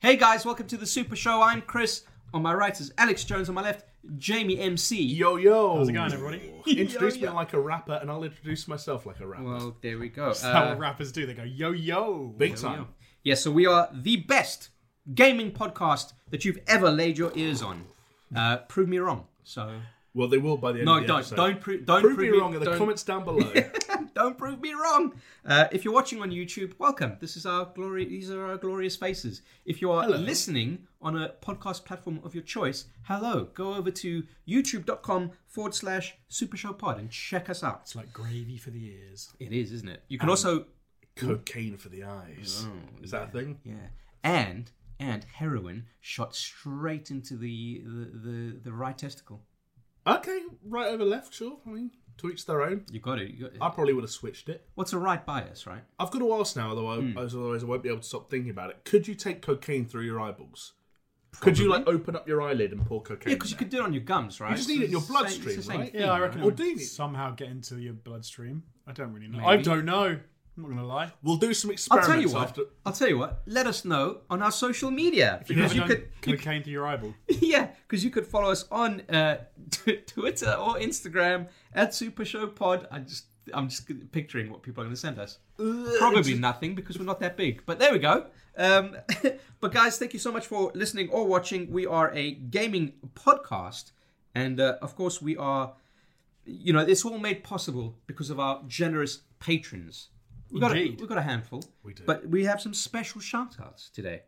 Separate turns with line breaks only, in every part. Hey guys, welcome to the Super Show. I'm Chris. On my right is Alex Jones. On my left, Jamie MC.
Yo yo.
How's it going, everybody?
Introduce
Yo, yo.
me like a rapper, and I'll introduce myself like a rapper.
Well, there we go.
That's how rappers do. They go yo yo.
Big
Yes,
time.
Yeah, so we are the best gaming podcast that you've ever laid your ears on. Uh, prove me wrong. So
Well, they will by the end
no,
of the
don't
episode.
don't prove don't
prove me wrong in the
don't-
comments down below.
Don't prove me wrong. Uh, if you're watching on YouTube, welcome. This is our glory. These are our glorious faces. If you are listening on a podcast platform of your choice, hello. Go over to youtube.com forward slash Super Show Pod and check us out.
It's like gravy for the ears.
It is, isn't it? You can also
Cocaine for the eyes. Is that a thing?
Oh, yeah, and and heroin shot straight into the the the, the right testicle.
Okay, right over left. Sure. I mean, to each their own.
You got it. You
I
got it.
probably would have switched it.
What's a right bias, right?
I've got a whilst now, although I,
Hmm.
otherwise I won't be able to stop thinking about it. Could you take cocaine through your eyeballs? Could you like open up your eyelid and pour cocaine?
Yeah, because you could do it on your gums, right?
just need it in your
It's the same- it's
bloodstream,
the same
right?
thing,
Yeah, I reckon
right?
it
Or
would
do you-
somehow get into your bloodstream. I don't really know.
Maybe.
I don't know. I'm not gonna lie.
We'll do some
I'll
experiments
tell you what.
after.
I'll tell you what. Let us know on our social media because you
Ever
could,
done
you,
cocaine through your eyeball.
yeah, because you could follow us on uh, t- Twitter or Instagram at Super Show Pod. I just, I'm just picturing what people are going to send us. Probably nothing because we're not that big. But there we go. Um, but guys, thank you so much for listening or watching. We are a gaming podcast, and uh, of course, we are. You know, it's all made possible because of our generous patrons. We've got, a,
Indeed.
we've got a handful. We
do.
But we have some special shout outs today.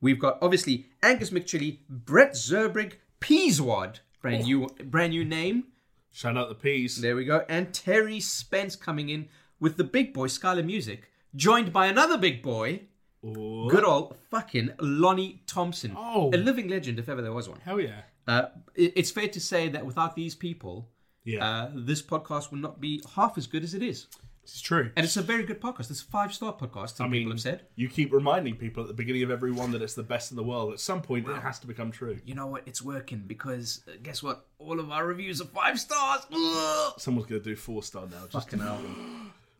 We've got obviously Angus McChilly, Brett Zerbrig, Peaswad, brand new brand new name.
Shout out the peas.
There we go. And Terry Spence coming in with the big boy Skylar Music, joined by another big boy,
Ooh.
good old fucking Lonnie Thompson.
Oh.
A living legend if ever there was one.
Hell yeah.
Uh, it- it's fair to say that without these people,
Yeah.
uh, this podcast would not be half as good as it is.
This is true.
And it's a very good podcast. It's a five star podcast, some people have said.
You keep reminding people at the beginning of every one that it's the best in the world. At some point, it has to become true.
you know what? It's working because uh, guess what? All of our reviews are five stars. Ugh.
Someone's going to do four star now. Just
Fucking hell.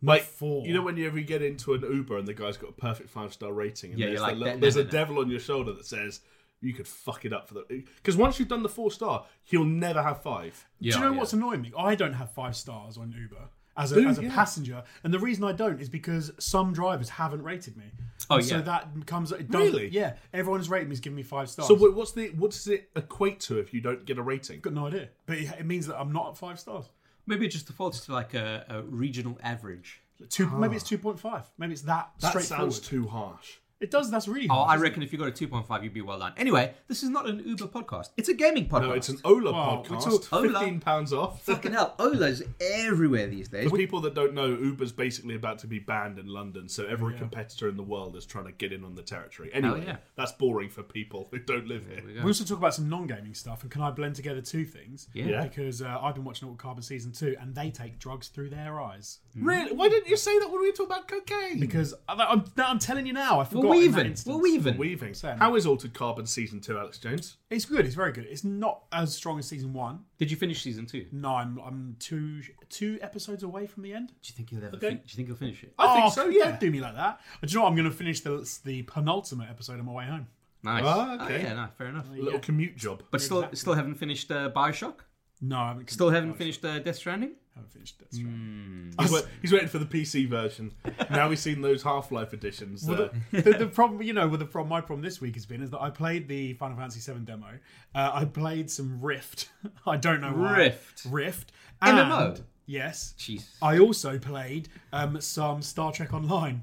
like
four.
You know, whenever you get into an Uber and the guy's got a perfect five star rating, and
Yeah,
there's,
you're like,
that little-
"No,
there's
no,
a
no."
devil on your shoulder that says you could fuck it up for the. Because once you've done the four star, he'll never have five.
Yeah,
Do you know
yeah.
what's annoying me? I don't have five stars on Uber as a,
Ooh,
as a
yeah.
passenger, and the reason I don't is because some drivers haven't rated me.
Oh,
And
yeah.
So that comes. It does-
Really?
Yeah. Everyone's rated me is giving me five stars.
So what- what's the what's it equate to if you don't get a rating?
Got no idea, but it, it means that I'm not at five stars.
Maybe it just defaults to like a, a regional average.
Two, maybe it's two point five. Maybe it's that,
That
straightforward.
sounds too harsh.
it does. That's really.
Oh,
hard,
I
isn't
reckon if you got a 2.5, you'd be well done. Anyway, this is not an Uber podcast. It's a gaming podcast.
No, it's an Ola
Wow, we
podcast.
talk- Ola.
Fifteen pounds off.
Fucking hell, Ola's everywhere these days.
For people that don't know, Uber's basically about to be banned in London, so every competitor in the world is trying to get in on the territory. Anyway,
yeah.
that's boring for people who don't live here.
it? We also talk about some non-gaming stuff, and can I blend together two things?
Yeah.
Because uh, I've been watching All Carbon season two, and they take drugs through their eyes.
Hmm.
Really? Why didn't you say that when we talked about cocaine?
Because I, I'm, no, I'm telling you now, I forgot.
We're
in that
weaving.
instance.
We're weaving.
weaving.
Same.
How is Altered Carbon season two, Alex Jones?
It's good. It's very good. It's not as strong as season one.
Did you finish season two? Do
No, I'm I'm two two episodes away from the end.
you think you'll ever?
Okay.
Fin- do you think you'll finish it?
I think
Oh,
so, yeah.
Don't do me like that. Do you know what? I'm going to finish the the penultimate episode on my way home.
Nice. Oh,
Ah, okay.
yeah, no, fair enough.
A little commute job.
But still, still haven't finished uh, Bioshock.
No, I haven't.
Still haven't finished uh, Death Stranding.
Haven't finished Death Stranding.
He's, wait- he's waiting for the PC version. now we've seen those Half Life editions. uh,
the, the problem, you know, with the problem, my problem this week has been is that I played the Final Fantasy VII demo. Uh, I played some Rift. I don't know why.
Rift.
Rift. And,
MMO?
Yes.
Jeez.
I also played um, some Star Trek Online.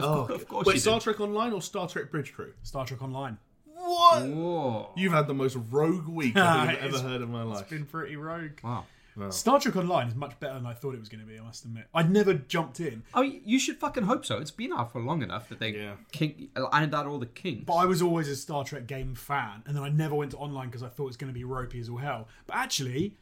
oh,
of course
Wait,
you
Star Trek Online or Star Trek Bridge Crew?
Star Trek Online.
What?
Whoa.
You've had the most rogue week I think I've ever
It's-
heard in my life.
It's been pretty rogue.
Wow.
Star Trek Online is much better than I thought it was going to be. I must admit, I'd never jumped in,
Oh, y- you should fucking hope so. It's been out for long enough that they
Yeah.
kink- ironed out all the kinks.
but I was always a Star Trek game fan, and then I never went to online because I thought it was going to be ropey as all hell. But actually,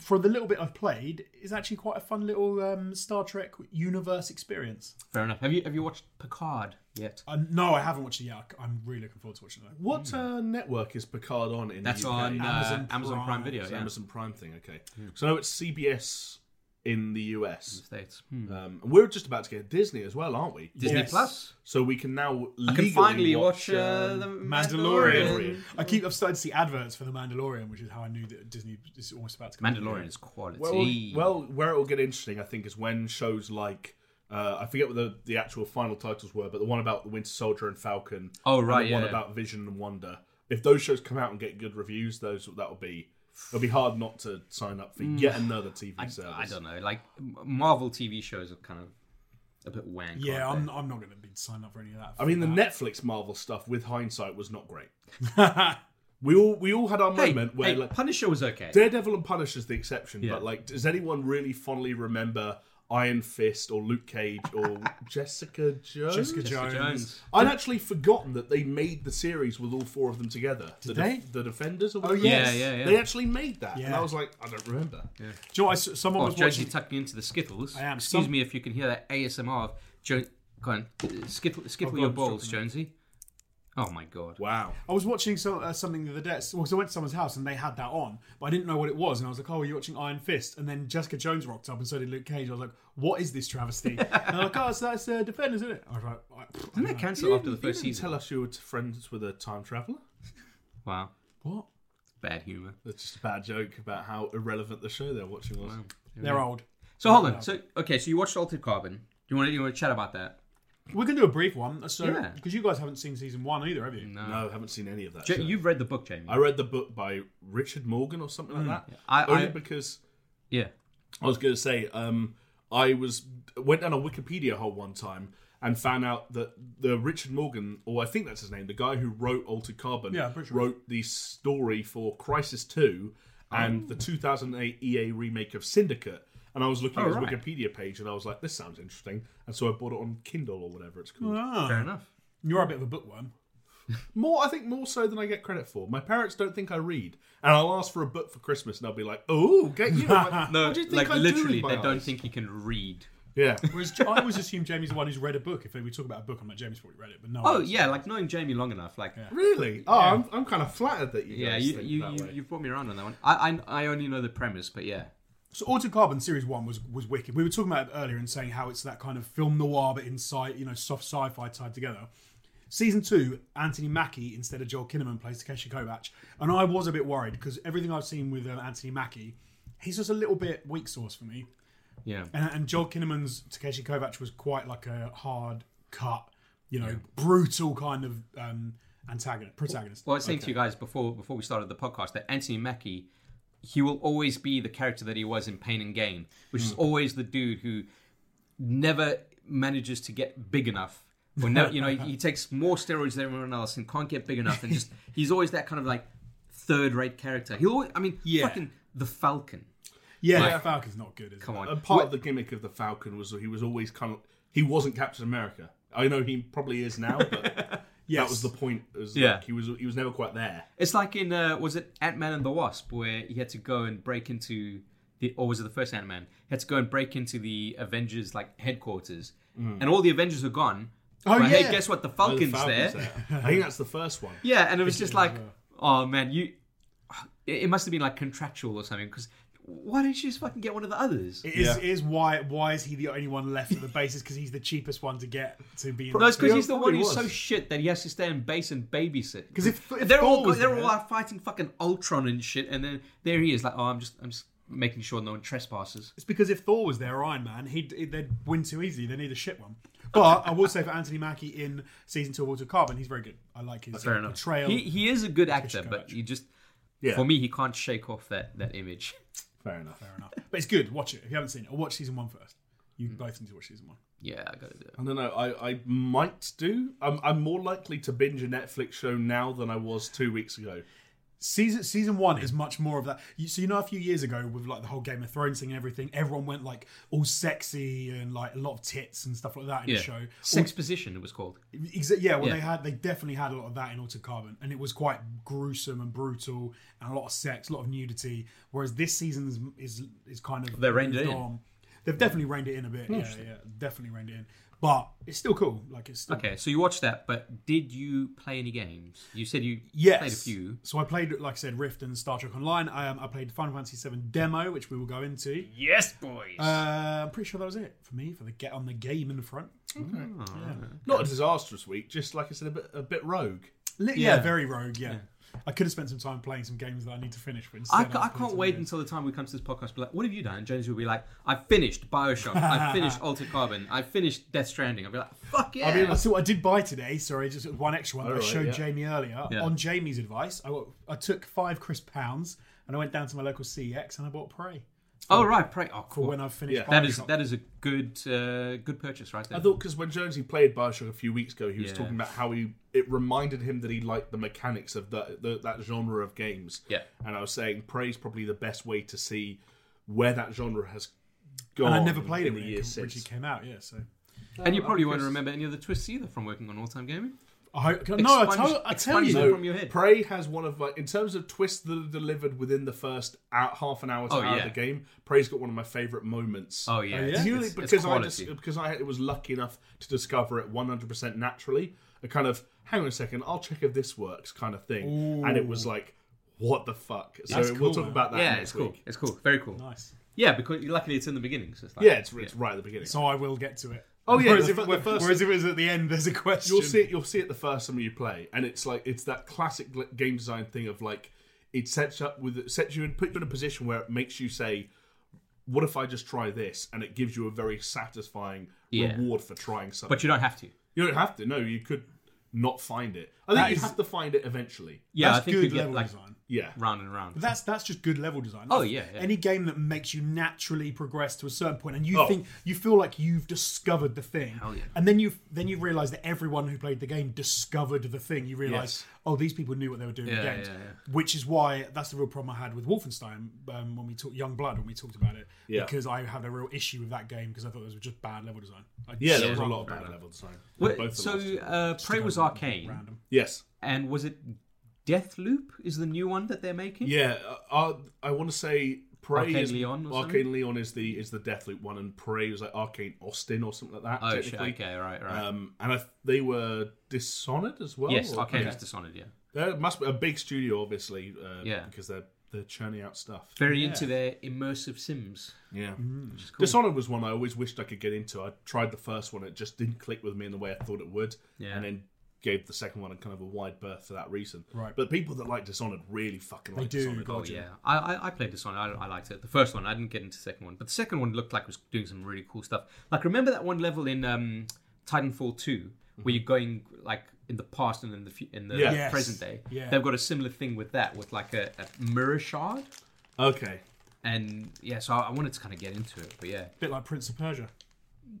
for the little bit I've played, it's actually quite a fun little um, Star Trek universe experience.
Fair enough. Have you have you watched Picard yet?
Um, no, I haven't watched it yet. I'm really looking forward to watching that.
What uh, network is Picard on in
Hmm. That's
the UK?
on uh, Amazon,
Amazon
Prime,
Prime.
Video.
It's
yeah.
Amazon Prime thing, okay. So now it's CBS in the
in the
US.
States. Hmm.
Um, and we're just about to get Disney as well, aren't we?
Disney
Yes.
Plus.
So we can now
I can
legally
finally watch, uh,
um,
the
Mandalorian.
Mandalorian.
I keep. I've started to see adverts for the Mandalorian, which is how I knew that Disney is almost about to. come out.
Mandalorian is quality.
Well, well, where it will get interesting, I think, is when shows like uh, I forget what the, the actual final titles were, but the one about the Winter Soldier and Falcon.
Oh,
and
right,
the
yeah,
one
yeah.
about Vision and Wonder. If those shows come out and get good reviews, those that'll be it'll be hard not to sign up for yet another TV
Hmm. I,
service.
Uh, I don't know. Like M- Marvel TV shows are kind of a bit wank.
Yeah,
aren't
I'm.
they?
I'm not going to be signing up for any of that.
I mean, the Netflix Marvel stuff with hindsight was not great. we all we all had our
Hey,
moment where
hey,
like,
Punisher was okay.
Daredevil and Punisher's the exception,
Yeah.
but like, does anyone really fondly remember Iron Fist or Luke Cage or Jessica Jones?
Jessica
Jessica
Jones.
I'd actually forgotten that they made the series with all four of them together. Did the,
they?
the Defenders? Or
Oh,
whatever.
Yeah,
Yes.
yeah, yeah.
They actually made that, and
Yeah.
I was like, I don't remember.
Do you know what? I s- Someone
oh,
was
Josie
watching.
tucking into the Skittles.
I am.
Excuse
Some-
me if you can hear that ASMR of jo- Go on, uh, skittle, skittle
go
your
on,
balls,
Stroke
Jonesy. Oh my god.
Wow.
I was watching so, uh, something the other day. Well, 'cause I went to someone's house and they had that on, but I didn't know what it was. And I was like, "Oh, you're watching Iron Fist." And then Jessica Jones rocked up, and so did Luke Cage. I was like, "What is this travesty?" and I'm like, "Oh, so that's uh, Defenders, isn't it?" I was like, I, pff, I
Didn't
don't
they
know.
cancel after the
You
first
didn't
season?
tell us you were friends with a time traveller?
Wow.
"What?
Bad humor.
That's just a bad joke about how irrelevant the show they're watching was.
They're old."
So hold on. So okay, so you watched Altered Carbon. Do you want to you want to chat about that?
We can do a brief one, so
Yeah.
because you guys haven't seen season one either, have you?
No, I haven't seen any of that.
Ja-
show.
you've read the book, Jamie.
I read the book by Richard Morgan or something like that.
I-
Only
I-
because
yeah.
I was going to say, um, I was went down a Wikipedia hole one time and found out that the Richard Morgan, or I think that's his name, the guy who wrote Altered Carbon,
Yeah, I'm pretty sure.
wrote the story for Crisis Two and the 2008 EA remake of Syndicate. And I was looking
Oh,
at his
right.
Wikipedia page and I was like, this sounds interesting. And so I bought it on Kindle or whatever it's called.
Ah,
Fair enough.
you're a bit of a bookworm.
More, I think, more so than I get credit for. My parents don't think I read, and I'll ask for a book for Christmas, and they'll be like, "Oh, get you." I'm like,
No,
what do you think
like
I do with
literally,
my
they don't
eyes?"
think he can read.
Yeah,
Whereas J- I always assume Jamie's the one who's read a book. If we talk about a book, I'm like Jamie's probably read it, but no.
Oh yeah, like knowing Jamie long enough, like yeah,
really? Oh, I'm, I'm kind of flattered that you. guys
you
think
you,
that
you,
way.
you brought me around on that one. I, I I only know the premise, but yeah,
So Autocarbon Series 1 was was wicked. We were talking about it earlier and saying how it's that kind of film noir but inside, you know, soft sci-fi tied together. Season 2, Anthony Mackie instead of Joel Kinnaman plays Takeshi Kovacs. And I was a bit worried because everything I've seen with um, Anthony Mackie, he's just a little bit weak sauce for me.
yeah.
And, and Joel Kinnaman's Takeshi Kovacs was quite like a hard cut, you know, brutal kind of um, antagonist, protagonist.
Well, I was saying to you guys before before we started the podcast that Anthony Mackie, he will always be the character that he was in Pain and Gain, which is always the dude who never manages to get big enough. Or no, you know, he, he takes more steroids than everyone else and can't get big enough, and just he's always that kind of like third rate character. He'll, always, I mean,
Yeah.
fucking the Falcon.
yeah, Falcon's not good, is
Come
it?
on,
And part of the gimmick of the Falcon was that he was always kind of he wasn't Captain America. I know he probably is now, but
Yes.
that was the point. Was
Yeah.
like, he was he was never quite there.
It's like in uh, was it Ant Man and the Wasp where he had to go and break into the or was it the first Ant Man? He had to go and break into the Avengers like headquarters, and all the Avengers are gone.
Mm. Oh,
but hey,
yeah.
guess what? The
Oh,
Falcon's,
the Falcon's
there.
there. I think that's the first one.
Yeah, and it was just like, oh man, you. It it must have been like contractual or something because why didn't you just fucking get one of the others?
It is,
Yeah.
it is why why is he the only one left at the bases because he's the cheapest one to get to be in
No, it's because
Yeah,
he's the one
probably
who's
was.
so shit that he has to stay in base and babysit.
'Cause if- if
they're all
Thor was
they're
there-
all out fighting fucking Ultron and shit, and then there he is like, oh, I'm just I'm just making sure no one trespasses.
It's because if Thor was there or Iron Man, he'd, he'd- they'd win too easily. They need a shit one. But I will say for Anthony Mackie in season two of Water Carbon, he's very good. I like his
Fair
uh,
enough.
portrayal.
He he is a good actor,
Kovacs.
but you just
Yeah,
for me he can't shake off that that image.
fair enough.
Fair enough. But it's good. Watch it if you haven't seen it. Or watch season one first. You both need to watch season one.
Yeah, I gotta do it.
I don't know. I, I might do. I'm, I'm more likely to binge a Netflix show now than I was two weeks ago.
Season season one is much more of that. You, so you know, a few years ago with like the whole Game of Thrones thing and everything, everyone went like all sexy and like a lot of tits and stuff like that in
Yeah,
the show.
sex position it was called.
Exa- yeah, well,
Yeah.
they had they definitely had a lot of that in Altered Carbon, and it was quite gruesome and brutal, and a lot of sex, a lot of nudity. Whereas this season is is, is kind of
They reined it
moved
in.
They've definitely reined it in a bit. Yeah, yeah, definitely reined it in. but it's still cool. Like it's still
Okay, so you watched that, but did you play any games? You said you
Yes.
played a few.
So I played, like I said, Rift and Star Trek Online. I, um, I played Final Fantasy VII demo, which we will go into.
Yes, boys.
Uh, I'm pretty sure that was it for me for the get on the game in the front.
Oh.
Not a disastrous week, just like I said, a bit, a bit rogue.
Li- yeah.
Yeah.
very rogue. Yeah. I could have spent some time playing some games that I need to finish. But
I,
instead
ca- I can't wait until the time we come to this podcast. and Be like, what have you done? And James will be like, I finished Bioshock. I finished Altered Carbon. I finished Death Stranding. I'll be like, fuck yeah.
I mean, I saw what I did buy today. Sorry, just one extra one that
Alright,
I showed
yeah.
Jamie earlier.
Yeah.
On Jamie's advice, I, w- I took five crisp pounds and I went down to my local CEX and I bought Prey
oh right, pray. Oh,
for
cool.
when I've finished.
Yeah.
That is
Bioshock.
that is a good uh, good purchase right there.
I thought because when Jonesy played Bioshock a few weeks ago, he was
Yeah.
talking about how he it reminded him that he liked the mechanics of that the, that genre of games.
Yeah.
and I was saying Prey's probably the best way to see where that genre has gone.
and I never played
Oh,
it
in
when
the
it
year
com-
since.
originally came out. Yeah, so
and you probably won't
because-
remember any of the twists either from working on All Time Gaming.
I hope. No, I
Expunge-
tell, I tell
expunge
you,
them
No,
from your head.
Prey has one of like in terms of twists that are delivered within the first out, half an hour to
Oh,
hour
yeah.
of the game. Prey's got one of my favorite moments.
Oh yeah,
yeah?
It's-
Purely
it's- it's
because I
quality.
dis- because I was lucky enough to discover it 100% naturally. A kind of hang on a second, I'll check if this works kind of thing, and it was like what the fuck. So
That's
we'll
cool,
talk
man.
about that.
yeah,
next
it's cool.
week.
It's cool. Very cool.
nice.
Yeah, because luckily it's in the beginning. So it's like,
Yeah, it's, it's right at the beginning.
So I will get to it.
Oh, yeah,
Whereas,
the
if,
fir- the first-
whereas if it was at the end, there's a question.
You'll see it. You'll see it the first time you play, and it's like it's that classic gl- game design thing of like it sets up with sets you and put you in a position where it makes you say, "What if I just try this?" and it gives you a very satisfying
Yeah.
reward for trying something.
but you don't have to.
you don't have to. No, you could not find it. I think
That
you
is-
have to find it eventually.
Yeah, I
that's
think you
good
get
level
like
design.
Yeah,
round and round.
That's that's just good level design.
Oh,
That's-
yeah, yeah.
Any game that makes you naturally progress to a certain point, and you
Oh.
think you feel like you've discovered the thing,
yeah.
and then you then you realize that everyone who played the game discovered the thing. You realize,
Yes.
oh, these people knew what they were doing. in the
Yeah,
games,
yeah, yeah.
which is why that's the real problem I had with Wolfenstein um, when we talked Young Blood when we talked about it.
Yeah.
because I had a real issue with that game because I thought it was just bad level design. I
yeah.
just
There was a
rather
lot of bad
bad.
level design.
Wait,
Both of
so
us.
uh, Prey was arcane,
Random.
yes,
and was it Death Loop? Is the new one that they're making?
yeah. Uh, uh, I want to say. Prey
Arcane
is,
Leon or
Arcane Leon is the is the Deathloop one, and Prey was like Arcane Austin or something like that.
Oh shit!
technically.
Okay, right, right.
Um, and I, th- they were Dishonored as well.
yes,
or-
Arcane
Yeah.
is Dishonored. Yeah,
There must be a big studio, obviously. Uh,
Yeah.
because they're they're churning out stuff.
very into their immersive sims.
Yeah,
Which is cool.
Dishonored was one I always wished I could get into. I tried the first one; it just didn't click with me in the way I thought it would.
Yeah.
and then gave the second one a kind of a wide berth for that reason.
Right.
but people that like Dishonored really fucking
They
like
do,
Dishonored.
God,
Oh yeah, I, I I played Dishonored. I, I liked it. The first one, I didn't get into the second one, but the second one looked like it was doing some really cool stuff. Like remember that one level in um, Titanfall two where you're going like in the past and in the fu- in the
Yeah.
like,
Mm-hmm. Yes.
present day.
Yeah.
they've got a similar thing with that with like a, a mirror shard.
Okay,
And yeah, so I, I wanted to kind of get into it, but yeah,
Bit like Prince of Persia.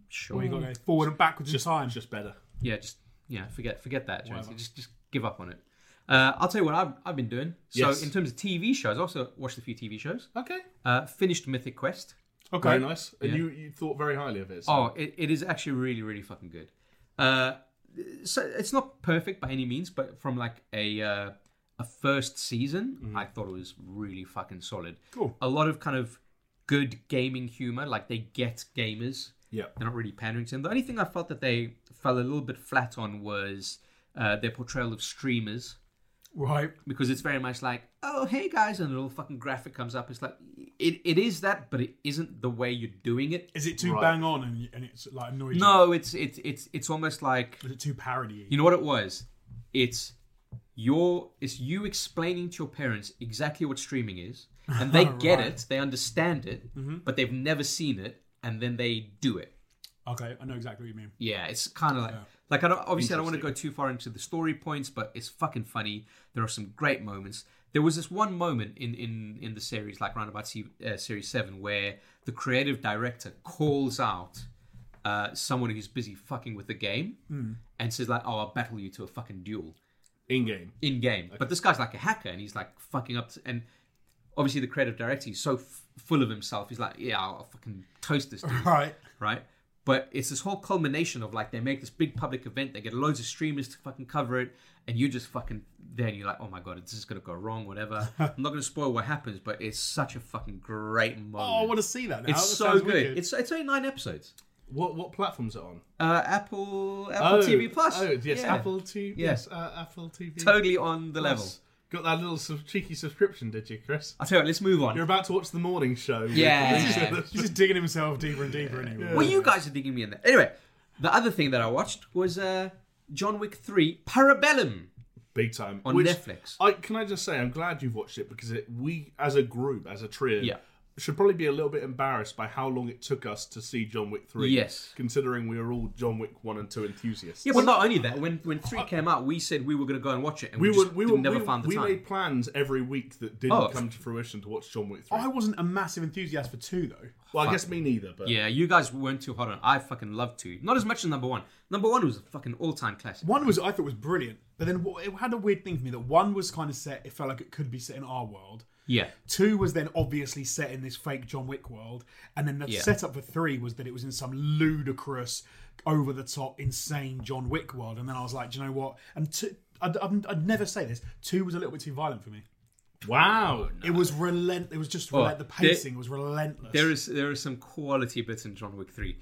sure.
You got to go forward and backwards
just
in time.
just better.
yeah, just yeah, forget forget that. Jonesy.
Whatever.
Just just give up on it. Uh, I'll tell you what I've, I've been doing. So
Yes.
in terms of TV shows, I also watched a few TV shows.
Okay,
Uh, finished Mythic Quest.
okay.
very nice. And
Yeah.
you you thought very highly of it. so-
Oh, it, it is actually really really fucking good. Uh, so it's not perfect by any means, but from like a uh, a first season, I thought it was really fucking solid.
Cool.
A lot of kind of good gaming humor, like they get gamers.
yeah.
They're not really pandering to them. The only thing I felt that they fell a little bit flat on was uh, their portrayal of streamers
Right.
because it's very much like, oh, hey guys, and a little fucking graphic comes up. It's like, it, it is that, but it isn't the way you're doing it.
Is it too
Right.
bang on and, and it's like annoying?
No, it's it's it's it's almost like
Is it too parody?
you know what it was. It's your it's you explaining to your parents exactly what streaming is, and they get
Right.
it, they understand it, but they've never seen it, and then they do it.
Okay, I know exactly what you mean.
Yeah, it's kind of like like I don't obviously I don't want to go too far into the story points, but it's fucking funny. There are some great moments. There was this one moment in in in the series, like round about se- uh, series seven, where the creative director calls out uh, someone who's busy fucking with the game and says like, "Oh, I'll battle you to a fucking duel."
In game.
in game. But this guy's like a hacker, and he's like fucking up. And obviously, the creative director he's so f- full of himself. He's like, yeah, I'll, fucking toast this, dude,
Right.
right? But it's this whole culmination of like they make this big public event, they get loads of streamers to fucking cover it, and you just fucking there, and you're like, oh my god, this is gonna go wrong, whatever. I'm not gonna spoil what happens, but it's such a fucking great moment.
Oh, I want to see that now.
it's
That
so
sounds
good.
wicked.
It's it's only nine episodes.
What what platforms are on?
Uh, Apple Apple TV Plus.
Oh yes,
Yeah.
Apple TV.
Yeah.
Yes, uh, Apple TV.
Totally on the level.
Got that little sub- cheeky subscription, did you, Chris?
I tell you what, let's move on.
You're about to watch the morning show. with-
Yeah.
He's just digging himself deeper and deeper anyway.
Well, you guys are digging me in there. Anyway, the other thing that I watched was uh, John Wick 3 Parabellum.
big time
On Netflix.
I can I just say I'm glad you've watched it because it, we as a group, as a trio,
Yeah.
should probably be a little bit embarrassed by how long it took us to see John Wick three.
Yes.
considering we are all John Wick one and two enthusiasts.
Yeah, but not only that, when when 3 came out, we said we were going to go and watch it, and we,
uh, we
just
were we
did-
were
never
we,
found the
we
time.
made plans every week that didn't
Oh.
come to fruition to watch John Wick three.
I wasn't a massive enthusiast for two though.
well, I guess me neither, but
Yeah, you guys weren't too hot on. it. I fucking loved 2. Not as much as number 1. Number 1 was a fucking all-time classic.
One was I thought was brilliant, but then wh- it had a weird thing for me that one was kind of set. It felt like it could be set in our world.
Yeah.
Two was then obviously set in this fake John Wick world, and then the
Yeah.
setup for three was that it was in some ludicrous, over the top, insane John Wick world. And then I was like, do you know what? And two, I'd, I'd, I'd never say this. Two was a little bit too violent for me.
wow,
Oh,
It was relent. It was just relent- the
there-
pacing was relentless.
There is there is some quality bits in John Wick 3.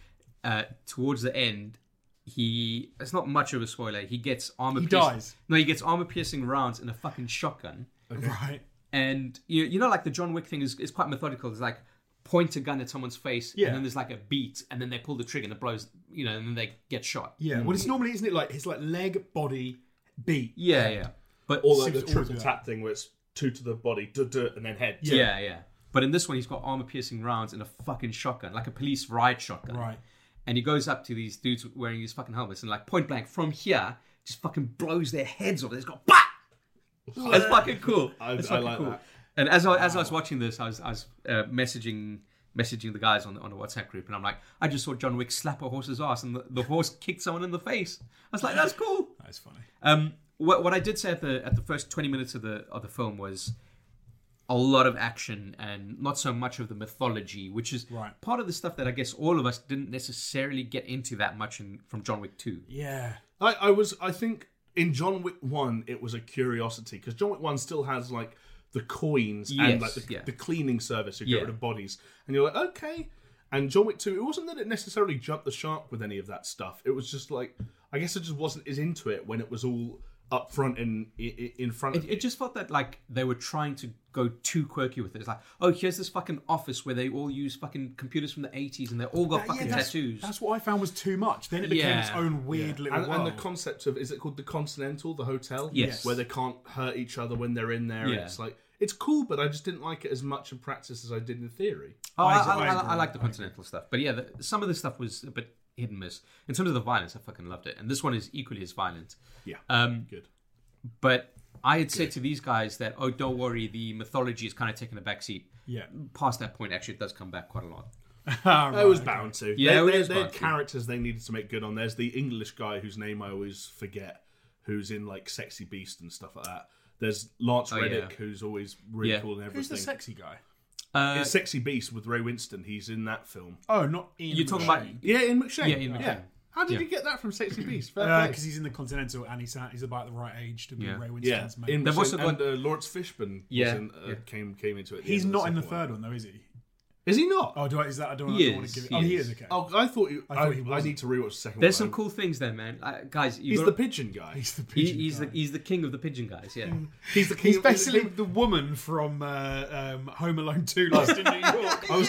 Uh, towards the end, he it's not much of a spoiler. He gets armor
He
piercing.
dies.
No, he gets armor piercing rounds in a fucking shotgun.
right.
and you, you know like the john wick thing is, is quite methodical it's like point a gun at someone's face
Yeah.
and then there's like a beat and then they pull the trigger and it blows you know and then they get shot
Yeah. Well, it's normally isn't it like it's like leg, body, beat.
Hmm. yeah yeah but
or like
Seems
the
always
triple
like-
tap thing where it's two to the body, duh, duh, and then head.
yeah. yeah but in this one he's got armor piercing rounds and a fucking shotgun like a police riot shotgun
Right.
and he goes up to these dudes wearing these fucking helmets and like point blank from here just fucking blows their heads off it's got bah! That's fucking cool.
I-
That's
I
fucking
like
cool.
that.
And as I, as I was watching this, I was, I was uh, messaging messaging the guys on the, on the WhatsApp group, and I'm like, I just saw John Wick slap a horse's ass, and the, the horse kicked someone in the face. I was like, that's cool.
That's funny.
Um, what, what I did say at the at the first 20 minutes of the of the film was a lot of action and not so much of the mythology, which is
Right.
part of the stuff that I guess all of us didn't necessarily get into that much in, from John Wick 2.
Yeah.
I, I was I think in John Wick one it was a curiosity because John Wick one still has like the coins
Yes,
and like the,
yeah.
the cleaning service who get
Yeah.
rid of bodies and you're like okay and John Wick two it wasn't that it necessarily jumped the shark with any of that stuff it was just like I guess I just wasn't as into it when it was all up front and i- i- in front of
It,
you.
it just felt that like they were trying to go too quirky with it. It's like, oh, here's this fucking office where they all use fucking computers from the '80s and they all got
Yeah,
fucking
that's,
tattoos.
that's what I found was too much. Then it became
Yeah.
its own weird little
and, and
world.
the concept of is it called the Continental, the hotel?
Yes.
Where they can't hurt each other when they're in there. and
Yeah.
It's like it's cool, but I just didn't like it as much in practice as I did in theory.
oh, I, I,
I- I
I,
agree.
I like the continental stuff, but yeah, the, some of the stuff was a bit hit and miss. In terms of the violence, I fucking loved it, and this one is equally as violent.
Yeah.
Um,
Good.
but I had said to these guys that, oh, don't worry, the mythology is kind of taking a backseat.
yeah.
Past that point, actually, it does come back quite a lot.
All
It was
right.
bound to.
Yeah,
Yeah,
it
they,
was
they, they
bound
had
to.
characters they needed to make good on. There's the English guy whose name I always forget, who's in like Sexy Beast and stuff like that. There's Lance Reddick,
Oh, yeah.
who's always really
Yeah.
cool and everything.
Who's the sexy guy?
Uh,
It's Sexy Beast with Ray Winston. He's in that film.
Oh, not Ian.
you're talking about
Yeah, in McShane.
Yeah, Ian McShane.
How did
Yeah. Uh,
you get that from Sexy Beast? Fair play.
because Uh, he's in the Continental and he's, he's about the right age to be
Yeah.
Ray
yeah,
Winston's mate.
in
They've
McShane.
also got-
and, uh, Lawrence Fishburne.
Yeah,
was in, uh,
yeah.
came came into it. at
he's
end of
not in the
second one.
third one though, is he?
Is he not?
Oh, do I? Is that I don't,
He
I don't want
is,
to give it?
he
oh, he
is.
is okay.
Oh, I thought. You, I,
thought he
I,
wasn't.
need to rewatch the second
there's
one.
some cool things there, man. Uh, guys, you
He's
got
the pigeon guy.
Oh, he's
He's,
the pigeon
he's
guy. Mm.
the he's the king of the pigeon guys. Yeah.
the king.
He's
of-
basically the woman from uh, um, Home Alone 2 Lost in New York. I was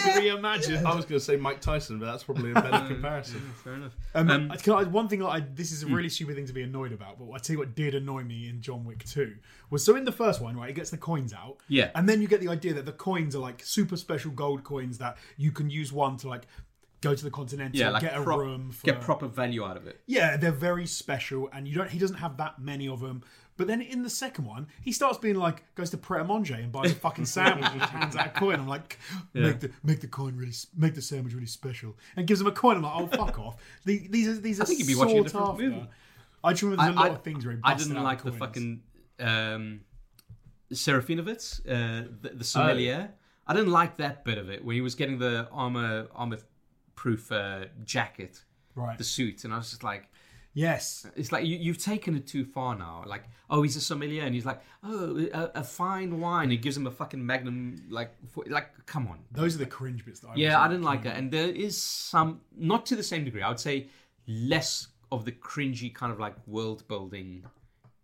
reimagined.
I was going to say Mike Tyson, but that's probably a better comparison.
Fair enough.
Um, I- can I- one thing that I, this is a
hmm.
really stupid thing to be annoyed about, but I tell you what did annoy me in John Wick 2 was so in the first one, right, it gets the coins out.
Yeah.
And then you get the idea that the coins are like super special gold coins that you can use one to like go to the Continental,
yeah, like
get a
prop-
room, for,
get proper value out of it.
Yeah, they're very special, and you don't. He doesn't have that many of them. But then in the second one, he starts being like, goes to Pret a Manger and buys a fucking sandwich and hands out a coin. I'm like, make the make the coin really, s- make the sandwich really special, and gives him a coin. I'm like, oh fuck off. The- These are these are. I
think you'd be watching a different
after.
movie.
I just remember
I,
there's a lot
I-
of things where he
I
busted
didn't
out
like the
coins.
fucking um, Serafinovitz, uh, the, the sommelier.
Oh.
I didn't like that bit of it when he was getting the armor armor proof uh, jacket,
right.
the suit, and I was just like,
Yes.
It's like you, you've taken it too far now. Like, oh, he's a sommelier, and he's like, oh, a, a fine wine. He gives him a fucking magnum. Like, for, like, come on.
Those are the cringe bits that I
Yeah, I
wasn't
didn't like that. And there is some, not to the same degree. I would say less of the cringy kind of like world building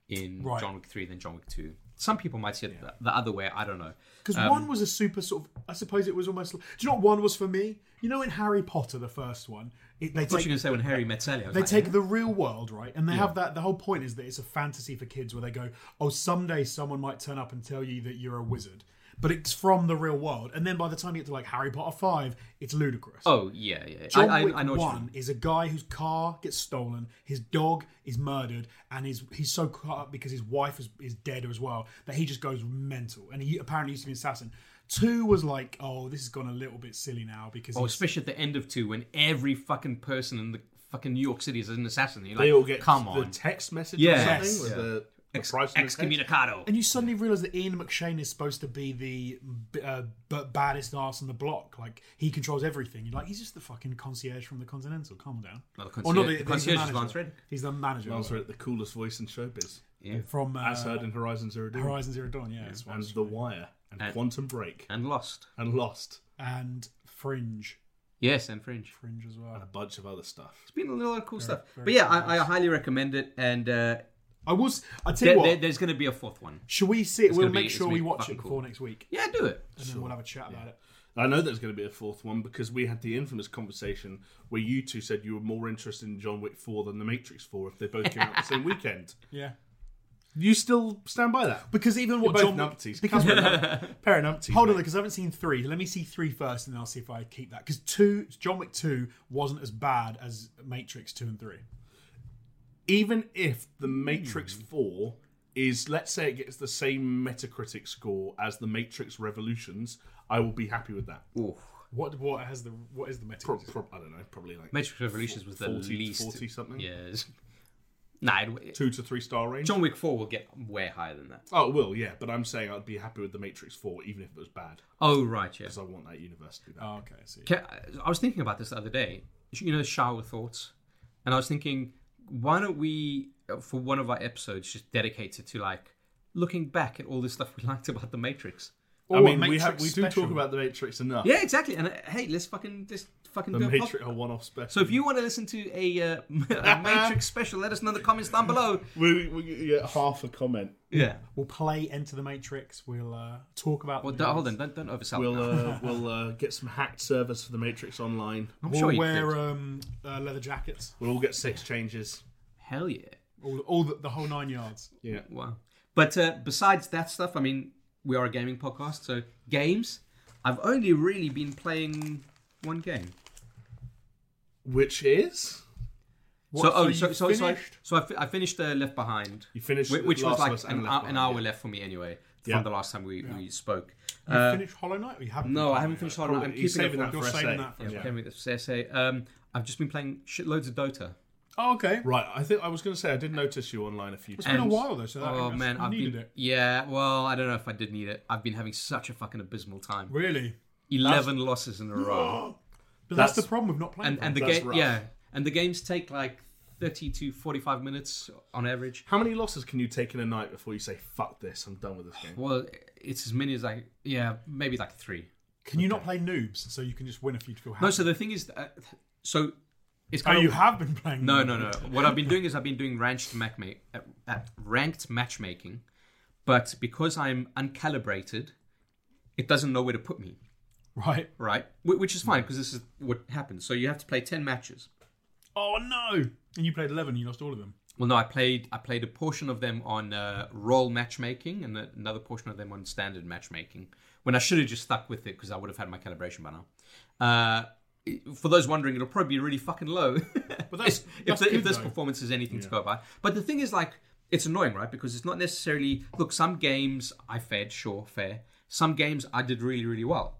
in
Right.
John Wick Three than John Wick Two. Some people might see it the, the other way. I don't know.
Because one was a super sort of, I suppose it was almost. Do you know what one was for me? You know, in Harry Potter, the first one, it, they
What you
take
going to say when Harry met Sally? I was
they
like,
take the real world right, and they have that. The whole point is that it's a fantasy for kids, where they go, "Oh, someday someone might turn up and tell you that you're a wizard," but it's from the real world. And then by the time you get to like Harry Potter five, it's ludicrous.
Oh yeah, yeah.
John
I,
Wick
I, I know what you mean.
One is a guy whose car gets stolen, his dog is murdered, and he's he's so caught up because his wife is, is dead as well that he just goes mental. And he apparently used to be an assassin. Two was like, oh, this has gone a little bit silly now because
Oh,
he's-
especially at the end of two, when every fucking person in the fucking New York City is an assassin. You're like,
They all get
come
the
on,
text message
Yeah.
or
Yes.
something with
Yeah.
the, the
Ex-
price on the text.
excommunicado.
and you suddenly realize that Ian McShane is supposed to be the b- uh, b- baddest arse on the block. Like he controls everything. You're like, he's just the fucking concierge from the Continental. Calm down.
No, the
Or not
concierge- the
he's
concierge is
manager.
Lance Reddick.
He's the manager
Miles Reddick, the coolest voice in showbiz,
from uh,
as heard in Horizon Zero Dawn,
Horizon Zero Dawn. Yeah, it's
and The Wire, and,
Uh,
Quantum Break,
and Lost.
and Lost,
and Fringe.
Yes, and Fringe.
Fringe as well.
Uh,
and a bunch of other stuff.
It's been a lot of cool stuff. But yeah, I, I highly recommend it. And uh,
I will. s- I tell
there,
you what.
there- there's going to be a fourth one.
should we see it? We'll
gonna be-
make
it's
sure
gonna
we
be
watch it
fucking
before
cool.
next week,
Yeah, do it.
and then we'll have a chat about it.
I know there's going to be a fourth one because we had the infamous conversation where you two said you were more interested in John Wick 4 than The Matrix 4 if they both came out the same weekend.
Yeah.
You still stand by that?
Because even
You're
what
both
John
numpties.
because
Come on, pair of numpties.
hold on,
mate.
because I haven't seen three. Let me see three first, and then I'll see if I keep that. Because two, John Wick two wasn't as bad as Matrix two and three.
Even if The Matrix 4 is, let's say it gets the same Metacritic score as The Matrix Revolutions, I will be happy with that.
Oof.
What what has the what is the Matrix?
Pro- pro- I don't know, probably like
Matrix Revolutions was the
40 to
least.
40 something?
Yes. Nah, it,
two to three star range.
John Wick 4 will get way higher than that.
Oh, it will, yeah, but I'm saying I'd be happy with The Matrix 4 even if it was bad
Oh, right, yeah.
because I want that universe to be bad.
Oh, okay, I see.
Ca- I was thinking about this the other day. You know, shower thoughts, and I was thinking, why don't we, uh, for one of our episodes, just dedicate it to like looking back at all the stuff we liked about the Matrix.
I
Or
mean, we
Matrix
have we do
special.
talk about the Matrix enough.
Yeah, exactly. And uh, hey, let's fucking just fucking
The
do a pod-
Matrix, a one-off special.
So if you want to listen to a, uh, a Matrix special, let us know in the comments down below.
we, we get half a comment,
Yeah.
We'll play Enter the Matrix. We'll uh, talk about.
Well,
the
don't,
movies.
hold on, don't don't oversell.
we'll
it now.
uh, we'll uh, get some hacked servers for the Matrix online.
I'm
We'll
sure you
wear
could.
um, uh, leather jackets.
We'll all get six changes.
Hell yeah.
All, all the, the whole nine yards.
Yeah.
Wow. But uh, besides that stuff, I mean, we are a gaming podcast, so games. I've only really been playing one game.
Which is
so,
What,
oh,
you
so, so, so, I,
finished?
so I, fi- I finished uh, Left Behind,
you finished,
whi- which
Last
was
of
like
Us and
an,
Left
hour, an
Behind,
hour
yeah.
left for me anyway
Yeah.
from the last time we, we spoke.
You
Uh,
finished Hollow Knight, or you haven't?
no, I haven't
finished Hollow
finished
Knight?
Hollow. Knight. I'm
He's saving
keeping it
that
for
for
You're
SA.
saving that for
yeah,
us.
yeah. with this essay. Um, I've just been playing shitloads of Dota.
Oh, okay.
Right, I think I was going to say I did notice you online a few
It's
times.
been a
And-
while though, so that
oh man,
I
I've
needed
been
it.
yeah. Well, I don't know if I did need it. I've been having such a fucking abysmal time.
Really,
Eleven losses in a row.
but that's,
That's-
the problem with not playing.
and and the
That's
game
rough.
yeah and the games take like 30 to 45 minutes on average
How many losses can you take in a night before you say "fuck this"? I'm done with this game.
well it's as many as like yeah maybe like three
can you not play noobs so you can just win if you feel happy?
no so the thing is uh, so it's
oh,
kind
you
of
have been playing.
no
noobs.
no no what i've been doing is i've been doing ranked matchmaking uh, uh, ranked matchmaking but because i'm uncalibrated it doesn't know where to put me
Right.
right Wh- which is fine because this is what happens so you have to play 10 matches
Oh no! And you played eleven. You lost all of them.
Well, no, I played I played a portion of them on uh, role matchmaking and a- another portion of them on standard matchmaking. When I should have just stuck with it because I would have had my calibration by now. Uh, it- for those wondering, it'll probably be really fucking low. But
that's-
if,
that's
the- if
good,
this
though.
performance is anything to go by. But the thing is, like, it's annoying, right? Because it's not necessarily look. Some games I fared, sure, fair. Some games I did really, really well.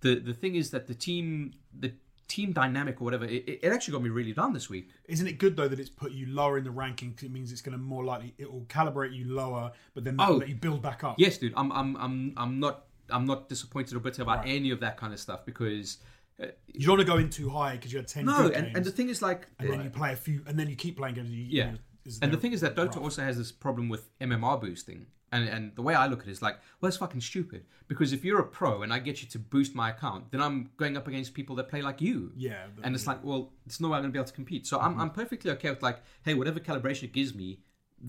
The the thing is that the team the team dynamic or whatever it, it it actually got me really down this week.
Isn't it good though that it's put you lower in the ranking? 'cause it means it's going to more likely it will calibrate you lower, but then that'll
Oh.
let you build back up.
Yes, dude. I'm I'm I'm I'm not I'm not disappointed or bitter about any of that kind of stuff because
You don't want to go in too high because you had ten.
No,
good
and,
games,
and the thing is, like,
and then you play a few, and then you keep playing games. You, you
Yeah.
know, is
And the
there-
thing is that Dota also has this problem with MMR boosting. And, and the way I look at it is like, well, that's fucking stupid. Because if you're a pro and I get you to boost my account, then I'm going up against people that play like you.
Yeah, but-
and it's like, well, it's no way I'm going to be able to compete. So I'm, I'm perfectly okay with like, hey, whatever calibration it gives me,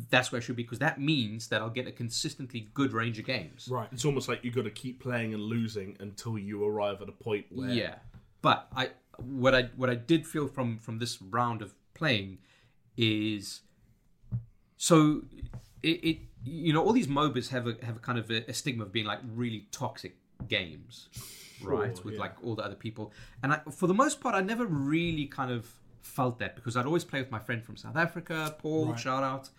that's where I should be. Because that means that I'll get a consistently good range of games.
right?
It's almost like you've got to keep playing and losing until you arrive at a point where
Yeah, but I what I what I did feel from from this round of playing is so it, it you know all these MOBAs have a have a kind of a, a stigma of being like really toxic games, right? With like all the other people, and I, for the most part, I never really kind of felt that because I'd always play with my friend from South Africa, Paul. Shout out.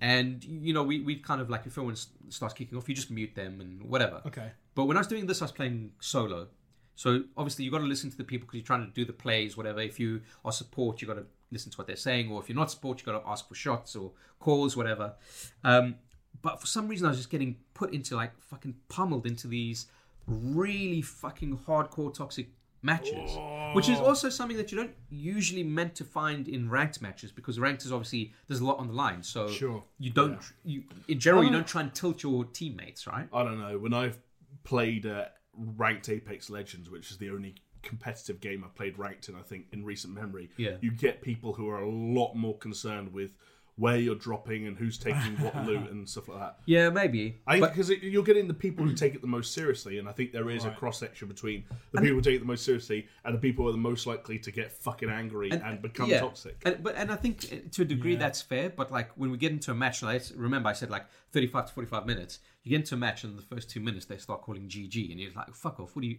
And you know we we kind of like if everyone s- starts kicking off, you just mute them and whatever.
Okay.
But when I was doing this, I was playing solo. So obviously, you got to listen to the people because you're trying to do the plays, whatever. If you are support, you got to listen to what they're saying, or if you're not support, you got to ask for shots or calls, whatever. Um, but for some reason, I was just getting put into like fucking pummeled into these really fucking hardcore toxic matches, which is also something that you don't usually meant to find in ranked matches because ranked is obviously there's a lot on the line. So
Sure.
you don't you in general you don't try and tilt your teammates, right?
I don't know. When I've played uh, ranked Apex Legends, which is the only competitive game I've played ranked in, I think, in recent memory,
Yeah.
you get people who are a lot more concerned with where you're dropping and who's taking what loot and stuff like that.
Yeah, maybe.
I think
But-
because it- you're getting the people who take it the most seriously, and I think there is a cross section between the people who take it the most seriously and the people who are the most likely to get fucking angry and, become
yeah.
toxic.
And, but and I think uh, to a degree that's fair. But like when we get into a match, like remember I said like thirty-five to forty-five minutes. You get into a match, and the first two minutes they start calling GG, and you're like, "Fuck off! What are you,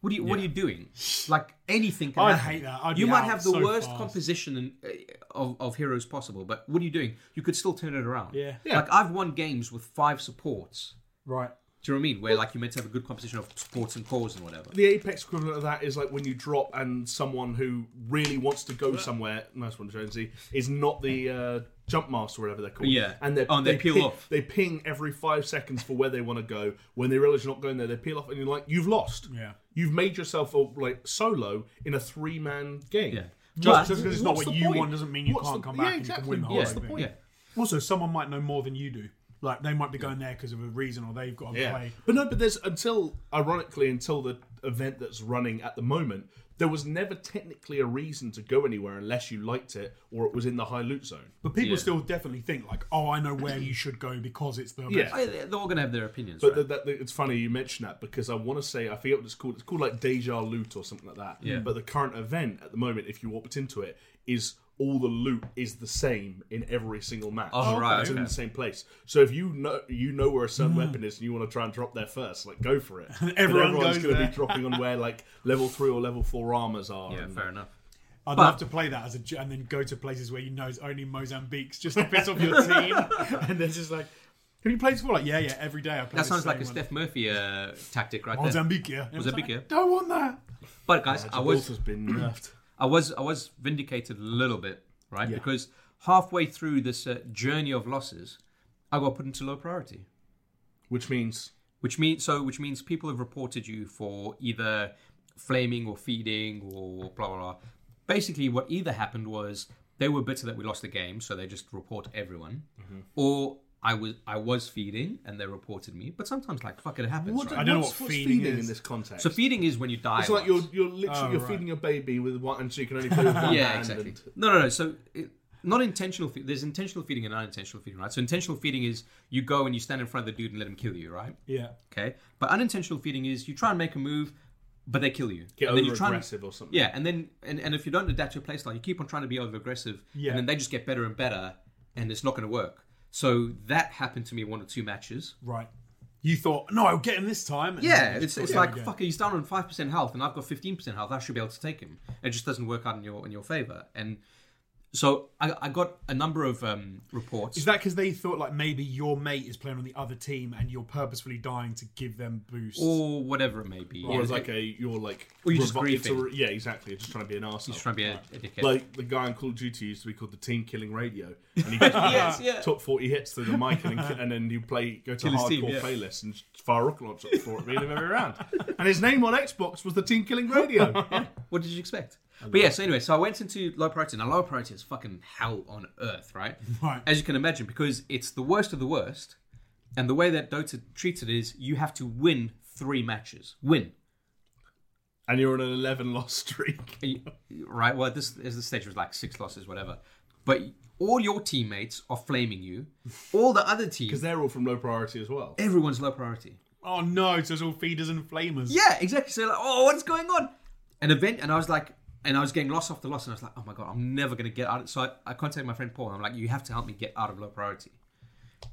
what are you, what are you doing? Like anything can
I'd
happen.
hate that. I'd
you
be
might
out
have the
so
worst
fast.
composition in, uh, of of heroes possible, but what are you doing? You could still turn it around.
Yeah.
Yeah.
Like I've won games with five supports.
Right.
Do you know what I mean? Where like you're meant to have a good composition of supports and cores and whatever.
the apex equivalent of that is like when you drop and someone who really wants to go somewhere nice one jonesy is not the uh, jump master whatever they're called
Yeah.
and they,
Oh, and they peel
ping,
off.
they ping every five seconds for where they want to go when they realize you're not going there they peel off and you're like you've lost
Yeah.
you've made yourself a, like solo in a three-man game
Yeah.
Just
But-
because it's not
What's
what
the
you
point?
want doesn't mean you
What's
can't
the-
come
yeah,
back
exactly.
and you can win the whole
Yeah.
What's the
thing.
point?
Yeah.
Also, someone might know more than you do. Like they might be going there because of a reason, or they've got to play.
But no, but there's until ironically until the event that's running at the moment, there was never technically a reason to go anywhere unless you liked it or it was in the high loot zone.
But people still definitely think like, "Oh, I know where you should go because it's the
Yeah.
I- they're all gonna have their opinions.
But
right?
that, that, that- it's funny you mention that because I want to say I forget what it's called. It's called like Deja Loot or something like that. Yeah. But the current event at the moment, if you opt into it, is all the loot is the same in every single match.
Oh, right,
It's in
okay.
the same place. So if you know you know where a certain weapon is and you want to try and drop there first, like go for it. But
Everyone
everyone's
goes
gonna
there.
be dropping on where like level three or level four armors are.
yeah,
and-
fair enough.
I'd
But-
love to play that as a j- and then go to places where you know it's only Mozambique's just to piss off your team, and then just like, have you played this before? Like, yeah, yeah, every day I play.
That
the
sounds like
same
a
one.
Steph Murphy uh, tactic right there.
Mozambique, yeah. And it was
Mozambique,
like,
yeah.
I Don't want that.
But guys, I was
has been nerfed.
I was I was vindicated a little bit, right? Because halfway through this uh, journey of losses, I got put into low priority,
Which means
which means so which means people have reported you for either flaming or feeding or blah blah blah. Basically, what either happened was they were bitter that we lost the game, so they just report everyone, or I was I was feeding and they reported me. but sometimes like fuck it, it happens. right?
I don't know what feeding is.
in this context.
So feeding is when you die.
It's like
a lot.
you're you're literally
Oh,
you're
right.
feeding your baby with one, and so you can only play with one
yeah,
hand.
exactly.
And,
No, no, no. So it, not intentional. Fe- there's intentional feeding and unintentional feeding, right? So intentional feeding is you go and you stand in front of the dude and let him kill you, right?
Yeah.
Okay. But unintentional feeding is you try and make a move, but they kill you.
get
and
over
you try and-
aggressive or something.
yeah, and then and, and if you don't adapt your playstyle, you keep on trying to be over aggressive,
Yeah.
and then they just get better and better, and it's not going to work. So that happened to me in one or two matches.
Right. You thought, no, I'll get him this time. and
Yeah,
then
it's,
just
it's
put him
like
again.
fuck. He's down on five percent health, and I've got fifteen percent health. I should be able to take him. It just doesn't work out in your in your favor. And So I, I got a number of um, reports.
Is that because they thought like maybe your mate is playing on the other team and you're purposefully dying to give them boosts?
or whatever it may be.
Or
It's
like a you're like
Or you're just
revo- it's a
griefing.
re- yeah, exactly. You're just trying to be an arsehole.
just trying to be a, a dickhead.
like the guy on Call of Duty used to be called the Team Killing Radio, and he just
Yes, yeah.
top forty hits through the mic, and, then- and then you play go to a
Kill his
hardcore
team, yeah.
playlist and just fire rock launch up the floor at me and him every round. And his name on Xbox was the Team Killing Radio.
What did you expect? But yeah, so anyway, so I went into low priority. Now, low priority is fucking hell on earth, right?
Right.
As you can imagine, because it's the worst of the worst. And the way that Dota treats it is you have to win three matches. Win.
and you're on an eleven loss streak.
And you- Right? Well, this is the stage was like six losses, whatever. But all your teammates are flaming you. All the other
Because
teams,
they're all from low priority as well.
everyone's low priority.
oh no, so it's all feeders and flamers.
Yeah, exactly. So like, oh, what's going on? An event, and I was like, and I was getting lost after loss, and I was like, oh my god, I'm never gonna get out. So I, I contacted my friend Paul. And I'm like, you have to help me get out of low priority.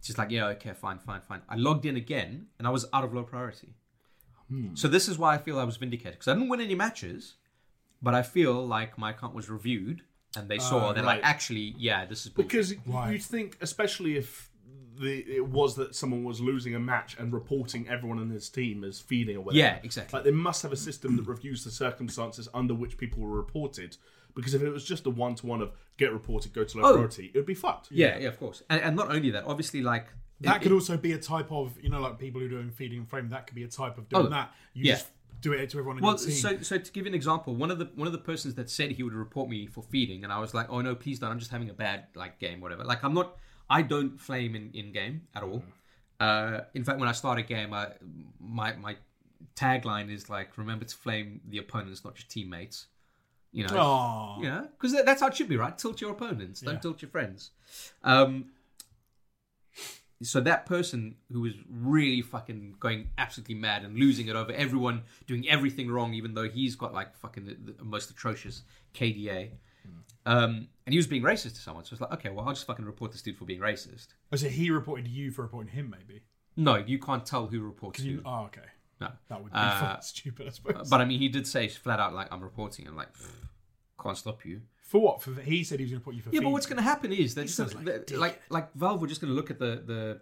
She's like, yeah, okay, fine, fine, fine. I logged in again, and I was out of low priority.
Hmm.
So this is why I feel I was vindicated because I didn't win any matches, but I feel like my account was reviewed, and they saw.
Oh,
they're
right.
like, actually, yeah, this is bullshit.
Because
Why?
you'd think, especially if the, it was that someone was losing a match and reporting everyone on his team as feeding or whatever.
Yeah, exactly.
Like they must have a system that reviews the circumstances under which people were reported. Because if it was just a one to one of get reported, go to low
Oh.
priority, it would be fucked.
yeah, yeah, of course. And, and not only that, obviously, like
That
it-
could
it-
also be a type of you know like people who are doing feeding and flame. That could be a type of doing
Oh,
that. You
yeah.
just do it to everyone in
Well,
your team.
so so to give you an example, one of the one of the persons that said he would report me for feeding, and I was like, oh no, please don't. I'm just having a bad like game, whatever. Like I'm not, I don't flame in in game at all. Uh, in fact, when I start a game, I, my my tagline is like, remember to flame the opponents, not your teammates. You know,
Aw.
you know, because that's how it should be, right? Tilt your opponents, don't
Yeah.
tilt your friends. Um, so that person who was really fucking going absolutely mad and losing it over everyone, doing everything wrong, even though he's got like fucking the, the most atrocious KDA,
Hmm.
um, and he was being racist to someone. So it's like, okay, well, I'll just fucking report this dude for being racist.
Oh, so he reported you for reporting him, maybe.
No, you can't tell who reports
You-
you.
oh, okay.
No,
That would be
Uh,
fucking stupid, I suppose.
but I mean, he did say flat out like, I'm reporting, and like, "Pfft, can't stop you.
for what? For he said he was going to put you for.
Yeah, but
feeding.
what's going to happen is they're just
sounds
gonna,
like a
they're- like, like Valve were just going to look at the the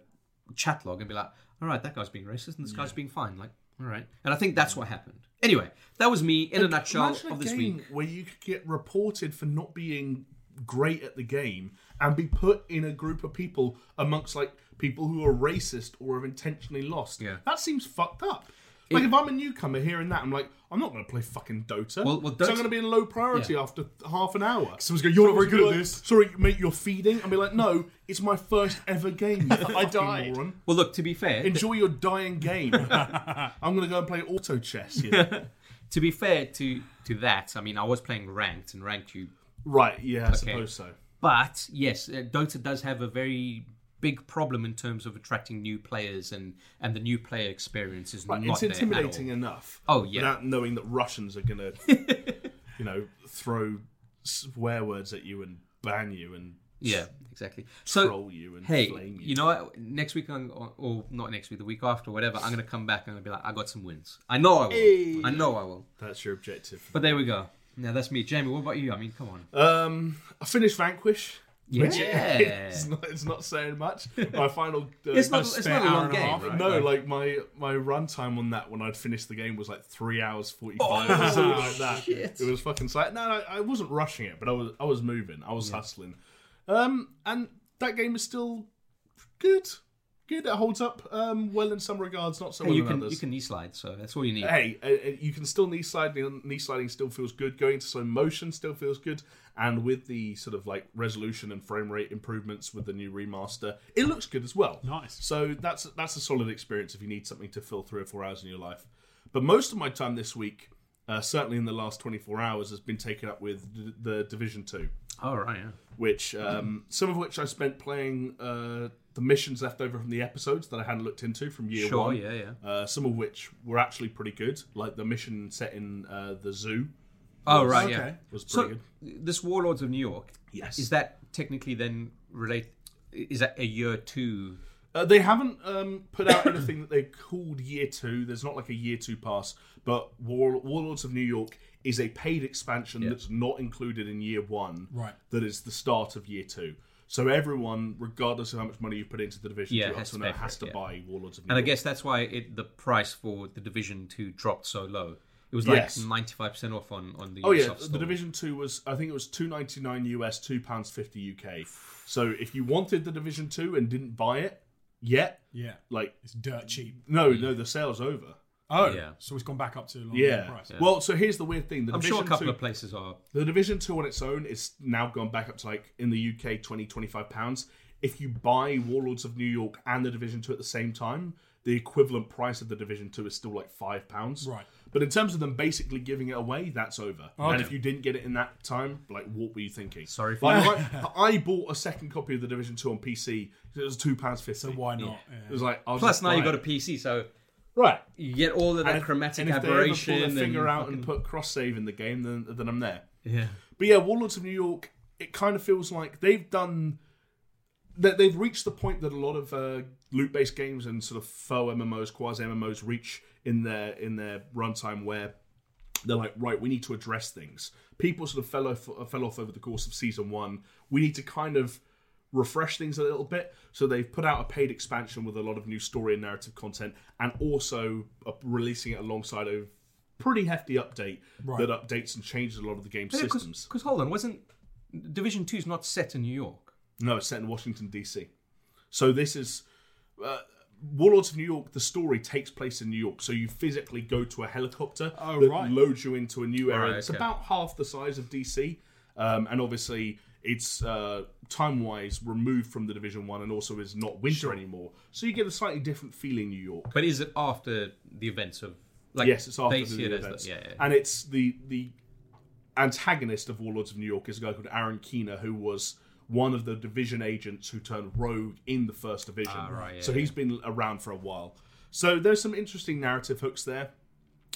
chat log and be like, all right, that guy's being racist and this guy's being fine. Like, all right, and I think that's what happened. Anyway, that was me in a nutshell
Imagine a
of this
game
week.
where you could get reported for not being great at the game and be put in a group of people amongst like people who are racist or have intentionally lost.
Yeah.
That seems fucked up. Like if I'm a newcomer hearing that, I'm like, I'm not going to play fucking Dota.
Well- well,
so I'm
Dota-
going to be in low priority
Yeah.
after half an hour.
Someone's going, "You're not very
Someone's
good at
gonna be
this."
like, Sorry, mate, you're feeding. I'll be like, no, it's my first ever game. I
died.
Moron.
Well, look, to be fair,
Enjoy your dying game. I'm going to go and play auto chess. You know?
to be fair to to that, I mean, I was playing ranked and ranked you,
right? Yeah, I suppose so.
but yes, uh, Dota does have a very big problem in terms of attracting new players and and the new player experience is
Right,
not
it's
there at all.
intimidating enough.
Oh, yeah.
without knowing that Russians are gonna, you know, throw swear words at you and ban you and
Yeah, exactly. So
troll you and
hey,
flame you.
you know what? Next week, I'm, or, or not next week, the week after, whatever, I'm going to come back and I'm gonna be like, I got some wins. I know I will. I know I will.
That's your objective.
But there we go. Now that's me. Jamie, what about you? I mean, come on.
Um, I finished Vanquish. which
Yeah.
it's, not, it's not saying much. My final. Uh,
It's not,
a
it's
spare
not a
hour
long
and a
game.
half.
right?
no, like my my runtime on that when I'd finished the game was like three hours forty five or something like that.
shit.
It was fucking slight. No, no, I wasn't rushing it, but I was I was moving, I was hustling, um, and that game is still good, good. It holds up um, well in some regards, not so
Hey,
well
you
in
can
others.
you can knee slide, so that's all you need.
Hey, uh, uh, you can still knee sliding. Knee sliding still feels good. Going to slow motion still feels good. And with the sort of like resolution and frame rate improvements with the new remaster, it looks good as well.
Nice.
So that's that's a solid experience if you need something to fill three or four hours in your life. But most of my time this week, uh, certainly in the last 24 hours, has been taken up with d- the Division Two
All right. Yeah.
which um, some of which I spent playing uh, the missions left over from the episodes that I hadn't looked into from year
Sure,
one.
yeah, yeah.
Uh, some of which were actually pretty good, like the mission set in uh, the zoo
Oh right.
Okay.
Yeah.
was
So
pretty good.
this Warlords of New York
Yes,
is that technically then relate? Is that a year two
Uh, they haven't um, put out anything that they called Year Two. There's not like a Year Two pass, but War- Warlords of New York is a paid expansion that's not included in Year One.
Right.
That is the start of Year Two. So everyone, regardless of how much money you put into the division,
Yeah,
two up
has
to
to
now,
pay for
has
it,
to
yeah.
buy Warlords of New
And I
York.
guess that's why it, the price for the Division Two dropped so low. It was like
Yes.
ninety five percent off on on the
Oh yeah,
Ubisoft
the
store.
Division Two was I think it was two ninety nine US, two pounds fifty UK. So if you wanted the Division Two and didn't buy it yet,
Yeah,
like
it's dirt cheap.
no, no, the sale's over.
Oh,
Yeah.
so it's gone back up to a long
Yeah.
price.
Well, so here's the weird thing: the
I'm
Division
sure a couple
Two,
of places are.
the Division Two on its own is now gone back up to like in the UK 20 25 pounds. If you buy Warlords of New York and the Division Two at the same time, the equivalent price of the Division Two is still like five pounds.
Right.
But in terms of them basically giving it away, that's over. And
Okay.
if you didn't get it in that time, like what were you thinking?
Sorry for
Like, I, I bought a second copy of the Division Two on PC. It was two pounds fifty.
So why not? Yeah.
It was like I'll
Plus
just
now you
buy
got a
it.
PC, so
right.
you get all of that chromatic
and if
aberration.
They ever pull their figure
and
out and
fucking-
put cross save in the game, then then I'm there.
yeah,
But yeah, Warlords of New York. It kind of feels like they've done that. They've reached the point that a lot of uh, loot based games and sort of faux MMOs, quasi MMOs, reach in their in their runtime where they're like, right, we need to address things. People sort of fell off, uh, fell off over the course of season one. We need to kind of refresh things a little bit. So they've put out a paid expansion with a lot of new story and narrative content, and also uh, releasing it alongside a pretty hefty update that updates and changes a lot of the game's systems.
because hold on, wasn't Division Two's not set in New York?
No, it's set in Washington D.C. So this is uh, Warlords of New York. The story takes place in New York, so you physically go to a helicopter
Oh,
that
right.
loads you into a new area.
Right,
it's
okay.
about half the size of D.C. Um, and obviously, it's uh, time-wise removed from the Division One, and also is not winter anymore. So you get a slightly different feeling, New York.
But is it after the events of? Like,
Yes, it's after
they
the,
see it as
events.
The, yeah, yeah.
And it's the the antagonist of Warlords of New York is a guy called Aaron Keener, who was one of the division agents who turned rogue in the first division.
Ah, right, yeah,
so he's been around for a while. So there's some interesting narrative hooks there.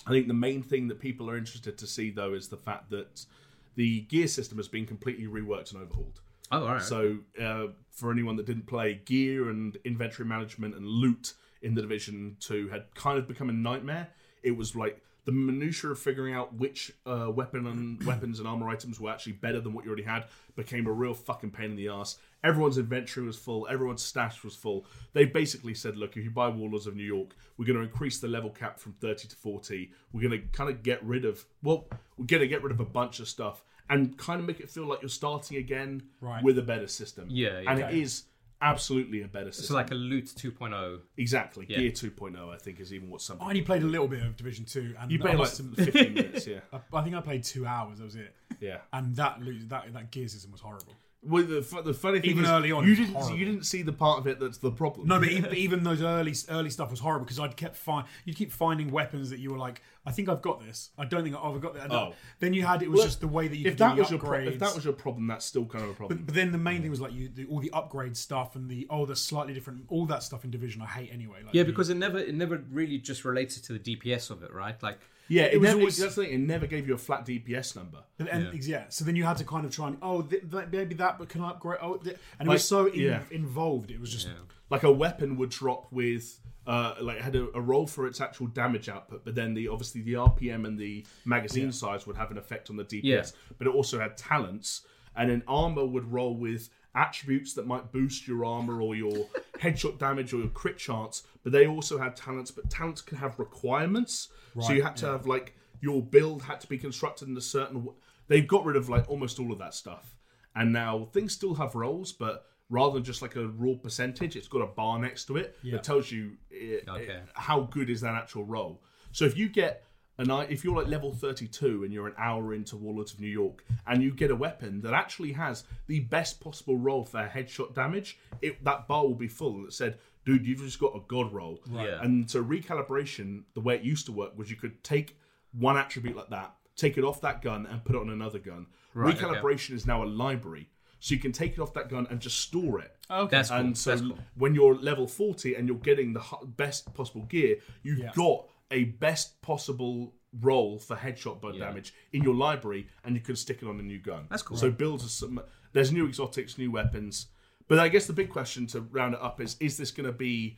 I think the main thing that people are interested to see though is the fact that the gear system has been completely reworked and overhauled.
Oh, all right.
So, uh, for anyone that didn't play, gear and inventory management and loot in the Division 2 had kind of become a nightmare. It was like the minutiae of figuring out which uh, weapon and weapons and armor items were actually better than what you already had became a real fucking pain in the ass. Everyone's inventory was full, everyone's stash was full. They basically said, look, if you buy Warlords of New York, we're going to increase the level cap from 30 to 40. We're going to kind of get rid of, well, we're going to get rid of a bunch of stuff and kind of make it feel like you're starting again
Right.
with a better system.
Yeah, yeah.
and it is absolutely a better
it's
system.
like a loot oh. 2.0.
exactly, Gear 2.0, I think, is even what some.
I only played a little bit of Division Two, and
you
that
play like
was some-
15 minutes, yeah,
I- I think I played two hours. That was it.
yeah.
And that lo- that that gear system was horrible.
Well, the, fu- the funny thing
Even
is,
early on,
you
it's
didn't
horrible.
you didn't see the part of it that's the problem.
No, but even, but even those early early stuff was horrible because I'd kept find you'd keep finding weepons that you were like, I think I've got this. I don't think I've got that.
Oh.
Then you had it was just the way that you
if
could do
that
the
was your pro-
upgrades.
if that was your problem, that's still kind of a problem.
But then the main thing was like you the, all the upgrade stuff and the oh the slightly different all that stuff in division I hate anyway. Like,
Yeah, because it never it never really just relates to the DPS of it, right? Like
yeah, it,
was
never,
always-
that's the thing. It never gave you a flat DPS number.
and, and- yeah. So then you had to kind of try and oh th- th- maybe that, but can I upgrade? Oh, th-? and it was so in-
yeah.
involved. It was just
like a weapon would drop with uh, like had a, a roll for its actual damage output, but then the obviously the RPM and the magazine size would have an effect on the DPS. But it also had talents, and then armor would roll with attributes that might boost your armor or your headshot damage or your crit chance. But they also had talents, but talents can have requirements. so you had to have like your build had to be constructed in a certain. W- They've got rid of like almost all of that stuff. And now things still have roles, but rather than just like a raw percentage, it's got a bar next to it that tells you it,
Okay.
how good is that actual role. So if you get an i- if you're like level 32 and you're an hour into Warlords of New York and you get a weapon that actually has the best possible roll for headshot damage, it, that bar will be full that said, dude, you've just got a god roll.
Yeah.
And so recalibration, the way it used to work was you could take one attribute like that, take it off that gun and put it on another gun.
Right, okay.
recalibration is now a library. So you can take it off that gun and just store it.
okay.
that's cool.
And so
that's cool.
when you're level 40 and you're getting the hu- best possible gear, you've got a best possible roll for headshot bud damage in your library and you can stick it on a new gun.
That's cool.
So builds are some there's new exotics, new weapons, But I guess the big question to round it up is: Is this going to be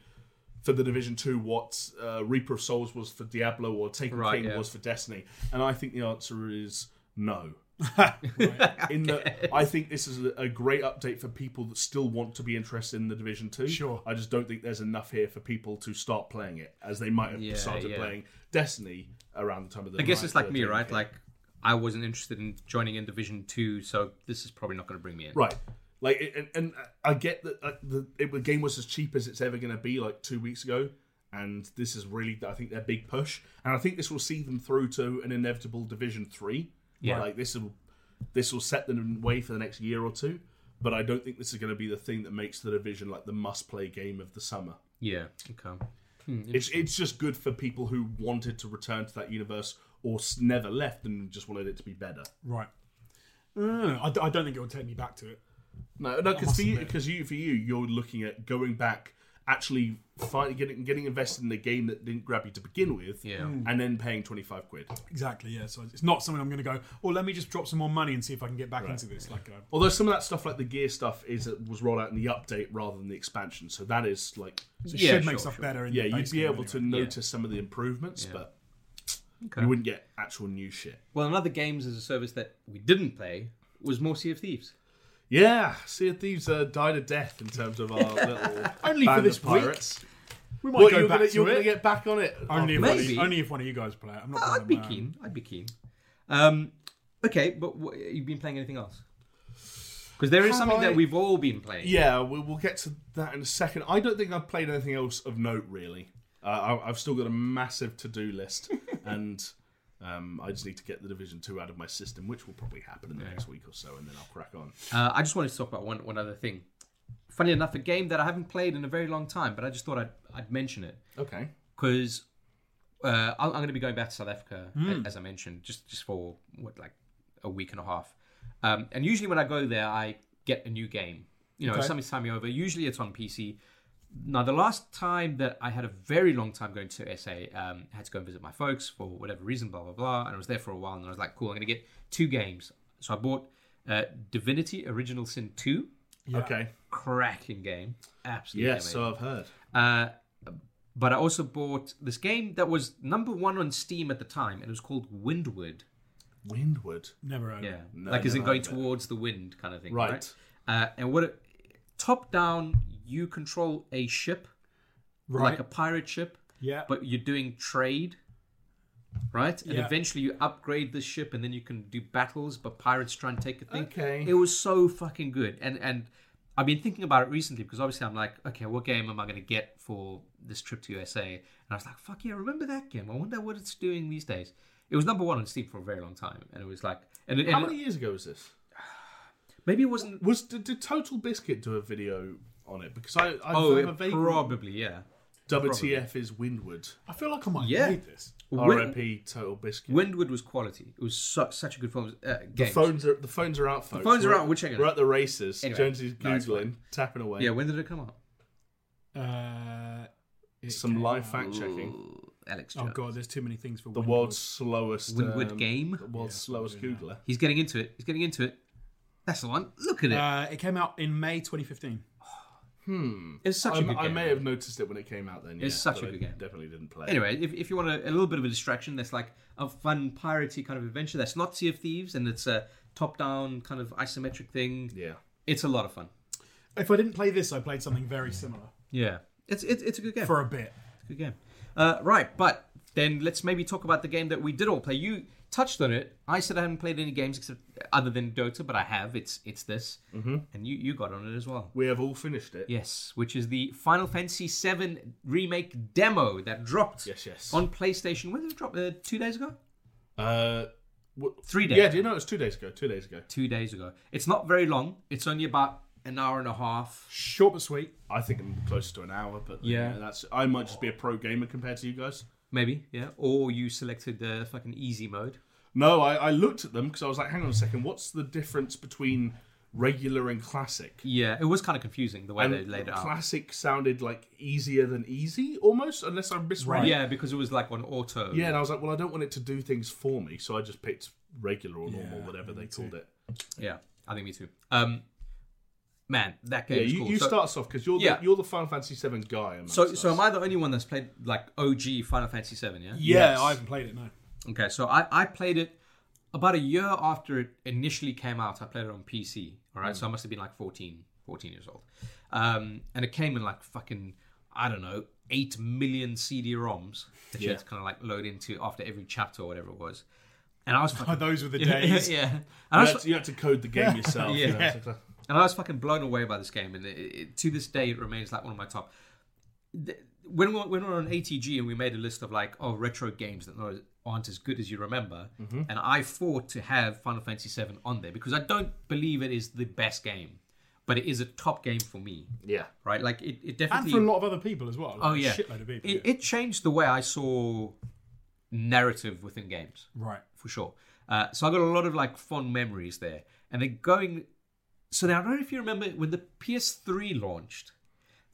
for the Division Two what uh, Reaper of Souls was for Diablo or Taken
Right,
King
yeah.
was for Destiny? And I think the answer is no. In the, I think this is a, a great update for people that still want to be interested in the Division Two.
Sure.
I just don't think there's enough here for people to start playing it, as they might have
Yeah,
started
yeah.
playing Destiny around the time of the.
I guess it's like me, right? Like I wasn't interested in joining in Division Two, so this is probably not going to bring me in.
Right. Like, it- and, and I get that uh, the, it, the game was as cheap as it's ever going to be, like two weeks ago, and this is really, I think, their big push, and I think this will see them through to an inevitable Division Three.
Yeah.
Like this will, this will set them way for the next year or two, but I don't think this is going to be the thing that makes the Division like the must-play game of the summer.
Yeah. Okay.
It's it's just good for people who wanted to return to that universe or s- never left and just wanted it to be better.
Right. Mm, I, d- I don't think it will take me back to it.
No, no, because
must
for you,
admit.
because you, for you, you're looking at going back, actually find, getting getting invested in a game that didn't grab you to begin with,
Yeah.
Hmm.
and then paying twenty five quid.
Exactly. Yeah. So it's not something I'm going to go. Oh, let me just drop some more money and see if I can get back into this. Like, uh,
Although some of that stuff, like the gear stuff, is uh, was rolled out in the update rather than the expansion, so that is like,
so it
Yeah,
should
sure,
make stuff
sure.
better. In
yeah,
the
you'd
base
be
game
able to
anyway.
notice some of the improvements, but
Okay.
you wouldn't get actual new shit.
Well, another games as a service that we didn't play was more Sea of Thieves.
Yeah, Sea of Thieves uh, died a death in terms of our little
Only for
band
this
of
week.
pirates.
We might
What
go
you're
back
gonna,
to
you're
it.
gonna get back on it?
only, if
Oh,
one of
Maybe.
you- only if one of you guys play it. I'm not. playing
I'd
on
be
my own.
keen. I'd be keen. Um, okay, but wha you've been playing anything else? Because there is
Have
something
I-
that we've all been playing.
Yeah, we'll, we'll get to that in a second. I don't think I've played anything else of note really. Uh, I, I've still got a massive to-do list, and um, I just need to get the Division Two out of my system, which will probably happen in the next week or so, and then I'll crack on.
Uh, I just wanted to talk about one one other thing. Funny enough, a game that I haven't played in a very long time, but I just thought I'd, I'd mention it.
Okay.
because uh, I'm, I'm going to be going back to South Africa,
Hmm.
a- as I mentioned, just just for what like a week and a half. Um, and usually when I go there, I get a new game. You know,
Okay.
something's time over. Usually it's on PC. Now, the last time that I had a very long time going to SA, um, I had to go and visit my folks for whatever reason, blah blah blah, and I was there for a while, and I was like, cool, I'm going to get two games. So I bought uh, Divinity: Original Sin Two,
Yeah.
Okay.
cracking game, absolutely.
Yes,
amazing.
so I've heard.
Uh, but I also bought this game that was number one on Steam at the time, and it was called Windward.
Windward.
Never uh, heard. of
Yeah,
it.
like is it
never
going
heard of it.
towards the wind kind of thing,
Right.
right? Uh, and what it, top down, you control a ship,
Right.
like a pirate ship,
yeah.
but you're doing trade, right? And
Yeah.
eventually you upgrade the ship, and then you can do battles. But pirates try and take a thing.
Okay.
It was so fucking good, and and I've been thinking about it recently because obviously I'm like, okay, what game am I going to get for this trip to USA? And I was like, fuck yeah, remember that game? I wonder what it's doing these days. It was number one on Steam for a very long time, and it was like, and, and
How many years ago was this?
maybe it wasn't.
Was did, did Total Biscuit do a video on it? Because I, I
Oh,
have a
it
vague
probably yeah.
WTF is Windward.
I feel like I might
Yeah.
need this.
Win-
R.I.P. Total Biscuit.
Windward was quality. It was su- such a good film. Uh, game.
The phones are the phones are out, folks.
phones are
We're-
out, we're checking it.
We're at the races.
Anyway,
Jonesy's
no, it's
googling, tapping away.
yeah, when did it come out?
Uh, it
Some
came
live
out-
fact checking.
Alex.
Oh
Jones.
god, there's too many things for
The world's slowest
Windward
um,
game.
The world's
Yeah,
slowest
something like
Googler.
He's getting into it. He's getting into it. That's the one. Look at it.
Uh, it came out in May 2015.
it's such a
Um,
good game.
I may have noticed it when it came out then.
It's
yeah,
such
but
a
I
good game.
Definitely didn't play. it.
Anyway, if, if you want a, a little bit of a distraction, that's like a fun piratey kind of adventure. That's not Sea of Thieves, and it's a top-down kind of isometric thing.
Yeah.
It's a lot of fun.
If I didn't play this, I played something very similar
Yeah, it's it's, it's a good game.
for a bit.
It's a good game. Uh, right, but then let's maybe talk about the game that we did all play. You touched on it. I said I haven't played any games except other than Dota, but I have. It's it's this, mm-hmm. and you you got on it as well.
We have all finished it.
Yes, which is the Final Fantasy VII remake demo that dropped
Yes, yes.
on PlayStation. When did it drop? Uh, two days ago?
Uh, what,
Three days?
yeah, do you know it was two days ago? Two days ago.
Two days ago. It's not very long. It's only about an hour and a half.
Short but sweet.
I think I'm close to an hour, but
Yeah.
yeah, that's. I might just be a pro gamer compared to you guys.
Maybe, yeah. Or you selected the fucking easy mode.
No, I, I looked at them because I was like, hang on a second, what's the difference between regular and classic?
Yeah, it was kind of confusing the way they
And
laid it out.
classic sounded like easier than easy, almost, unless I misread it.
Yeah, because it was like on auto.
Yeah, and I was like, well, I don't want it to do things for me, so I just picked regular or normal,
Yeah,
whatever
me
they
too.
called it.
Yeah, I think me too. Um, man, that
Yeah,
game's
you,
cool.
you
so,
start us off because you're
Yeah.
the, you're the Final Fantasy VII guy. amongst
so,
us.
so am I the only one that's played like OG Final Fantasy VII? Yeah.
Yeah,
Yes.
I haven't played it, no.
Okay, so I, I played it about a year after it initially came out. I played it on PC. All right, so I must have been like 14, 14 years old. Um, and it came in like fucking, I don't know, 8 million CD ROMs that you had to kind of like load into after every chapter or whatever it was. And I was fucking.
Those were the
yeah.
days.
And
You
I was,
had, to, you had to code the game yourself. you know, it's like-
and I was fucking blown away by this game, and it, it, to this day, it remains like one of my top. Th- When we, when we were on ATG and we made a list of like oh retro games that not- aren't as good as you remember,
Mm-hmm.
and I fought to have Final Fantasy VII on there because I don't believe it is the best game, but it is a top game for me,
yeah.
right? Like it, it
And
definitely
for a lot of other people as well.
oh
like a
yeah,
Shitload of people.
It, it changed the way I saw narrative within games
Right.
for sure. Uh, so I got a lot of like fond memories there. And then going, so now I don't know if you remember when the PS3 launched,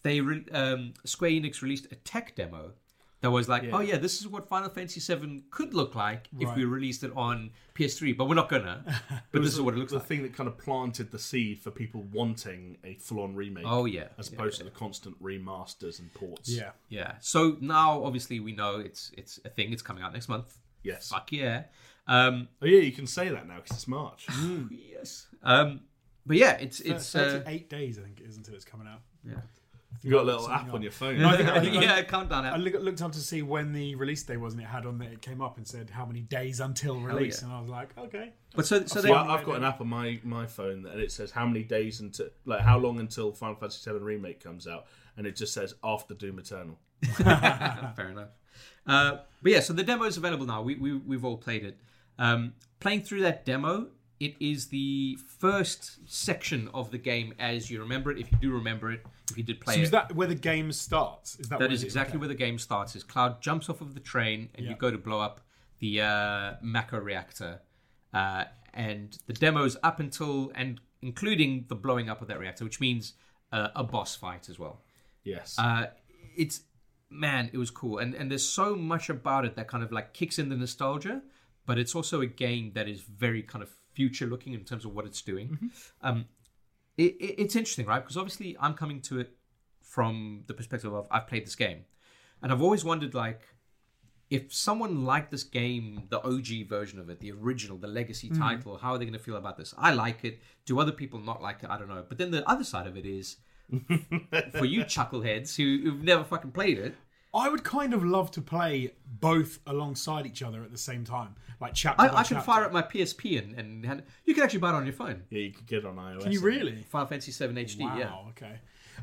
they re- um, Square Enix released a tech demo that was like, oh yeah, this is what Final Fantasy VII could look like if
Right.
we released it on PS3, but we're not gonna. But this is what it looks
The
like.
thing that kind of planted the seed for people wanting a full-on remake.
Oh yeah,
as
yeah.
opposed to the constant remasters and ports.
Yeah.
Yeah. So now obviously we know it's it's a thing. It's coming out next month.
Yes.
Fuck yeah. Um,
Oh yeah, you can say that now because it's March.
Mm. yes. Um, but yeah, it's it's. Uh,
38 days, I think it is, until it's coming out.
yeah.
you got a little app on your phone.
yeah. Countdown.
I
app.
look- looked up to see when the release day was, and it had on there, it came up and said how many days until release,
yeah.
and I was like, okay.
But so so they.
Well, I've got an app on my, my phone and it says how many days until like how long until Final Fantasy VII remake comes out, and it just says after Doom Eternal.
Fair enough. Uh, but yeah, so the demo is available now. We, we we've all played it. Um, playing through that demo, it is the first section of the game as you remember it. If you do remember it, if you did play
So
it,
is that where the game starts? Is that,
Oh, that
where
is
it-
exactly where the game starts. Is Cloud jumps off of the train and you
Yeah.
go to blow up the uh, Mako reactor, uh, and the demo's up until and including the blowing up of that reactor, which means uh, a boss fight as well
Yes.
uh, it's man, it was cool, and and there's so much about it that kind of like kicks in the nostalgia, but it's also a game that is very kind of future looking in terms of what it's doing. Um, it, it, it's interesting, right? Because obviously I'm coming to it from the perspective of I've played this game, and I've always wondered like. If someone liked this game, the OG version of it, the original, the legacy title, how are they going to feel about this? I like it. Do other people not like it? I don't know. But then the other side of it is, for you chuckleheads who, who've never fucking played it.
I would kind of love to play both alongside each other at the same time, like chapter.
I,
by
I can
chapter.
fire up my PSP and, and hand, you can actually buy it on your phone.
yeah, you could get it on iOS.
Can you
I think.
really?
Final Fantasy Seven HD.
Wow.
Yeah.
Okay.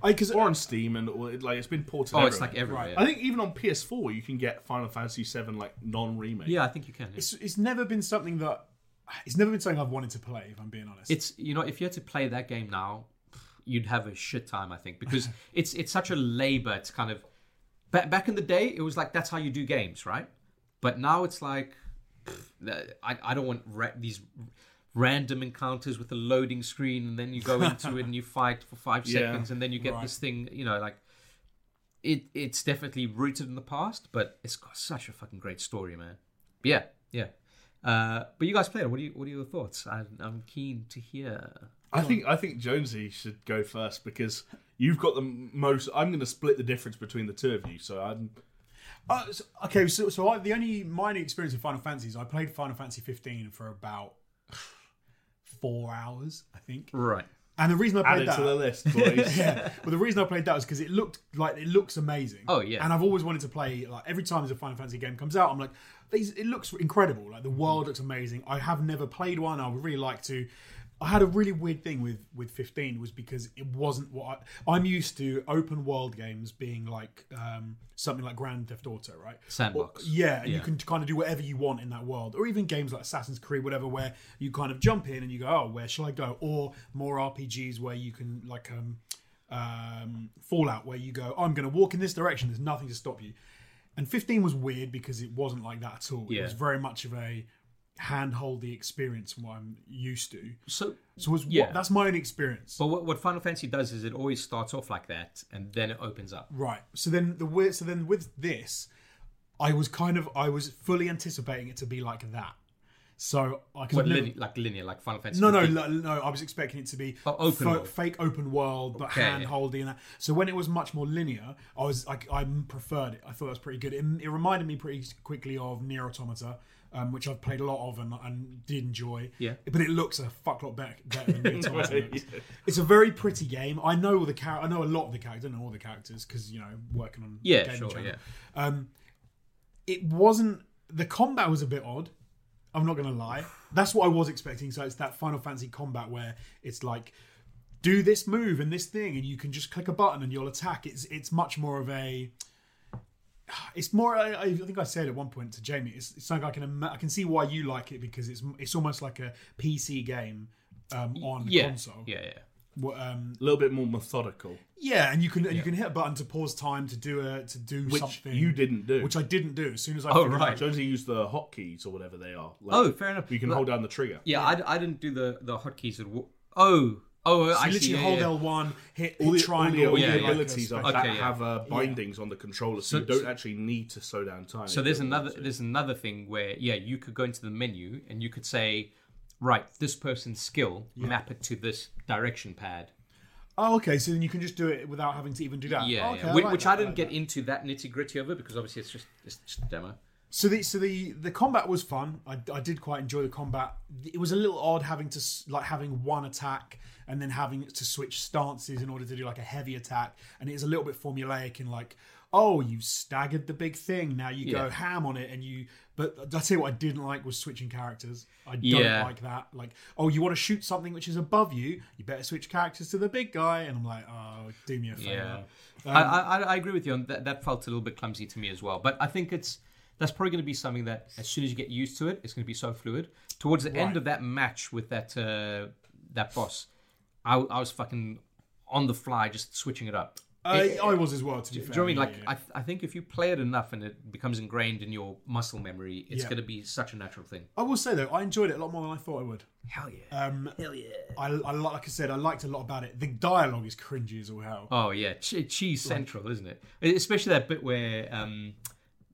Because
Or on Steam and or, like it's been ported.
Oh, it's
everywhere.
like everywhere.
Right.
I think even on PS4 you can get Final Fantasy VII like non-remake.
Yeah, I think you can. yeah. It's,
it's, it's never been something that it's never been something I've wanted to play. If I'm being honest,
you know if you had to play that game now, you'd have a shit time I think because it's it's such a labor. It's kind of back back in the day it was like that's how you do games, right? But now it's like pff, I I don't want ra- these random encounters with a loading screen and then you go into it and you fight for five
Yeah.
seconds and then you get
Right.
this thing you know like it it's definitely rooted in the past but it's got such a fucking great story man But yeah yeah uh, but you guys played it what are you what are your thoughts I, i'm keen to hear
I think I think Jonesy should go first because you've got the m- most. I'm going to split the difference between the two of you. So I'm
Uh, so, okay, so so I, the only my only experience with Final Fantasy is I played Final Fantasy 15 for about four hours, I think.
right
And the reason I
added
played that,
to the list, boys.
yeah, well, the reason I played that was because it looked like it looks amazing.
Oh, yeah.
and I've always wanted to play. Like every time there's a Final Fantasy game comes out, I'm like, these it looks incredible. Like the world looks amazing. I have never played one. I would really like to. I had a really weird thing with with 15 was because it wasn't what I, I'm used to. Open world games being like um, something like Grand Theft Auto, right?
sandbox
Yeah, and
Yeah.
you can kind of do whatever you want in that world, or even games like Assassin's Creed, whatever, where you kind of jump in and you go, "Oh, where shall I go?" Or more RPGs where you can like um, um, Fallout, where you go, "I'm going to walk in this direction. There's nothing to stop you." And 15 was weird because it wasn't like that at all.
Yeah.
It was very much of a handholdy experience from what I'm used to.
so
So it was
Yeah.
that's my own experience.
but what, what final fantasy does is it always starts off like that and then it opens up
Right. So then the wi- so then with this, I was kind of I was fully anticipating it to be like that. So I could
What,
live-
line- like linear, like Final Fantasy.
no, no,
15?
no, no. I was expecting it to be
Oh, open
fo-
world.
fake open world, but
Okay.
hand holdy and that. So when it was much more linear, I was I, I preferred it. I thought that was pretty good. It, it reminded me pretty quickly of Near Automata, um, which I've played a lot of and, and did enjoy.
Yeah.
but it looks a fuck lot better, better than Near Automata. looks. It's a very pretty game. I know all the char- I know a lot of the characters. I know all the characters because you know working on
Yeah,
Game
sure,
Jam.
yeah.
Um, it wasn't the combat was a bit odd. I'm not gonna lie. That's what I was expecting. So it's that Final Fantasy combat where it's like do this move and this thing, and you can just click a button and you'll attack. It's it's much more of a it's more. I, I think I said at one point to Jamie, it's, it's something I can ima- I can see why you like it because it's it's almost like a PC game um, on
yeah,
console.
yeah, yeah.
Wha- Um,
A little bit more methodical,
yeah, and you can and you can hit a button to pause time to do a to do
which
something
you didn't do.
which I didn't do. As soon as I
Oh,
figured
right.
Jonesy used the hotkeys or whatever they are. Like,
Oh, fair enough.
You can
But-
hold down the trigger.
Yeah, I, I didn't do the the hotkeys at all. Oh, oh, I
You
see.
literally
yeah,
hold
yeah.
L1, hit,
All the,
hit triangle.
all the,
yeah,
all the
yeah.
abilities
like
of
a
Okay,
that
yeah.
have uh, bindings on the controller, so, you don't actually need to slow down time.
So there's another there's another thing where yeah, you could go into the menu and you could say, right, this person's skill, map it to this direction pad.
Oh, okay. So then you can just do it without having to even do that.
Yeah,
Oh, okay,
yeah. Which,
like
which
that,
I didn't get
like that.
into that nitty gritty of it because obviously it's just it's just a demo.
So the so the the combat was fun. I, I did quite enjoy the combat. It was a little odd having to s- like having one attack and then having to switch stances in order to do like a heavy attack, and it is a little bit formulaic in like. Oh, you staggered the big thing. Now you go
Yeah.
ham on it, and you. But I tell you what, I didn't like was switching characters. I don't
Yeah.
like that. Like, oh, you want to shoot something which is above you? You better switch characters to the big guy. And I'm like, oh, do me a favor.
Yeah, I,
Um,
I I agree with you on that. That felt a little bit clumsy to me as well. But I think it's that's probably going to be something that as soon as you get used to it, it's going to be so fluid. Towards the end
Right.
of that match with that uh, that boss, I, I was fucking on the fly, just switching it up.
I, I was as well. To be fair,
Do you know what I mean? Like,
Yeah, yeah.
I, th- I think if you play it enough and it becomes ingrained in your muscle memory, it's
Yeah.
going to be such a natural thing.
I will say though, I enjoyed it a lot more than I thought I would.
Hell yeah.
Um, Hell yeah! I, I li- like I said, I liked a lot about it. The dialogue is cringy as all hell.
oh, yeah. Che- cheese central, isn't it? Especially that bit where um,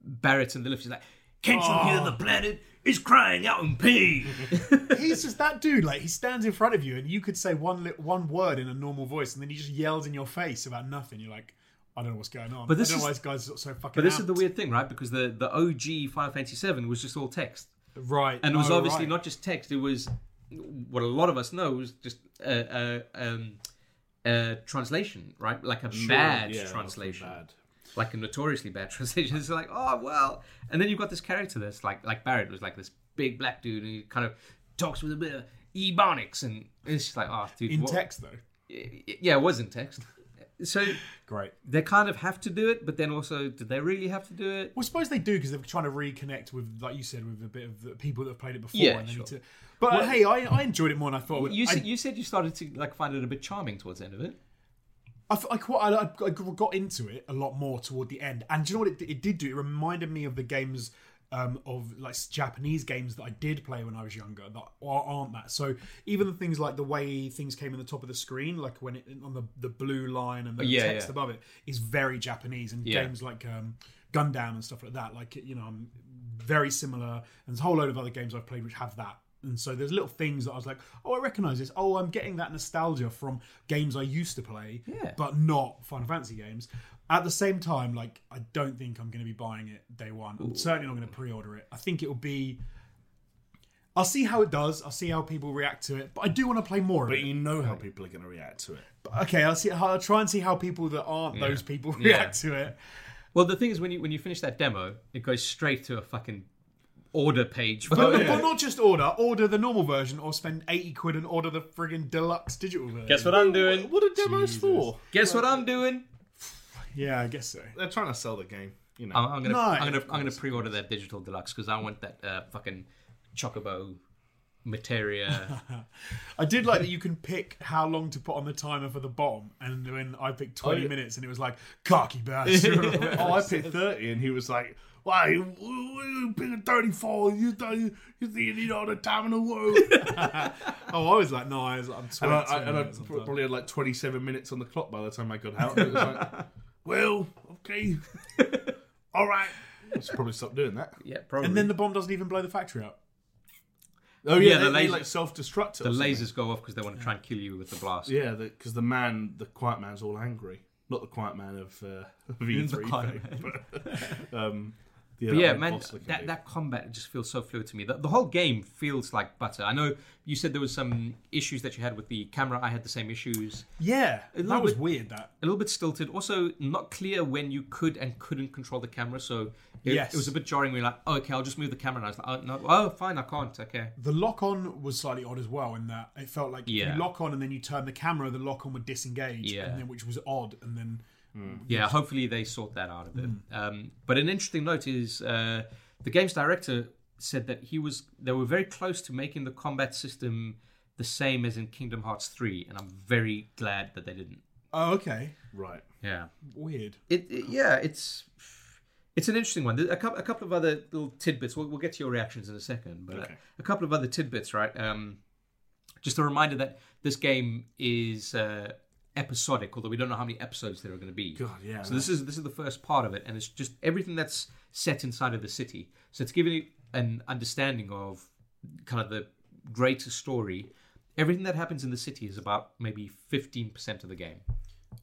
Barrett and the lift is like, Can't you hear the planet is crying out in pain?
He's just that dude. Like he stands in front of you, and you could say one li- one word in a normal voice, and then he just yells in your face about nothing. You're like, I don't know what's going on.
But this
I don't know
is-
why this guy's so fucking.
but this is the
amped.
weird thing, right? Because the, the OG Final Fantasy VII was just all text.
right,
And it was
oh,
obviously
right.
not just text, it was what a lot of us know was just a, a, um, a translation, right? Like a bad
Yeah,
translation.
Bad.
like a notoriously bad translation. It's like, oh well, and then you've got this character that's like, like Barrett was like this big black dude, and he kind of talks with a bit of ebonics, and it's just like, oh, dude,
in
what-
text though.
Yeah, it was in text. So
Great.
they kind of have to do it, but then also, did they really have to do it?
Well, I suppose they do because they're trying to reconnect with, like you said, with a bit of the people that have played it before.
Yeah,
and they
sure.
need to- But uh, hey, I, I enjoyed it more than I thought. I would.
You,
I-
said you said you started to like find it a bit charming towards the end of it.
I, f- I quite I, I got into it a lot more toward the end, and do you know what it, it did do? It reminded me of the games um, of like Japanese games that I did play when I was younger that are- aren't that. So even the things like the way things came in the top of the screen, like when it on the the blue line and the
yeah,
text
yeah.
above it, is very Japanese. And
Yeah.
games like um, Gundam and stuff like that, like you know, um, very similar. And there's a whole load of other games I've played which have that. And so there's little things that I was like, oh, I recognize this. Oh, I'm getting that nostalgia from games I used to play
Yeah.
but not Final Fantasy games. At the same time, like I don't think I'm going to be buying it day one. I'm certainly not going to pre-order it. I think it will be. I'll see how it does. I'll see how people react to it. But I do want to play more of
But
it.
you know how people are going to react to it.
But okay, I'll see. I'll try and see how people that aren't those people react to it.
Well, the thing is, when you when you finish that demo, it goes straight to a fucking order page.
But, but not just order. Order the normal version, or spend eighty quid and order the friggin' deluxe digital version.
Guess what I'm doing?
What are demos for?
Guess what I'm doing?
Yeah, I guess so.
They're trying to sell the game. You know,
I'm, I'm gonna,
No,
I'm gonna,
of
I'm gonna pre-order that digital deluxe because I want that uh, fucking chocobo materia.
I did like that you can pick how long to put on the timer for the bomb, and then I picked twenty
yeah.
minutes, and it was like cocky bastard.
oh, I picked thirty, and he was like, "Why you you pick a thirty-four? You don't, you think you need all the time in the world?"
Oh, I was like, no, I was, I'm
and I,
22.
I, and I
minutes on
pro-
time.
probably had like twenty-seven minutes on the clock by the time I got out. And it was like, "Well, okay, all right." I should probably stop doing that.
yeah, probably.
and then the bomb doesn't even blow the factory up.
Oh yeah,
Yeah, the
they, they
laser-
like self-destruct.
The lasers go off because they want to try and kill you with the blast.
Yeah, because the, man, the quiet man's all angry. Not the quiet man of uh, V3.
The quiet
But, um, the
But
other
yeah,
old
man,
boss looking
that,
dude.
that combat just feels so fluid to me. The, the whole game feels like butter. I know you said there was some issues that you had with the camera. I had the same issues.
Yeah,
little
that was
bit-
weird. That
A little bit stilted. Also, not clear when you could and couldn't control the camera. So it,
Yes.
it was a bit jarring. We were like, oh, okay, I'll just move the camera. And I was like, oh, no, oh fine, I can't. Okay.
the lock on was slightly odd as well. In that it felt like if
Yeah.
you lock on and then you turn the camera, the lock on would disengage.
Yeah.
and then, which was odd. And then
Yeah, hopefully they sort that out of it.
Mm.
Um, but an interesting note is uh, the game's director said that he was they were very close to making the combat system the same as in Kingdom Hearts 3, and I'm very glad that they didn't.
oh okay,
right.
Yeah.
weird.
It, it- yeah, it's it's an interesting one. There's A couple, a couple of other little tidbits. We'll, we'll get to your reactions in a second, but uh,
Okay.
a couple of other tidbits, right? Um, just a reminder that this game is uh, episodic, although we don't know how many episodes there are going to be.
God, yeah.
So this is this is the first part of it, and it's just everything that's set inside of the city. So it's giving you an understanding of kind of the greater story. Everything that happens in the city is about maybe fifteen percent of the game,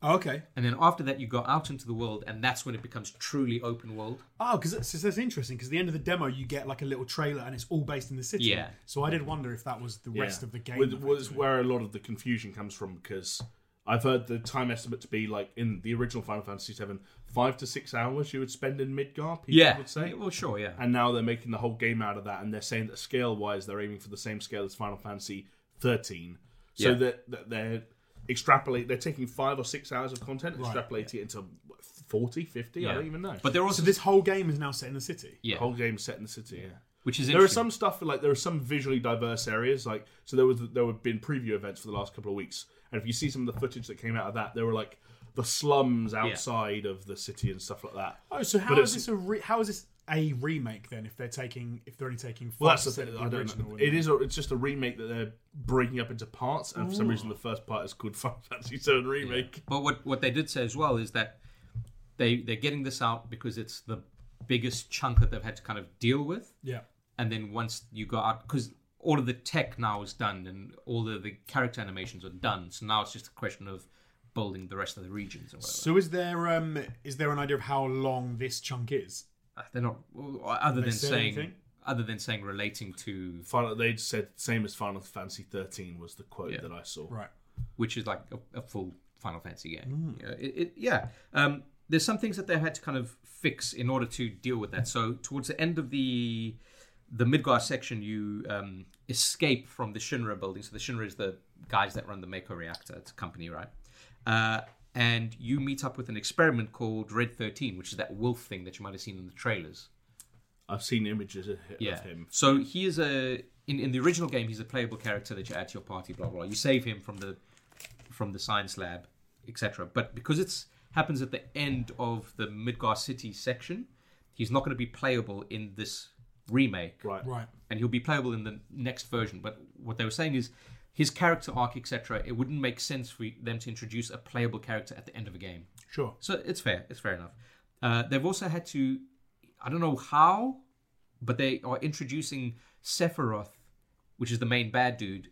Oh, okay.
and then after that you go out into the world, and that's when it becomes truly open world.
Oh, because that's, that's interesting. Because the end of the demo, you get like a little trailer, and it's all based in the city.
Yeah.
So I did wonder if that was the rest of the game.
With,
that-
was where a lot of the confusion comes from because I've heard the time estimate to be like in the original Final Fantasy VII, five to six hours you would spend in Midgar. People would say.
well, sure, yeah,
And now they're making the whole game out of that, and they're saying that scale-wise, they're aiming for the same scale as Final Fantasy thirteen. So
Yeah.
that that they're extrapolate they're taking five or six hours of content and extrapolate it into what, 40 50 i
Yeah.
don't even know
but they're
so
also
this whole game is now set in the city.
yeah,
the whole game set in the city yeah
which is
there are
interesting.
some stuff like there are some visually diverse areas like so there was there have been preview events for the last couple of weeks and if you see some of the footage that came out of that there were like the slums outside of the city and stuff like that
Oh, so how
But
is
it's-
this a re- how is this a remake then? If they're taking if they're only taking five
well that's the
percent
thing
of
i
the
don't
original,
know
and-
it is a, it's just a remake that they're breaking up into parts and for some reason the first part is called Final Fantasy 7 remake
But what what they did say as well is that they they're getting this out because it's the biggest chunk that they've had to kind of deal with,
yeah.
and then once you go out because all of the tech now is done and all of the character animations are done, so now it's just a question of building the rest of the regions or whatever.
So is there um is there an idea of how long this chunk is?
Uh, They're not well, other than
say
saying
anything?
other than saying relating to
Final, they said same as Final Fantasy 13 was the quote that I saw.
Right.
which is like a, a full Final Fantasy game. Yeah, it, it, yeah. Um, there's some things that they had to kind of fix in order to deal with that. So towards the end of the the Midgar section, you um, escape from the Shinra building. So the Shinra is the guys that run the Mako reactor. It's a company, right? Uh, and you meet up with an experiment called Red Thirteen, which is that wolf thing that you might have seen in the trailers
I've seen images of, hi- of him.
so he is a in, in the original game he's a playable character that you add to your party, blah blah. blah. You save him from the from the science lab, etc. But because it's happens at the end of the Midgar City section, he's not going to be playable in this remake
Right.
Right.
and he'll be playable in the next version. But what they were saying is his character arc, etc. It wouldn't make sense for them to introduce a playable character at the end of a game.
Sure.
So it's fair. It's fair enough. Uh, they've also had to, I don't know how, but they are introducing Sephiroth, which is the main bad dude,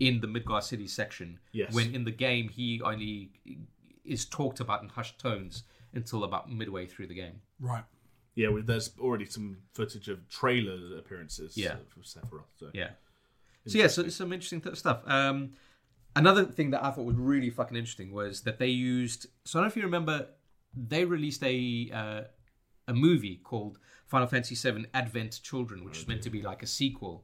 in the Midgar City section.
Yes.
When in the game he only is talked about in hushed tones until about midway through the game.
Right.
Yeah, well, there's already some footage of trailer appearances
Yeah.
uh, from Sephiroth. So.
Yeah. So yeah, so some interesting th- stuff. Um, another thing that I thought was really fucking interesting was that they used. So I don't know if you remember, they released a uh, a movie called Final Fantasy VII Advent Children, which is meant to be like a sequel,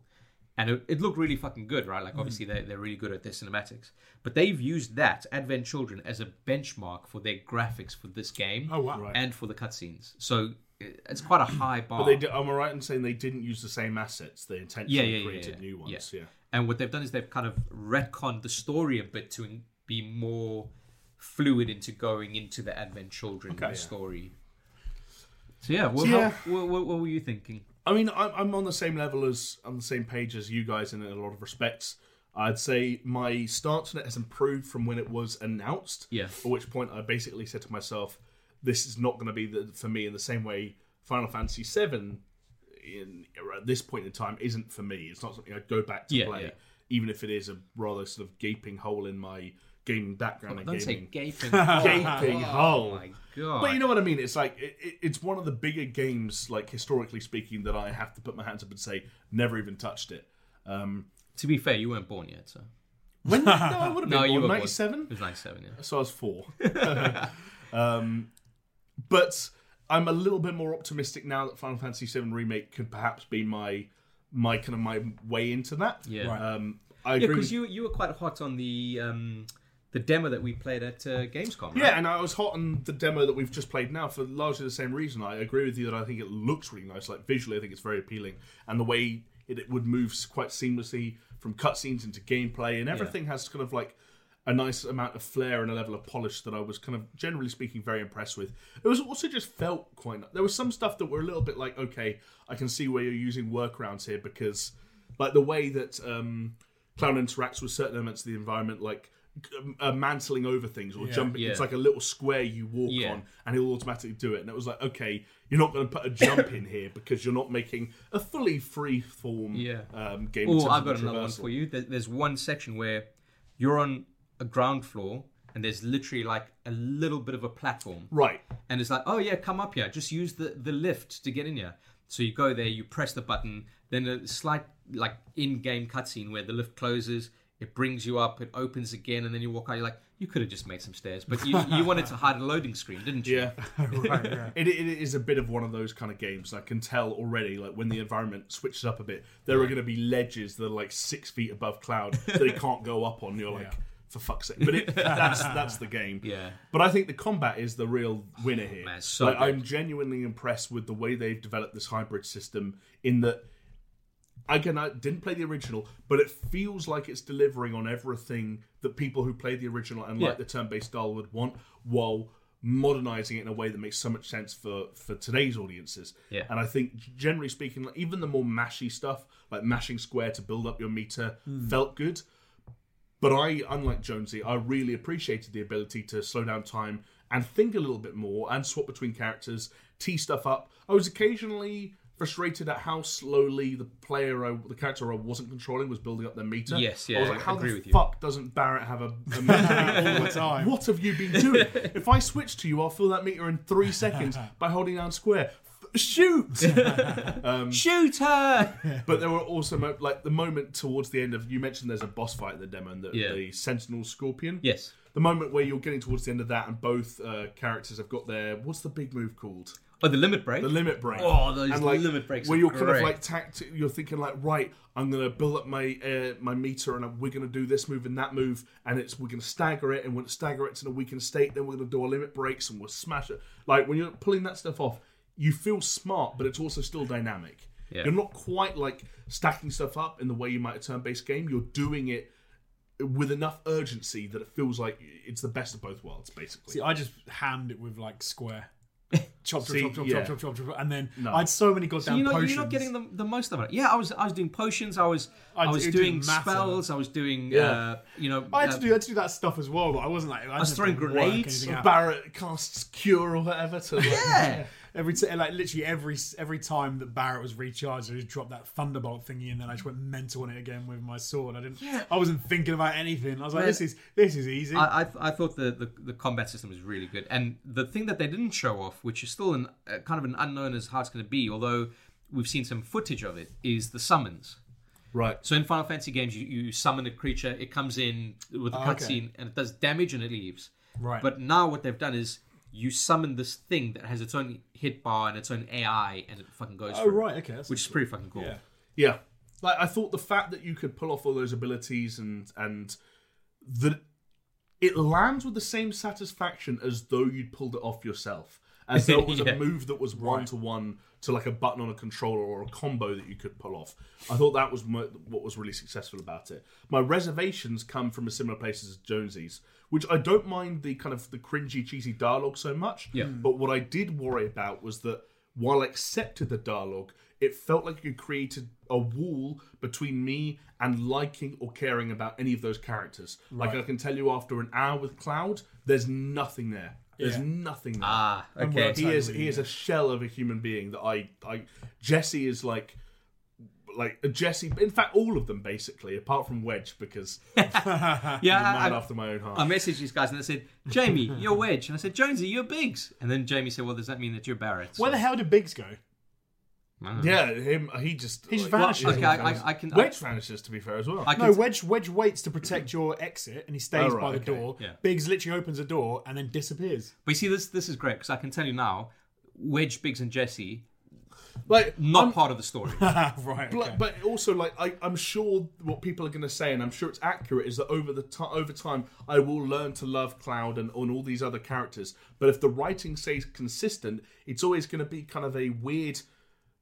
and it, it looked really fucking good, right? Like obviously they they're really good at their cinematics, but they've used that Advent Children as a benchmark for their graphics for this game.
Oh, wow. Right.
And for the cutscenes, so it- it's quite a high bar.
But they did, am I right in saying they didn't use the same assets? They
Oh. Yeah,
intentionally
yeah, yeah,
created
yeah,
new ones. Yeah.
And what they've done is they've kind of retconned the story a bit to in- be more fluid into going into the Advent Children story. So yeah, well,
Yeah.
How, what, what, what were you thinking?
I mean, I'm, I'm on the same level as on the same page as you guys in a lot of respects. I'd say my stance on it has improved from when it was announced.
Yeah.
At which point, I basically said to myself, "This is not going to be the, for me." In the same way, Final Fantasy VII in at this point in time isn't for me. It's not something I'd go back to
Yeah,
play,
yeah.
even if it is a rather sort of gaping hole in my gaming background. and
Don't say
gaming.
gaping.
Gaping hole.
Oh my god.
But you know what I mean. It's like it, it, it's one of the bigger games, like historically speaking, that I have to put my hands up and say never even touched it. Um,
to be fair, you weren't born yet, so
when no, I would have been
no, you were
born
born.
ninety seven.
It was ninety-seven. Yeah.
So I was four. um, but I'm a little bit more optimistic now that Final Fantasy VII remake could perhaps be my my kind of my way into that.
Yeah.
Right.
Um, I
Yeah,
agree. with
because you you were quite hot on the um, the demo that we played at uh, Gamescom. Right?
Yeah, and I was hot on the demo that we've just played now for largely the same reason. I agree with you that I think it looks really nice. Like visually, I think it's very appealing, and the way it, it would move s- quite seamlessly from cutscenes into gameplay, and everything has kind of like a nice amount of flair and a level of polish that I was kind of generally speaking very impressed with. It was also just felt quite. There was some stuff that were a little bit like, okay, I can see where you're using workarounds here because, like the way that. um Clown interacts with certain elements of the environment, like um, uh, mantling over things or jumping.
Yeah.
It's like a little square you walk
Yeah.
on, and he'll automatically do it. And it was like, okay, you're not going to put a jump in here because you're not making a fully free form
Yeah.
um, game. in terms
Oh,
of
I've
the
got another one
traversal.
for you. There- There's one section where you're on a ground floor and there's literally like a little bit of a platform.
Right.
And it's like, oh yeah, come up here. Just use the, the lift to get in here. So you go there, you press the button, then a slight like in-game cutscene where the lift closes, it brings you up, it opens again, and then you walk out. You're like, you could have just made some stairs, but you, you wanted to hide a loading screen, didn't you?
Yeah.
right, yeah.
It, it is a bit of one of those kind of games. I can tell already, like when the environment switches up a bit, there are going to be ledges that are like six feet above cloud that you can't go up on. You're like,
Yeah.
for fuck's sake! But it, that's that's the game.
Yeah.
But I think the combat is the real winner here.
man, so
Like,
good.
I'm genuinely impressed with the way they've developed this hybrid system. In that, again, I didn't play the original, but it feels like it's delivering on everything that people who played the original and like
Yeah.
the turn-based style would want, while modernizing it in a way that makes so much sense for for today's audiences.
Yeah.
And I think generally speaking, like, even the more mashy stuff, like mashing square to build up your meter,
Mm.
felt good. But I, unlike Jonesy, I really appreciated the ability to slow down time and think a little bit more and swap between characters, tee stuff up. I was occasionally frustrated at how slowly the player, I, the character I wasn't controlling, was building up their meter.
Yes,
I was
yeah,
like,
I
how
agree
the
with you.
fuck doesn't Barrett have a, a meter
All the time.
What have you been doing? if I switch to you, I'll fill that meter in three seconds by holding down square. F- Shoot!
Shoot her!
But there were also mo- like the moment towards the end of you mentioned there's a boss fight in the demo and the,
Yeah.
the Sentinel Scorpion.
yes.
The moment where you're getting towards the end of that and both uh, characters have got their what's the big move called?
Oh, the limit break.
The limit break.
Oh, those
and, like,
limit breaks
Where
are
you're kind of
great.
like tact. You're thinking like, right, I'm gonna build up my uh, my meter, and I'm- we're gonna do this move and that move, and it's we're gonna stagger it, and when it stagger it's in a weakened state, then we're gonna do our limit breaks, and we'll smash it. Like when you're pulling that stuff off, you feel smart, but it's also still dynamic.
Yeah.
You're not quite like stacking stuff up in the way you might a turn-based game. You're doing it with enough urgency that it feels like it's the best of both worlds, basically.
See, I just hammed it with like square. Chop, chop,
See,
chop, chop,
yeah.
chop, chop, chop, chop, and then I had so many goddamn
you're not,
potions.
you're not getting the, the most of it. Yeah, I was I was doing potions. I was I,
I-
was
it
doing
didn't matter.
spells. I was doing uh, you know.
I had
uh,
to do, I had to do that stuff as well, but I wasn't like I, was
throwing grenades.
Barrett casts cure or whatever to like,
yeah.
Every t- like literally every every time that Barrett was recharged, I just dropped that thunderbolt thingy, and then I just went mental on it again with my sword. I didn't. I wasn't thinking about anything. I was like,
Man.
this is this is easy.
I, I, I thought the, the, the combat system was really good. And the thing that they didn't show off, which is still an, uh, kind of an unknown as how it's going to be, although we've seen some footage of it, is the summons.
Right.
So in Final Fantasy games, you, you summon a creature, it comes in with a
Ah, okay.
cutscene, and it does damage and it leaves.
Right.
But now what they've done is you summon this thing that has its own hit bar and its own AI, and it fucking goes.
oh
for it,
right, okay. That's,
Which is pretty fucking cool.
Yeah.
Yeah. Like I thought the fact that you could pull off all those abilities and and that it lands with the same satisfaction as though you'd pulled it off yourself. As though it was
Yeah.
a move that was one to one to like a button on a controller or a combo that you could pull off. I thought that was mo- what was really successful about it. My reservations come from a similar place as Jonesy's, which I don't mind the kind of the cringy, cheesy dialogue so much.
Yeah.
But what I did worry about was that while I accepted the dialogue, it felt like you created a wall between me and liking or caring about any of those characters. Like I can tell you after an hour with Cloud, there's nothing there. There's
Yeah.
nothing there.
Ah,
Remember
okay.
that
he
time
is
we-
he is a shell of a human being that I I Jesse is like like uh, Jesse in fact all of them basically apart from Wedge because
Yeah,
I'm a man
I, I,
after my own heart.
I messaged these guys and they said, Jamie, you're Wedge. And I said, Jonesy, you're Biggs. And then Jamie said, Well, does that mean that you're Barrett? So-
Where the hell did Biggs go?
Mm.
yeah, him he just
He just
like-
vanishes.
Well, okay, I- I- I can-
Wedge vanishes to be fair as well.
I
No,
can,
Wedge Wedge waits to protect your exit, and he stays
Oh, right,
by the
okay.
door.
Yeah.
Biggs literally opens the door and then disappears.
but you see, this this is great because I can tell you now, Wedge, Biggs, and Jesse
like
not part of the story.
right.
But, but also, like, I, I'm sure what people are going to say, and I'm sure it's accurate, is that over the ti over time, I will learn to love Cloud and on all these other characters. But if the writing stays consistent, it's always going to be kind of a weird.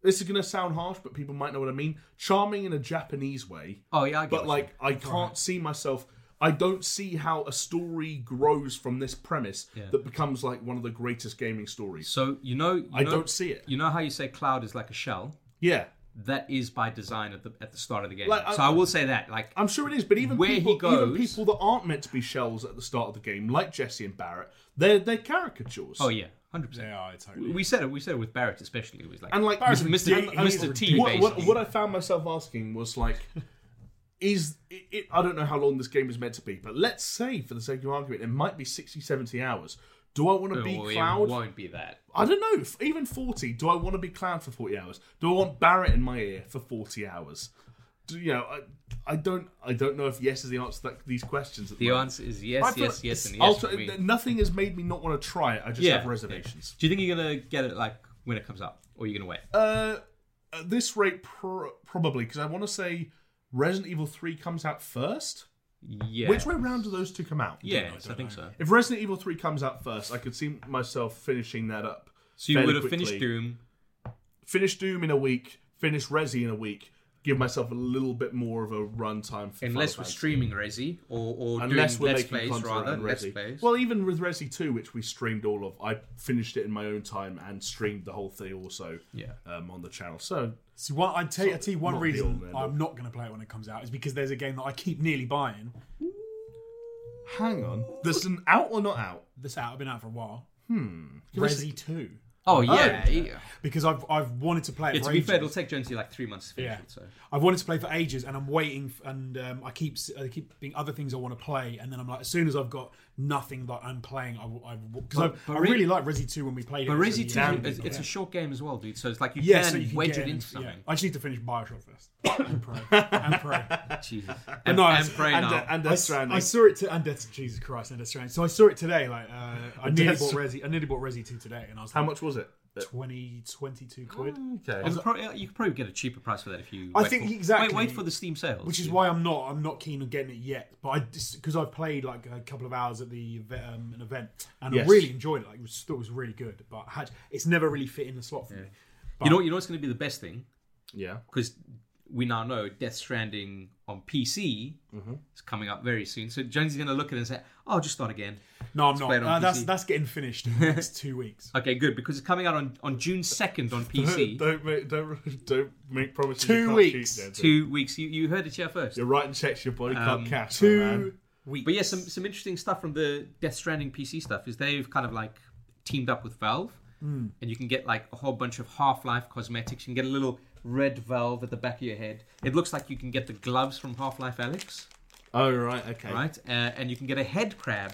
This is going to sound harsh, but people might know what I mean. Charming in a Japanese way,
Oh yeah, I get
but
it.
like I can't see myself. I don't see how a story grows from this premise that becomes like one of the greatest gaming stories.
so you know, you
I
know-
don't see it.
You know how you say Cloud is like a shell.
Yeah,
That is by design at the at the start of the game.
Like, I-
so I will say that, like,
I'm sure it is, but even
Where he
people, even
goes-
people that aren't meant to be shells at the start of the game, like Jesse and Barrett, they're they're caricatures.
oh yeah, hundred percent.
they are totally.
We said it. We said it with Barrett especially. It was like
and like
Barrett's
Mr.
Mr.
And- and-
Mr. T.
What, what,
basically.
what I found myself asking was like, is it, it, I don't know how long this game is meant to be, but let's say for the sake of argument, it might be 60, 70 hours. Do I want to be
Oh, It
Cloud?
won't be that.
I don't know. f- Even forty. Do I want to be Cloud for forty hours? Do I want Barrett in my ear for forty hours? Do, you know, I, I don't. I don't know if yes is the answer to that, these questions. At the
The
moment.
answer is yes,
I feel
yes,
like
yes,
it's
and yes.
ultra-
for me.
nothing has made me not want to try it. I just
Yeah.
have reservations.
Do you think you're gonna get it like when it comes out, or you're gonna wait?
Uh, at this rate, pro probably because I want to say Resident Evil Three comes out first.
yeah.
Which way round do those two come out?
Yes, I, think so.
If Resident Evil Three comes out first, I could see myself finishing that up.
So you
fairly
would have
quickly.
finished Doom.
Finish Doom in a week. Finish Resi in a week. Give myself a little bit more of a run time. For
Unless
Final
we're
Fantasy.
streaming Resi or, or
Unless
doing
we're
Let's
making
Plays
content
rather.
around
Let's
Resi.
Plays.
Well, even with Resi 2, which we streamed all of, I finished it in my own time and streamed the whole thing also
Yeah.
um, on the channel. So
See, one, I'd tell you, I'd tell you one
not the old
reason
man,
I'm not going to play it when it comes out is because there's a game that I keep nearly buying.
hang on. There's an out or not out?
This out, I've been out for a while. Hmm. Resi Two,
oh yeah.
because I've I've wanted to play it.
Yeah,
for
to be
ages.
fair, it'll take Jonesy like three months to finish
Yeah.
it. So
I've wanted to play for ages, and I'm waiting, f- and um, I keep s- I keep being other things I want to play, and then I'm like, as soon as I've got nothing that I'm playing, I because I,
But- but
I
Re-
really like Resi Two when we played.
But
it, so
Resi
yeah.
Two,
damn
it's,
good,
it's a short game as well, dude. So it's like you,
Yeah,
can,
so you can
wedge
get
it
in-
into
yeah.
something.
I just need to finish Bioshock first. and pray. And pray.
Jesus. And,
no, I-
and pray
And,
now.
uh, and
I,
Death
s-
Stranding.
I saw it to, and Death, Jesus Christ, and Death Stranding. So I saw it today. Like uh, I nearly
Death
bought
Str-
Resi. I nearly bought Resi Two today, and I was
How
like,
much was it?
20, 22 quid.
Oh,
Okay.
It'll pro- you could probably get a cheaper price for that if you.
I
wait
think
for,
exactly-
Wait, wait for the Steam sales,
Which is why I'm not I'm not keen on getting it yet. But I just because I played like a couple of hours at the ev- um, an event and
Yes.
I really enjoyed it. Like it was, thought it was really good. But I had, it's never really fit in the slot for me.
you know. You know what's going to be the best thing
Yeah.
because we now know Death Stranding on PC
Mm-hmm.
is coming up very soon. So Jonesy's going to look at it and say, "Oh, I'll just start again."
No, I'm
play it
not.
on
Uh, that's
PC.
that's getting finished in the next two weeks.
Okay, good because it's coming out on on June second on PC.
Don't make, don't, don't make promises.
Two
you can't
weeks.
keep, Nancy.
Two weeks. You, you heard it here first.
You're writing checks your body
Um,
can't
Oh,
cash. my
Two
man.
weeks.
But yeah, some some interesting stuff from the Death Stranding PC stuff is they've kind of like teamed up with Valve,
Hmm.
and you can get like a whole bunch of Half Life cosmetics. You can get a little red valve at the back of your head. It looks like you can get the gloves from Half Life Alex,
Oh right. Okay.
right? Uh, and you can get a head crab.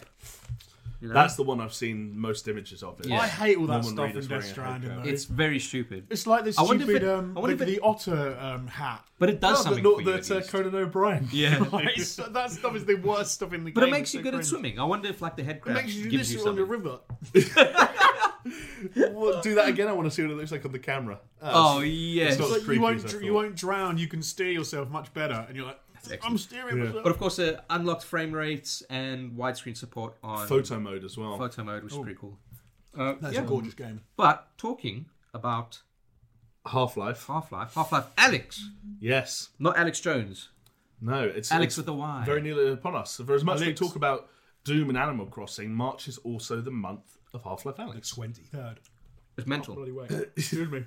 You know?
That's the one I've seen most images of.
Yeah.
I hate all that
Norman
stuff
Reedus
in
wearing a
Death Stranding.
headcrab.
Though.
it's very stupid,
It's like the
I wonder if
stupid
it-
um,
I wonder
the,
if it-
the otter um, hat.
but it does
No,
something
but not
for you.
that
at
uh,
least.
Conan O'Brien.
yeah.
It's- that stuff is the worst stuff in the
But
game.
it makes
It's
you
so
good at
cringe.
swimming. I wonder if like the head
It
crab
makes you
gives you
listen on the
something.
river.
Well, do that again. I want to see what it looks like on the camera. Uh,
Oh yes.
not-
It's like
creepy
you
as I
won't dr-
thought.
you won't drown. You can steer yourself much better, and you're like, I'm
excellent.
steering
Yeah.
myself.
But of course, uh, unlocked frame rates and widescreen support on
photo mode as well.
Uh, photo mode, which is pretty cool. Uh,
Oh. That's
yeah.
a gorgeous game.
But talking about
Half Life.
Half Life, Half Life Alex,
Yes.
not Alex Jones,
No. It's
Alex
it's
with a Y.
very nearly upon us. For as much as we
Alex.
talk about Doom and Animal Crossing, March is also the month of Half Life Alex.
Twenty third.
it's mental.
Bloody way. Excuse me. And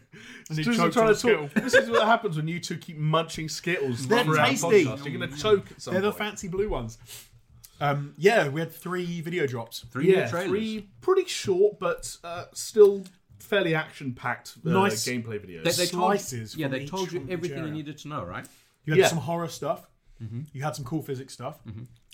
he
This is,
choked
trying
on
to
a
talk- this is what happens when you two keep munching Skittles.
They're
throughout the
tasty.
podcast. You're going to choke at some
They're the
point.
fancy blue ones. Um, yeah, we had three video drops.
Three new
yeah,
trailers.
three pretty short but uh, still fairly action-packed uh,
Nice.
gameplay videos.
They, they
slices
Told, yeah,
from
they
each
told you
from each
everything you
area.
needed to know, right?
You had
Yeah.
some horror stuff.
Mm-hmm.
You had some cool physics stuff,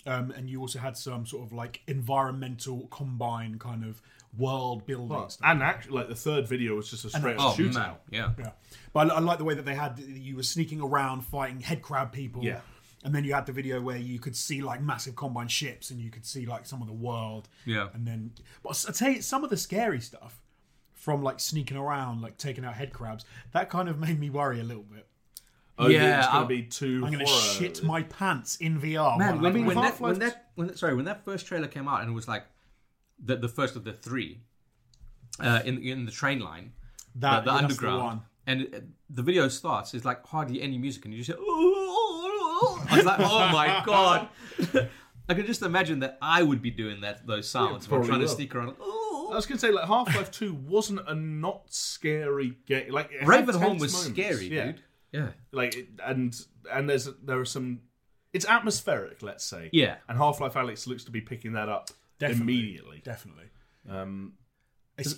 um, and you also had some sort of like environmental combine kind of world building stuff.
and actually, like the third video was just a straight
Oh
up shootout.
man, yeah.
Yeah, but I, I like the way that they had you were sneaking around fighting head crab people.
Yeah.
and then you had the video where you could see like massive combine ships, and you could see like some of the world.
Yeah.
and then but I tell you, some of the scary stuff from like sneaking around, like taking out head crabs, that kind of made me worry a little bit.
Oh,
Yeah,
it's going
I'll-
to be too.
I'm gonna
horror.
shit my pants in VR.
Man,
while
when, when,
I play.
that,
Half-Life-
when that when that sorry when that first trailer came out and it was like the the first of the three uh, in in the train line, uh, the,
that
the
Uh, that's the
underground,
one.
and it, the video starts. It's like hardly any music, and you just hear, "Ooh." I was like, oh my god! I could just imagine that I would be doing that those sounds. if I'm
probably
trying to
will.
sneak around. "Oh."
I
"Ooh."
was gonna say like Half Life Two wasn't a not scary game. Like it had
Ravenholm
tense
was
moments.
scary,
yeah.
dude. Yeah,
Like it, and and there's there are some. It's atmospheric, let's say.
Yeah.
And Half Life Alex looks to be picking that up
Definitely.
immediately.
Definitely.
Um,
It's,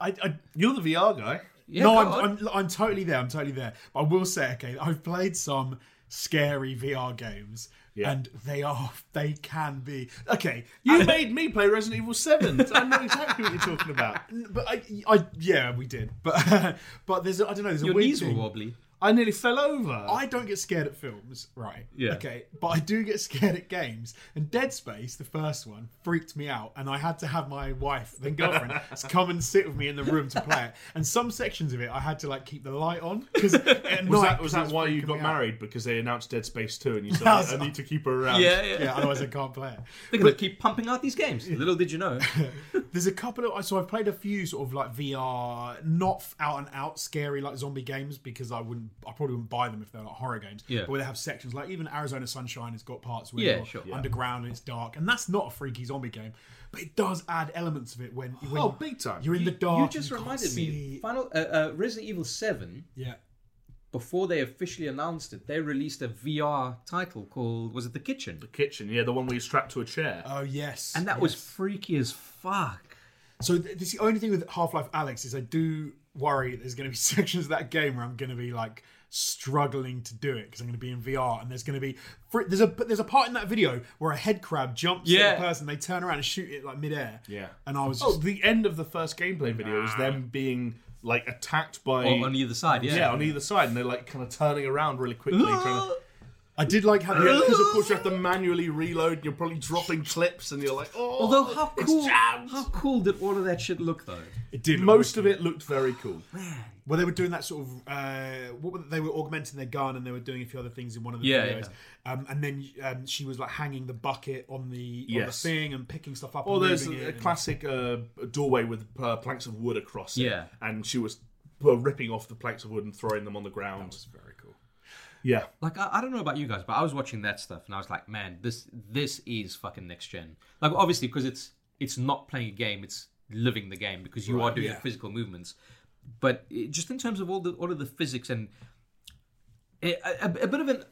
I, I,
you're the VR guy.
yeah.
no,
go
I'm,
on.
I'm, I'm totally there. I'm totally there. But I will say, okay, I've played some scary VR games,
Yeah.
and they are, they can be okay.
Ah.
You made me play Resident Evil Seven. so I know exactly what you're talking about.
But I, I yeah, we did. But but there's, a- I don't know, there's a
Your
weird
knees were
thing.
wobbly.
I nearly fell over.
I don't get scared at films, right?
Yeah.
Okay, but I do get scared at games. And Dead Space, the first one, freaked me out, and I had to have my wife, then girlfriend, come and sit with me in the room to play it. And some sections of it, I had to like keep the light on because
was that, was that why you got married? Because they announced Dead Space 2 and you said,
That's-
I need to keep her around.
Yeah, yeah.
Yeah, otherwise I can't play it.
They're gonna keep pumping out these games. Little did you know.
There's a couple of so I've played a few sort of like VR, not out and out scary like zombie games because I wouldn't, I probably wouldn't buy them if they're like horror games.
Yeah.
But where they have sections like even Arizona Sunshine has got parts where
Yeah,
you're
sure.
underground and it's dark, and that's not a freaky zombie game, but it does add elements of it when, when
Oh, big time.
you're in the
You-
dark.
You
and
just
can't
reminded me.
see-
Final uh, uh, Resident Evil Seven.
Yeah.
Before they officially announced it, they released a VR title called was it The Kitchen,
The kitchen, yeah, the one where you're strapped to a chair.
Oh yes.
and that was freaky as fuck.
So th- this, the only thing with Half Life Alex is I do worry that there's going to be sections of that game where I'm going to be like struggling to do it because I'm going to be in VR and there's going to be fr- there's a but there's a part in that video where a head crab jumps at
Yeah.
the person, they turn around and shoot it like midair.
Yeah.
and I was
oh,
just,
the end of the first gameplay video is them being, like, attacked by.
Or on either side, yeah.
yeah, on either side, and they're, like, kind of turning around really quickly. trying to,
I did like how
yeah,
the,
because, of course, you have to manually reload, you're probably dropping clips, and you're like, oh,
Although how
it's
cool,
jammed.
how cool did all of that shit look though?
it did
Most of it looked very cool.
Well, they were doing that sort of uh, what were they were augmenting their gun and they were doing a few other things in one of the
Yeah,
videos. Um, and then um, she was like hanging the bucket on the on the
Yes.
thing and picking stuff up.
Well,
and
there's
moving it
a, a
and-
classic uh, doorway with uh, planks of wood across it.
Yeah.
And she was uh, ripping off the planks of wood and throwing them on the ground.
It's very cool.
Yeah.
Like I, I don't know about you guys, but I was watching that stuff and I was like, man, this this is fucking next gen. Like obviously because it's it's not playing a game, it's living the game because you are doing
yeah.
the physical movements. But it, just in terms of all the all of the physics and a, a- a bit of an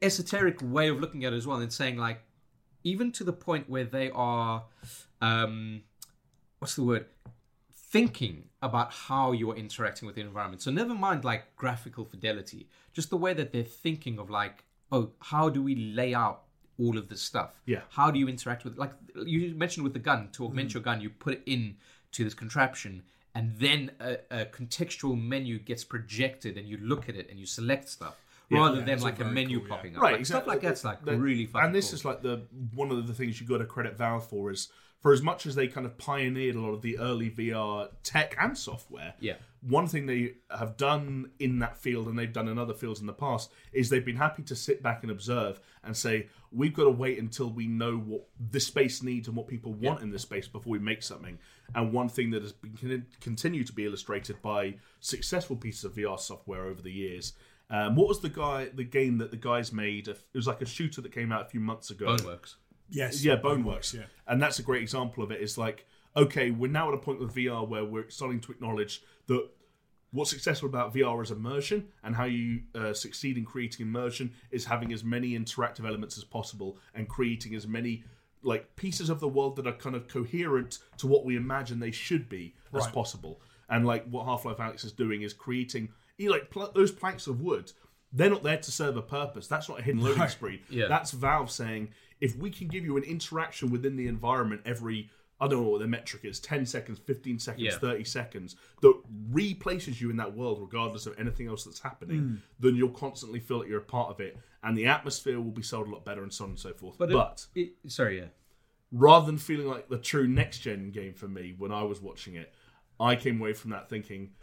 esoteric way of looking at it as well, and saying like even to the point where they are, um, what's the word? thinking about how you are interacting with the environment. So never mind like graphical fidelity, just the way that they're thinking of like, oh, how do we lay out all of this stuff?
Yeah. Mm-hmm.
How do you interact with like you mentioned with the gun to augment your gun, you put it in to this contraption, and then a, a contextual menu gets projected, and you look at it and you select stuff rather than like a menu popping up.
Right,
Like,
exactly.
Stuff like that's like
The-
really fucking.
And this
cool.
is like the one of the things you got to credit Valve for is for as much as they kind of pioneered a lot of the early VR tech and software.
Yeah.
One thing they have done in that field and they've done in other fields in the past is they've been happy to sit back and observe and say we've got to wait until we know what this space needs and what people want in this space before we make something. And one thing that has been con- continued to be illustrated by successful pieces of VR software over the years um, what was the guy, the game that the guys made? It was like a shooter that came out a few months ago.
Boneworks.
Yes.
Yeah, Boneworks.
yeah.
And that's a great example of it. It's like, okay, we're now at a point with VR where we're starting to acknowledge that what's successful about VR is immersion, and how you uh, succeed in creating immersion is having as many interactive elements as possible and creating as many like pieces of the world that are kind of coherent to what we imagine they should be as
Right.
possible. And like what Half Life Alex is doing is creating you know, like pl- those planks of wood. They're not there to serve a purpose. That's not a hidden loading spree.
Yeah.
That's Valve saying if we can give you an interaction within the environment every I don't know what the metric is 10 seconds, 15 seconds,
Yeah.
30 seconds that replaces you in that world regardless of anything else that's happening,
Hmm.
then you'll constantly feel that you're a part of it and the atmosphere will be sold a lot better and so on and so forth. But,
it- it- sorry, yeah.
rather than feeling like the true next gen game for me when I was watching it, I came away from that thinking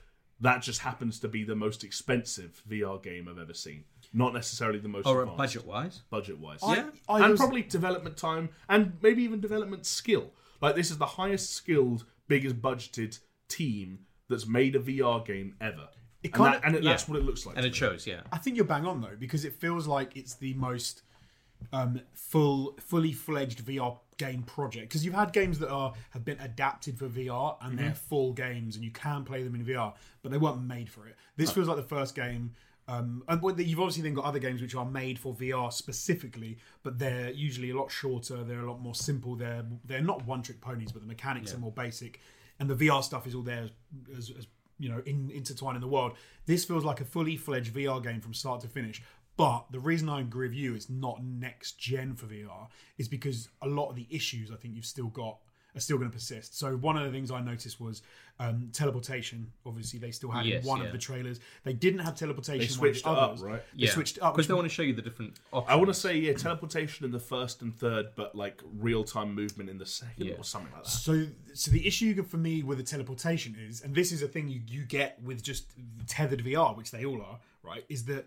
that just happens to be the most expensive VR game I've ever seen. Not necessarily the most
Or uh,
advanced
budget wise.
budget wise.
I-
Yeah.
I
and
was-
probably development time and maybe even development skill. Like this is the highest skilled, biggest budgeted team that's made a VR game ever.
It
and
kinda-
that, and it, that's
yeah.
what it looks like.
And
to
it
me.
shows, yeah.
I think you're bang on though, because it feels like it's the most um, full, fully fledged VR game project. Because you've had games that are have been adapted for VR and they're full games, and you can play them in VR, but they weren't made for it. This feels like the first game. Um, and well, you've obviously then got other games which are made for VR specifically, but they're usually a lot shorter. They're a lot more simple. They're they're not one trick ponies, but the mechanics are more basic, and the VR stuff is all there as, as, as you know in, intertwined in the world. This feels like a fully fledged VR game from start to finish. But the reason I agree with you it's not next gen for VR is because a lot of the issues I think you've still got are still going to persist. So one of the things I noticed was um, teleportation. Obviously, they still had in
Yes,
one
yeah.
of the trailers. They didn't have teleportation.
They
in one of
switched it
the
up,
others.
right?
They
yeah.
switched it up
Because they
which-
want to show you the different options.
I want to say yeah, teleportation in the first and third, but like real time movement in the second
Yeah.
or something like that.
So, so the issue for me with the teleportation is, and this is a thing you, you get with just tethered VR, which they all are, right? Is that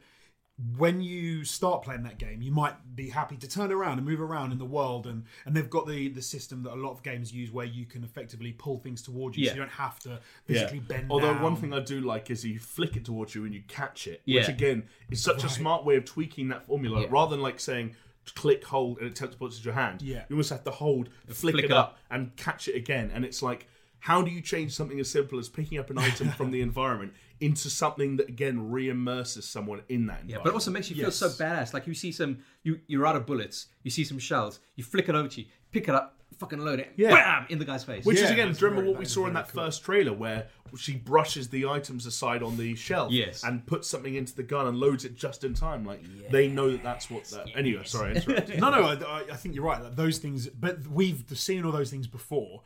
when you start playing that game, you might be happy to turn around and move around in the world, and and they've got the the system that a lot of games use where you can effectively pull things towards you,
Yeah.
so you don't have to physically bend.
Although
down.
one thing I do like is you flick it towards you and you catch it, which
Yeah.
again is such a smart way of tweaking that formula. Rather than like saying click, hold, and it teleports to your hand.
Yeah.
you almost have to hold, flick,
flick
it up, and catch it again. And it's like, how do you change something as simple as picking up an item from the environment into something that again re-immerses someone in that environment?
Yeah, but it also makes you feel so badass. Like you see some, you you're out of bullets. You see some shells. You flick it over to you, pick it up, fucking load it,
Yeah.
bam, in the guy's face.
Which
Yeah,
is again,
that's
remember
very-
what we
that is
saw in
very
that first trailer where she brushes the items aside on the shelf
Yes.
and puts something into the gun and loads it just in time. Like they know that that's what. That, Anyway, sorry, I interrupted.
No, no, I, I- I think you're right. Like, those things, but we've seen all those things before.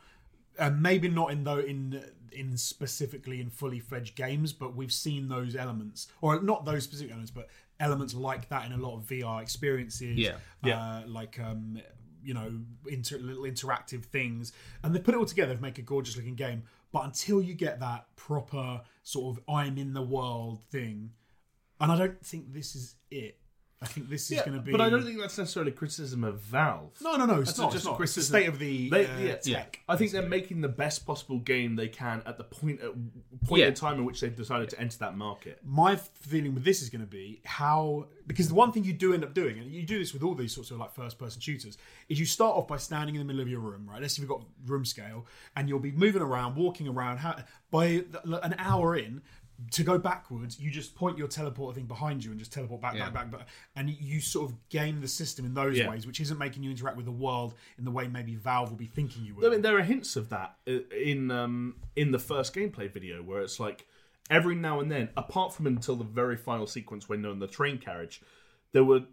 Uh, maybe not in though in in specifically in fully fledged games, but we've seen those elements, or not those specific elements, but elements like that in a lot of VR experiences.
Yeah.
Uh, like um, you know, inter- little interactive things, and they put it all together to make a gorgeous looking game. But until you get that proper sort of I'm in the world thing, and I don't think this is it. I think this is
Yeah,
going to be.
But I don't think that's necessarily criticism of Valve.
No, no, no. It's
That's
not.
just
Just
a
not.
criticism.
state of the
They-
uh,
yeah.
tech.
I think they're making the best possible game they can at the point at point
Yeah.
in time in which they've decided to enter that market.
My feeling with this is going to be how because the one thing you do end up doing, and you do this with all these sorts of like first-person shooters, is you start off by standing in the middle of your room, right? Let's say we've got room scale, and you'll be moving around, walking around. How, by the- an hour in, to go backwards, you just point your teleporter thing behind you and just teleport back,
Yeah.
back, back, back, and you sort of game the system in those
Yeah.
ways, which isn't making you interact with the world in the way maybe Valve will be thinking you would.
I mean, there are hints of that uh, in um, in the first gameplay video, where it's like every now and then, apart from until the very final sequence when they're on the train carriage, there were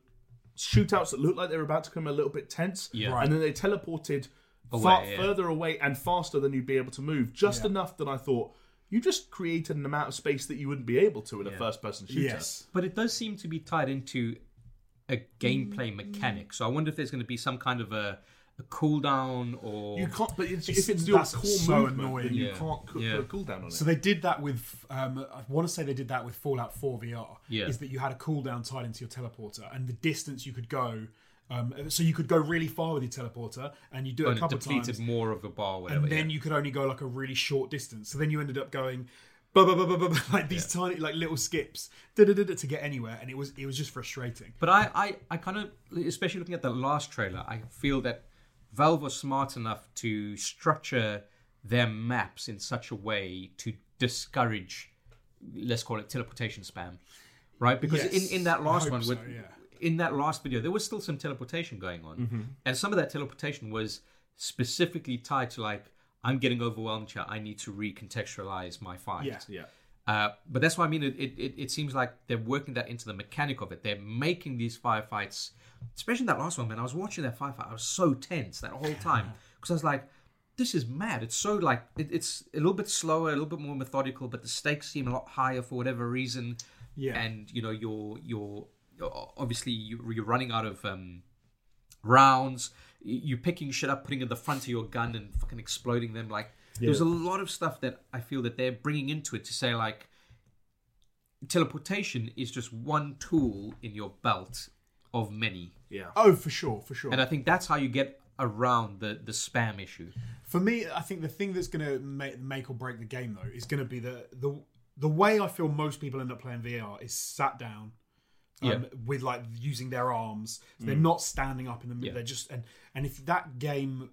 shootouts that looked like they were about to come a little bit tense,
Yeah.
and then they teleported far
Away, yeah.
further away and faster than you'd be able to move, just enough that I thought you just created an amount of space that you wouldn't be able to in a first-person shooter.
yes.
But it does seem to be tied into a gameplay mechanic. So I wonder if there's going to be some kind of a, a cooldown or
You can't, but it's,
It's-
if it's your core
that's so
movement,
annoying.
then you
Yeah.
can't co-
Yeah.
put a cooldown on it.
So they did that with, um, I want to say they did that with Fallout 4 VR.
Yeah.
Is that you had a cooldown tied into your teleporter and the distance you could go. Um, so you could go really far with your teleporter and you do it
and
a
it
couple of
depleted
times.
more of the bar, whatever.
and then you could only go like a really short distance. So then you ended up going. Blah, blah, blah, blah, blah, blah, like these tiny like little skips da, da, da, da, to get anywhere and it was it was just frustrating
But I, I, I kind of, especially looking at the last trailer, I feel that Valve was smart enough to structure their maps in such a way to discourage, let's call it teleportation spam, right? Because
Yes.
in, in that
I
last
hope
one, with,
so, yeah. Mm-hmm.
in that last video, there was still some teleportation going on, and some of that teleportation was specifically tied to like I'm getting overwhelmed here. I need to recontextualize my fight.
Yeah.
Yeah.
Uh, but that's what I mean. It, it, it, it seems like they're working that into the mechanic of it. They're making these firefights, especially that last one, man. I was watching that firefight. I was so tense that whole time because I was like, this is mad. It's so like, it, it's a little bit slower, a little bit more methodical, but the stakes seem a lot higher for whatever reason.
Yeah.
And, you know, you're, you're, you're obviously, you- you're running out of um, rounds. Y- You're picking shit up, putting it in the front of your gun, and fucking exploding them. Like there's a lot of stuff that I feel that they're bringing into it to say like teleportation is just one tool in your belt of many,
Yeah.
Oh, for sure, for sure.
and I think that's how you get around the the spam issue.
For me, I think the thing that's going to make, make or break the game though is going to be the the the way I feel most people end up playing VR is sat down, um,
Yeah. Mm.
with like using their arms. So They're not standing up in the middle. They're just and and if that game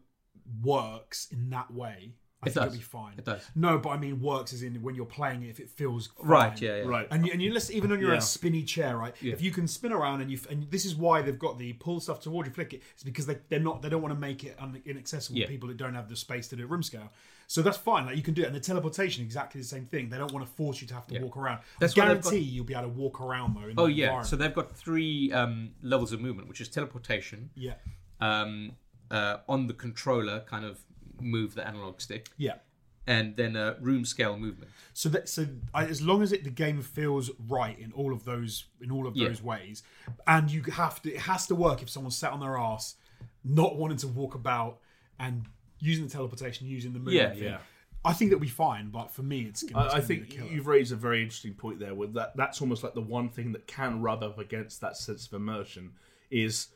works in that way, I
It
think
does.
it'll be fine.
It does.
No, but I mean works as in when you're playing it, if it feels fine.
Yeah.
Right.
And you, and you listen, even on your
Yeah.
own spinny chair, right? If you can spin around and you, and this is why they've got the pull stuff toward you, flick it. It's because they they're not they don't want to make it un, inaccessible
Yeah.
to people that don't have the space to do it room scale. So that's fine. Like you can do it. And the teleportation, exactly the same thing. They don't want to force you to have to walk around.
That's
I
why they've
guarantee you'll be able to walk around though. In
Oh
that
yeah.
environment.
So they've got three um, levels of movement, which is teleportation,
yeah,
um, uh, on the controller, kind of move the analog stick,
yeah.
and then uh, room scale movement.
So that so I, as long as it the game feels right in all of those in all of
Yeah.
those ways, and you have to it has to work if someone's sat on their ass, not wanting to walk about and using the teleportation, using the movement.
Yeah,
thing,
yeah.
I think that'll be fine, but for me, it's. Gonna, it's
I, I
gonna be
think
the killer.
you've raised a very interesting point there. With that, that's almost like the one thing that can rub up against that sense of immersion is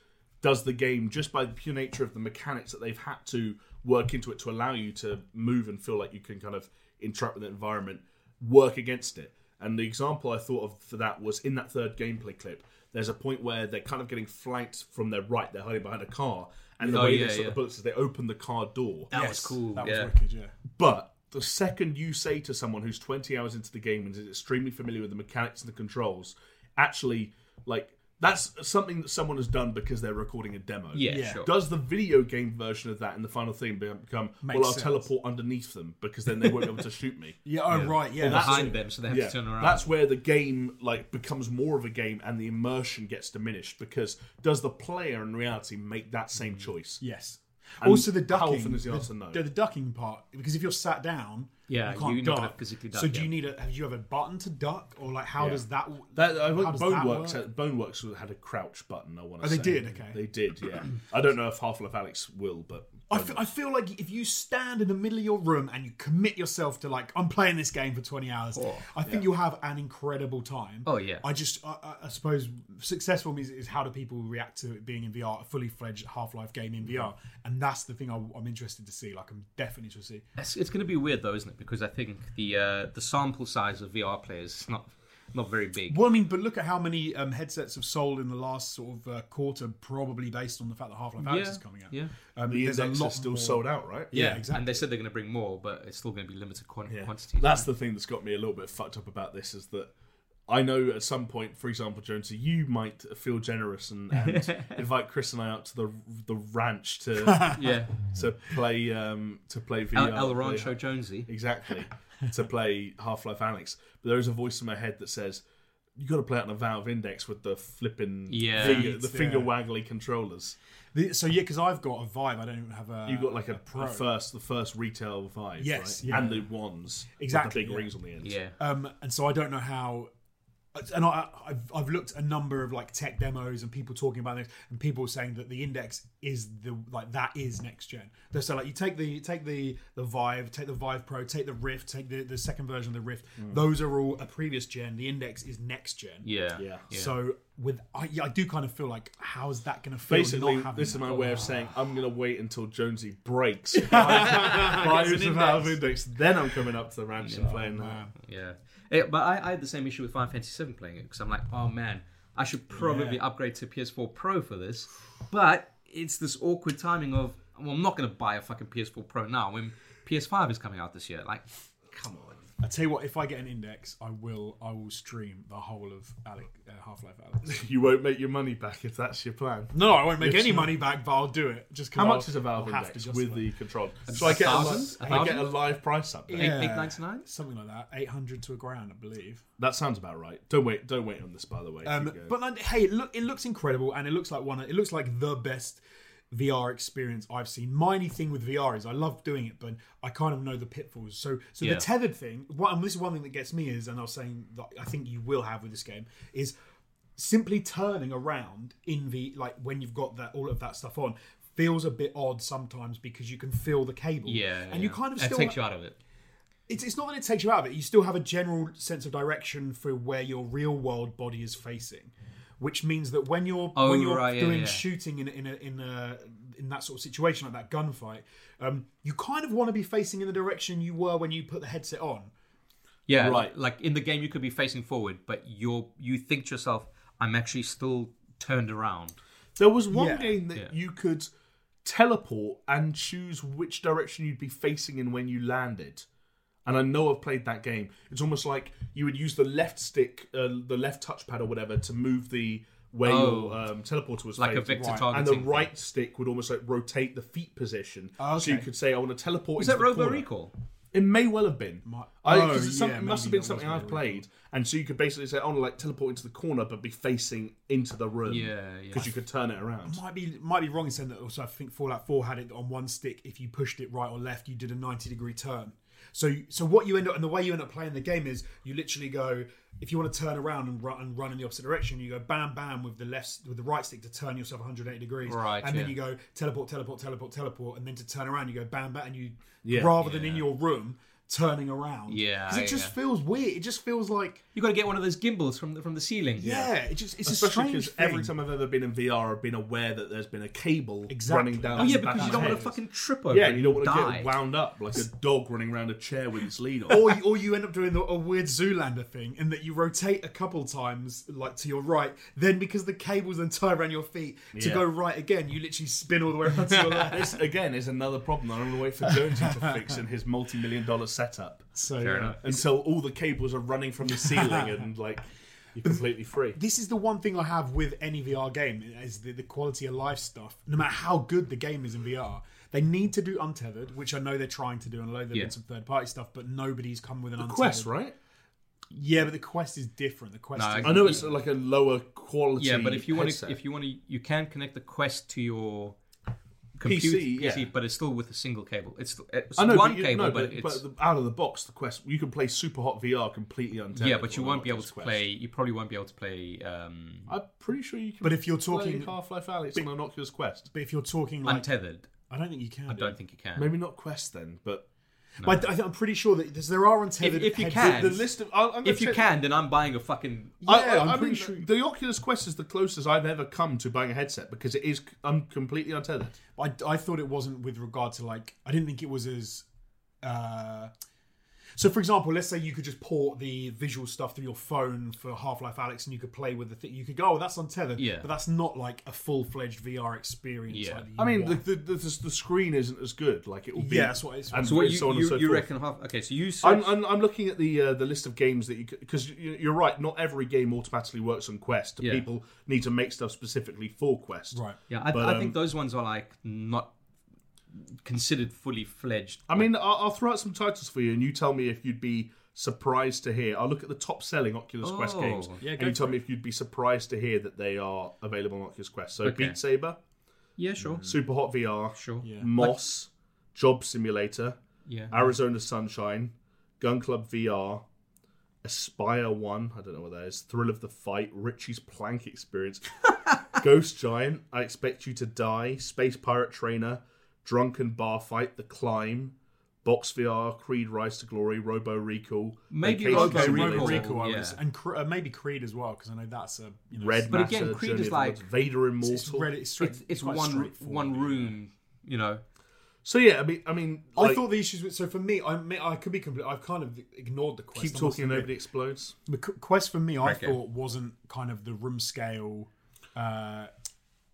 does the game just by the pure nature of the mechanics that they've had to work into it to allow you to move and feel like you can kind of interact with the environment work against it. And the example I thought of for that was in that third gameplay clip. There's a point where they're kind of getting flanked from their right. They're hiding behind a car, and the
Oh,
way
yeah,
they stop
yeah.
the bullets is they open the car door.
That was cool.
That
yeah.
was wicked. Yeah.
But the second you say to someone who's 20 hours into the game and is extremely familiar with the mechanics and the controls, actually, like, that's something that someone has done because they're recording a demo.
yeah.
Yeah.
Sure.
Does the video game version of that in the final thing be- become,
Makes
well, I'll
sense.
teleport underneath them because then they won't be able to shoot me?
Yeah. Oh right. Yeah. that's-
behind them, so they have
Yeah,
to turn around.
that's where the game like becomes more of a game, and the immersion gets diminished because does the player in reality make that
Mm.
same choice?
yes.
And
also the
how
ducking.
often is the answer no?
The, the ducking part because if you're sat down,
Yeah,
you can't
you're not
duck.
gonna physically duck,
so do
yeah.
you need a? Have you have a button to duck or like how does that?
That I
How
think
does that
Boneworks
work? Oh,
had, Boneworks had a crouch button. I want to.
they
say.
did, okay.
They did. Yeah. I don't know if Half Life Alex will, but
I fe- I feel like if you stand in the middle of your room and you commit yourself to like I'm playing this game for 20 hours,
Oh,
I think you'll have an incredible time.
Oh, yeah.
I just I, I- I suppose successful means is how do people react to it being in VR, a fully fledged Half Life game in VR, and that's the thing I, I'm interested to see. Like I'm definitely interested to see.
It's, it's going to be weird though, isn't it? Because I think the uh, the sample size of VR players is not not very big.
Well, I mean, but look at how many um, headsets have sold in the last sort of uh, quarter, probably based on the fact that Half Life Alex
yeah,
is coming out.
yeah,
Um,
the
there's a
index
lot
is still
more-
sold out, right?
Yeah, exactly.
And they said they're going to bring more, but it's still going to be limited quan- quantities.
That's the thing that's got me a little bit fucked up about this is that I know at some point, for example, Jonesy, you might feel generous and, and invite Chris and I out to the the ranch to
yeah,
to play um, to play VR.
El, El
play-
Rancho Jonesy.
exactly to play Half Life Alex. But there is a voice in my head that says, "You got to play out in a Valve Index with the flipping
Yeah.
finger, the
Yeah.
finger waggly controllers.
The- so yeah, because I've got a Vive, I don't even have a.
You got like a,
Pro.
a first the first retail Vive,
Yes,
right?
yeah.
and the wands
Exactly,
with the big
yeah.
rings on the end.
Yeah,
Um, and so I don't know how. And I, I've, I've looked at a number of like tech demos and people talking about this, and people saying that the index is the like that is next gen. They're So like you take the take the the Vive, take the Vive Pro, take the Rift, take the, the second version of the Rift. Those are all a previous gen. The index is next gen.
yeah,
Mm. Yeah.
So with I, yeah, I do kind of feel like how is that going to feel?
Basically,
not having
this is
that?
my way of saying I'm gonna wait until Jonesy breaks buys
Gets
the
an
Valve Index, then I'm coming up to the ranch
Oh,
and playing that.
yeah. Eh, But I, I had the same issue with Final Fantasy Seven playing it because I'm like, oh man, I should probably
Yeah.
upgrade to PS4 Pro for this, but it's this awkward timing of well, I'm not going to buy a fucking PS4 Pro now when PS5 is coming out this year. Like, come on.
I tell you what, if I get an index, I will I will stream the whole of Alec, uh, Half Life Alex.
You won't make your money back if that's your plan.
No, I won't make
Yes,
any
no.
money back, but I'll do it. Just 'cause
How
I'll-
much is a Valve
I'll have
index
to
with
justify
the
it.
controller? So I get a, li-
thousand?
I get a
Thousand?
live price update.
Eight
Yeah.
eight ninety nine.
something like that, eight hundred to a grand, I believe.
That sounds about right. Don't wait. Don't wait on this, by the way.
Um,
Keep going.
but like, hey, it look, it looks incredible, and it looks like one. of- It looks like the best VR experience I've seen. My only thing with VR is I love doing it, but I kind of know the pitfalls. So, so
Yeah.
the tethered thing. What, and this is one thing that gets me is, and I was saying that I think you will have with this game is simply turning around in the like when you've got that all of that stuff on feels a bit odd sometimes because you can feel the cable
Yeah,
and you
yeah.
kind of
that
still
takes you out of it.
it's, it's not that it takes you out of it. You still have a general sense of direction for where your real world body is facing, which means that when you're
Oh,
when you're
right, yeah,
doing
yeah.
shooting in a- in a, in a, in that sort of situation like that gunfight, um, you kind of want to be facing in the direction you were when you put the headset on.
Yeah,
Right.
right. Like in the game, you could be facing forward, but you're you think to yourself, "I'm actually still turned around."
There was one
Yeah.
game that
Yeah.
you could teleport and choose which direction you'd be facing in when you landed. And I know I've played that game. It's almost like you would use the left stick, uh, the left touchpad or whatever, to move the where
Oh.
your um, teleporter was
Like a
placed.
vector
Right.
targeting
and the
thing.
right stick would almost like rotate the feet position.
Oh,
So you
okay.
could say, "I want to teleport."
Is
into
that
the
Robo
corner."
Recall?
It may well have been.
My-
I,
Oh,
'cause it's some-
yeah,
it must have
maybe
been
that
something
was
I've
Robo
played, and so you could basically say, "I want to like teleport into the corner, but be facing into the room."
Yeah, yeah.
Because you could turn it around.
Might be might be wrong in saying that. Also, I think Fallout Four had it on one stick. If you pushed it right or left, you did a ninety degree turn. So so what you end up and the way you end up playing the game is you literally go if you want to turn around and run and run in the opposite direction, you go bam bam with the left with the right stick to turn yourself one hundred eighty degrees,
Right,
And then
yeah.
you go teleport teleport teleport teleport, and then to turn around you go bam bam, and you
Yeah.
rather than in your room turning around,
Yeah,
because it just
yeah.
feels weird. It just feels like
You got to get one of those gimbals from the, from the ceiling.
yeah, it just it's
Especially
a strange
because
thing.
every time I've ever been in VR, I've been aware that there's been a cable
Exactly.
running down.
Oh yeah,
the back
because you
of my
don't want
head.
to fucking trip over.
Yeah,
it
you don't
and
want to
die.
get wound up like a dog running around a chair with its lead on.
or you, or you end up doing the, a weird Zoolander thing in that you rotate a couple times, like to your right. Then because the cables then tie around your feet to
Yeah.
go right again, you literally spin all the way around to your left.
this again is another problem that I'm going to wait for Jonesy to fix in his multi-million-dollar setup
So
Fair
yeah.
enough.
until all the cables are running from the ceiling and like you're completely free.
this is the one thing I have with any VR game is the, the quality of life stuff. No matter how good the game is in VR, they need to do untethered, which I know they're trying to do, and I know there've
Yeah.
been some third party stuff, but nobody's come with an untethered.
Quest, right?
Yeah, but the quest is different. The quest
No,
is
I know it's like a lower quality.
Yeah, but if you want
headset.
to, if you want to, you can connect the Quest to your computer,
PC, yeah.
but it's still with a single cable. It's, it's
I know,
one
but you,
cable,
no,
but,
but,
it's
but out of the box, the Quest you can play Super Hot VR completely untethered.
yeah, but you
or
won't be
not
able
just
to
Quest.
play. You probably won't be able to play. Um,
I'm pretty sure you can.
But if you're
play
talking,
Half Life Alex on an Oculus Quest,
but if you're talking like,
untethered.
I don't think you can.
I don't think you can.
maybe not Quest then, but
But I th- I think I'm pretty sure that there's, there are untethered.
If- if you
headsets.
can.
the list of I'll, I'm gonna
If you
check-
can, then I'm buying a fucking.
I,
Yeah,
I,
I'm
I
pretty
mean,
sure-
the Oculus Quest is the closest I've ever come to buying a headset because it is I'm completely untethered.
I, I thought it wasn't with regard to like I didn't think it was as. Uh, so, for example, let's say you could just port the visual stuff through your phone for Half Life Alex, and you could play with the thing. You could go, "Oh, that's untethered,"
Yeah.
but that's not like a full fledged VR experience.
Yeah.
like that you
I mean, the,
want.
the, the, the, the screen isn't as good. Like it will be.
Yeah, that's what it's-
and
So what you,
so on and
you,
so
you
forth.
reckon half? Okay, so you.
I'm,
Search,
I'm, I'm looking at the uh, the list of games that you because you're right. Not every game automatically works on Quest.
Yeah.
People need to make stuff specifically for Quest.
right?
yeah, I,
but, um,
I think those ones are like not considered fully fledged.
I mean, I'll, I'll throw out some titles for you, and you tell me if you'd be surprised to hear. I'll look at the top selling Oculus Quest
Oh.
games,
Yeah,
and
go
you tell me if you'd be surprised to hear that they are available on Oculus Quest. So,
Okay. Mm.
Beat Saber,
Yeah, sure,
Super Hot VR,
sure.
Yeah.
Moss, Job Simulator,
Yeah.
Mm-hmm. Arizona Sunshine, Gun Club VR, Aspire One, I don't know what that is, Thrill of the Fight, Richie's Plank Experience, Ghost Giant, I Expect You to Die, Space Pirate Trainer, Drunken Bar Fight, The Climb, Box VR, Creed Rise to Glory, Robo Recall,
Maybe
Vacation
Robo
Okay,
Simulator,
Robo
Recall,
Recall, I
yeah.
was, and Cre- uh, maybe Creed as well, because I know that's a you know,
Red
But
Matter,
again, Creed
Journey
is
of the Woods,
like-
Vader Immortal.
It's, straight- it's, straight-
It's, it's
quite
one
straightforward.
one room, you know.
so yeah, I mean, I mean,
I
like,
thought the issues with so for me, I may- I could be complete. I've kind of ignored the quest.
keep
I must
talking and
admit.
nobody explodes.
The Qu- quest for me, I
Okay.
thought wasn't kind of the room scale, uh,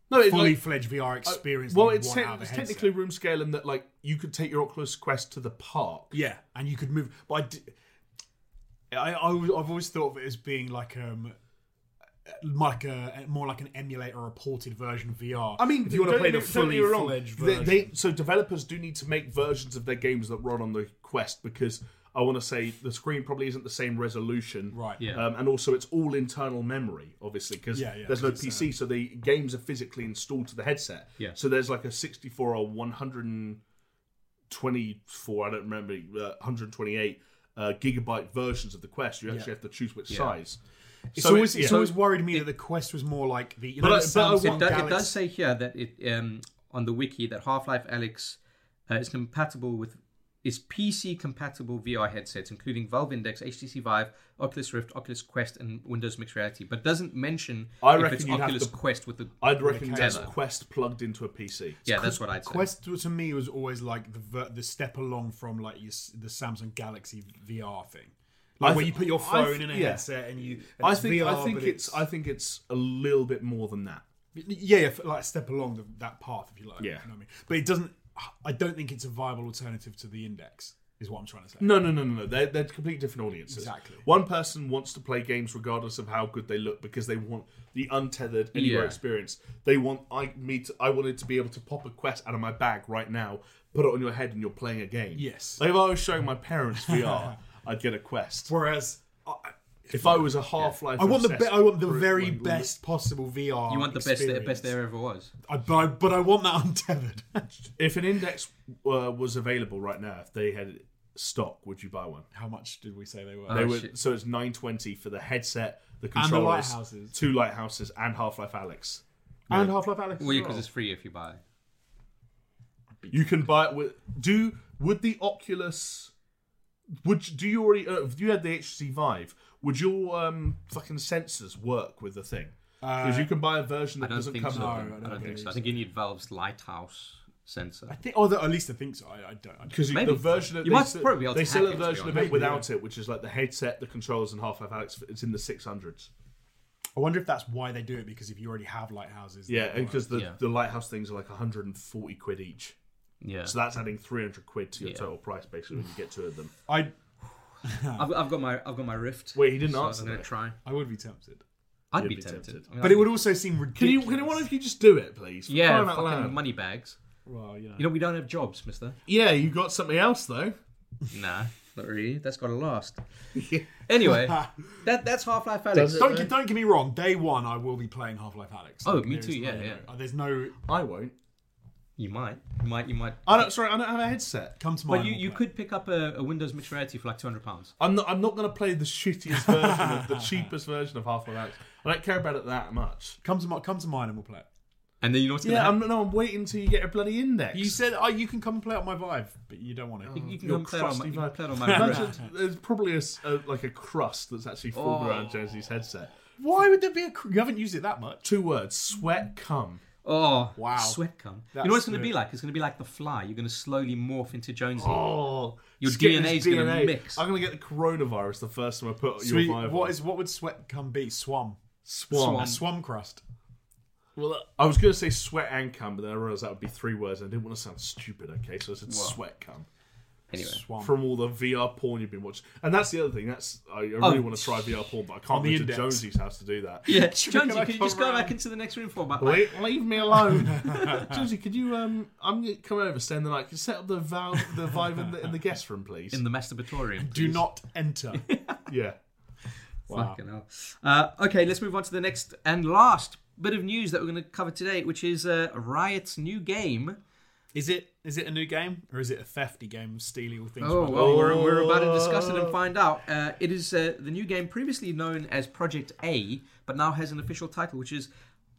No, it,
fully
like,
fledged VR experience.
well,
that you
it's,
want
te-
out of a
it's
headset.
technically room scale in that like you could take your Oculus Quest to the park.
yeah, and you could move. But I d- I, I was- I've always thought of it as being like um, like a more like an emulator or a ported version of VR.
I mean,
if you want to
don't get me-
play the
don't get
fully
me wrong,
fledged
they-
version,
they- so developers do need to make versions of their games that run on the Quest because I want to say the screen probably isn't the same resolution,
right?
Yeah.
Um, and also, it's all internal memory, obviously, because
Yeah, yeah,
there's no
'cause it's, uh,
PC, so the games are physically installed to the headset.
Yeah.
So there's like a 64 or 124, I don't remember, uh, 128 uh, gigabyte versions of the Quest. You actually have to choose which size.
It's
So
always
it-
it's
yeah.
always worried me that the Quest was more like the. You
But
know,
I-
the
but I
Samsung
want-
It, do, it
Galaxy-
does say here that it um, on the wiki that Half Life Alex uh, is compatible with is PC compatible VR headsets, including Valve Index, HTC Vive, Oculus Rift, Oculus Quest, and Windows Mixed Reality, but doesn't mention
I
if
reckon
it's
you'd have
Oculus
to-
Quest with the.
I'd reckon that's
Demo.
Quest plugged into a PC.
yeah, that's what I'd say.
Quest to me was always like the ver- the step along from like your, s- the Samsung Galaxy VR thing, like
I
where
th-
you put
I
your phone
th-
in a
yeah.
headset and you. and
I
it's
think
VR,
I think
but
it's, I think it's a little bit more than that.
yeah, yeah, like a step along the, that path if you like.
Yeah.
you know what I mean? But it doesn't. I don't think it's a viable alternative to the Index. Is what I'm trying to say.
No, no, no, no, no. They're, they're completely different audiences.
Exactly.
One person wants to play games regardless of how good they look because they want the untethered anywhere
Yeah.
experience. They want I me to, I wanted to be able to pop a quest out of my bag right now, put it on your head, and you're playing a game.
Yes.
Like if I was showing my parents VR, I'd get a quest.
Whereas I,
If I was a Half Life,
I want the be- I want the very best possible VR.
you want the best there,
experience.
best there ever was.
I, but, I, but I want that untethered.
If an index uh, was available right now, if they had stock, would you buy one?
How much did we say they were?
They
Oh,
were
shit.
so it's nine twenty for the headset, the
the
controllers,
lighthouses.
two lighthouses, and Half Life Alex.
and Half Life Alex.
Well,
as
because
well.
it's free if you buy.
You can buy it with do would the Oculus would you- do you already uh, if you had the HTC Vive would your um fucking sensors work with the thing
Uh,
because you can buy a version
I
that
don't
doesn't
think
come
so.
out
I don't, think so. I think you need Valve's Lighthouse sensor.
I think, or the, at least I think so. I, I don't. I don't.
because you-
Maybe.
the version that
You
they,
must
sell-
probably be able
they
to
sell
hack
a
it, to be
version of
honest.
it without it which is like the headset the controllers and Half Life Alex it's in the six hundreds
I wonder if that's why they do it because if you already have lighthouses, they
yeah
don't work.
because the
Yeah.
the lighthouse things are like one hundred and forty quid each
Yeah,
so that's adding three hundred quid to your
Yeah.
total price basically when you get two of them
I
I've, I've got my I've got my Rift.
Wait, he didn't
so
answer
I'm gonna
that.
try.
I would be tempted,
I'd
You'd
be
be
tempted.
tempted.
I mean,
but
I'd
it
be-
would also seem
can you
ridiculous.
can one of you just do it please For
Yeah,
crying out
fucking
loud.
money bags.
Well, you know.
You know we don't have jobs, Mister.
Yeah, you got something else though.
Nah, not really. That's got to last. Anyway, that that's Half Life Alex.
don't get, don't get me wrong. Day one, I will be playing Half Life Alex.
Oh, me
there
too,
is
yeah,
no-
yeah.
uh, There's no
I won't.
You might, you might, you might.
I don't. Sorry, I don't have a headset.
come to mind.
But you,
we'll
you
play.
could pick up a, a Windows Mixed Reality for like two hundred pounds.
I'm not. I'm not going to play the shittiest version of the cheapest version of Half Life Alex. I don't care about it that much.
come to mi- come to mine and we'll play it.
And then you know what's gonna
Yeah,
happen?
I'm no. I'm waiting until you get a bloody index.
You said oh, you can come and play on my Vive, but you don't want to.
you can
your
come play it on my,
crusty
you can
vibe.
play it on my Rift.
Imagine there's probably a, s- a- like a crust that's actually formed
Oh.
around Josie's headset.
Why would there be a? cr- You haven't used it that much.
Two words: sweat, cum.
Oh
Wow.
sweat cum. you
That's
know what it's gonna be
good.
like? It's gonna be like the fly. You're gonna slowly morph into Jonesy.
Oh,
Your
just get
DNA
this
's gonna mix.
I'm going to get the coronavirus the first time I put
Sweet.
your vibe.
What
on.
is what would sweat cum be? Swum.
Swan.
A swum crust. uh,
Well, I was going to say sweat and cum, but then I realised that would be three words. and I didn't want to sound stupid, okay? So I said sweat cum
Anyway,
Swum.
from all the VR porn you've been watching, and that's the other thing. That's I, I really
Oh.
want to try VR porn, but I can't
the
go to
index.
Josie's house to do that.
yeah, Jonesy,
I
can you
come
just go
round?
back into the next room for about like,
Leave, leave me alone, Josie. Could you? Um, I'm going to come over, stay in the night. Can you set up the valve, the vibe in the, in the guest room, please?
in the masturbatorium?
Do
please?
not enter.
yeah.
Fucking hell. Uh, okay, let's move on to the next and last bit of news that we're going to cover today, which is uh, Riot's new game.
is it is it a new game or is it a thefty game stealing all things?
Oh,
from
well, we're, we're about to discuss it and find out. Uh, it is uh, the new game previously known as Project A, but now has an official title, which is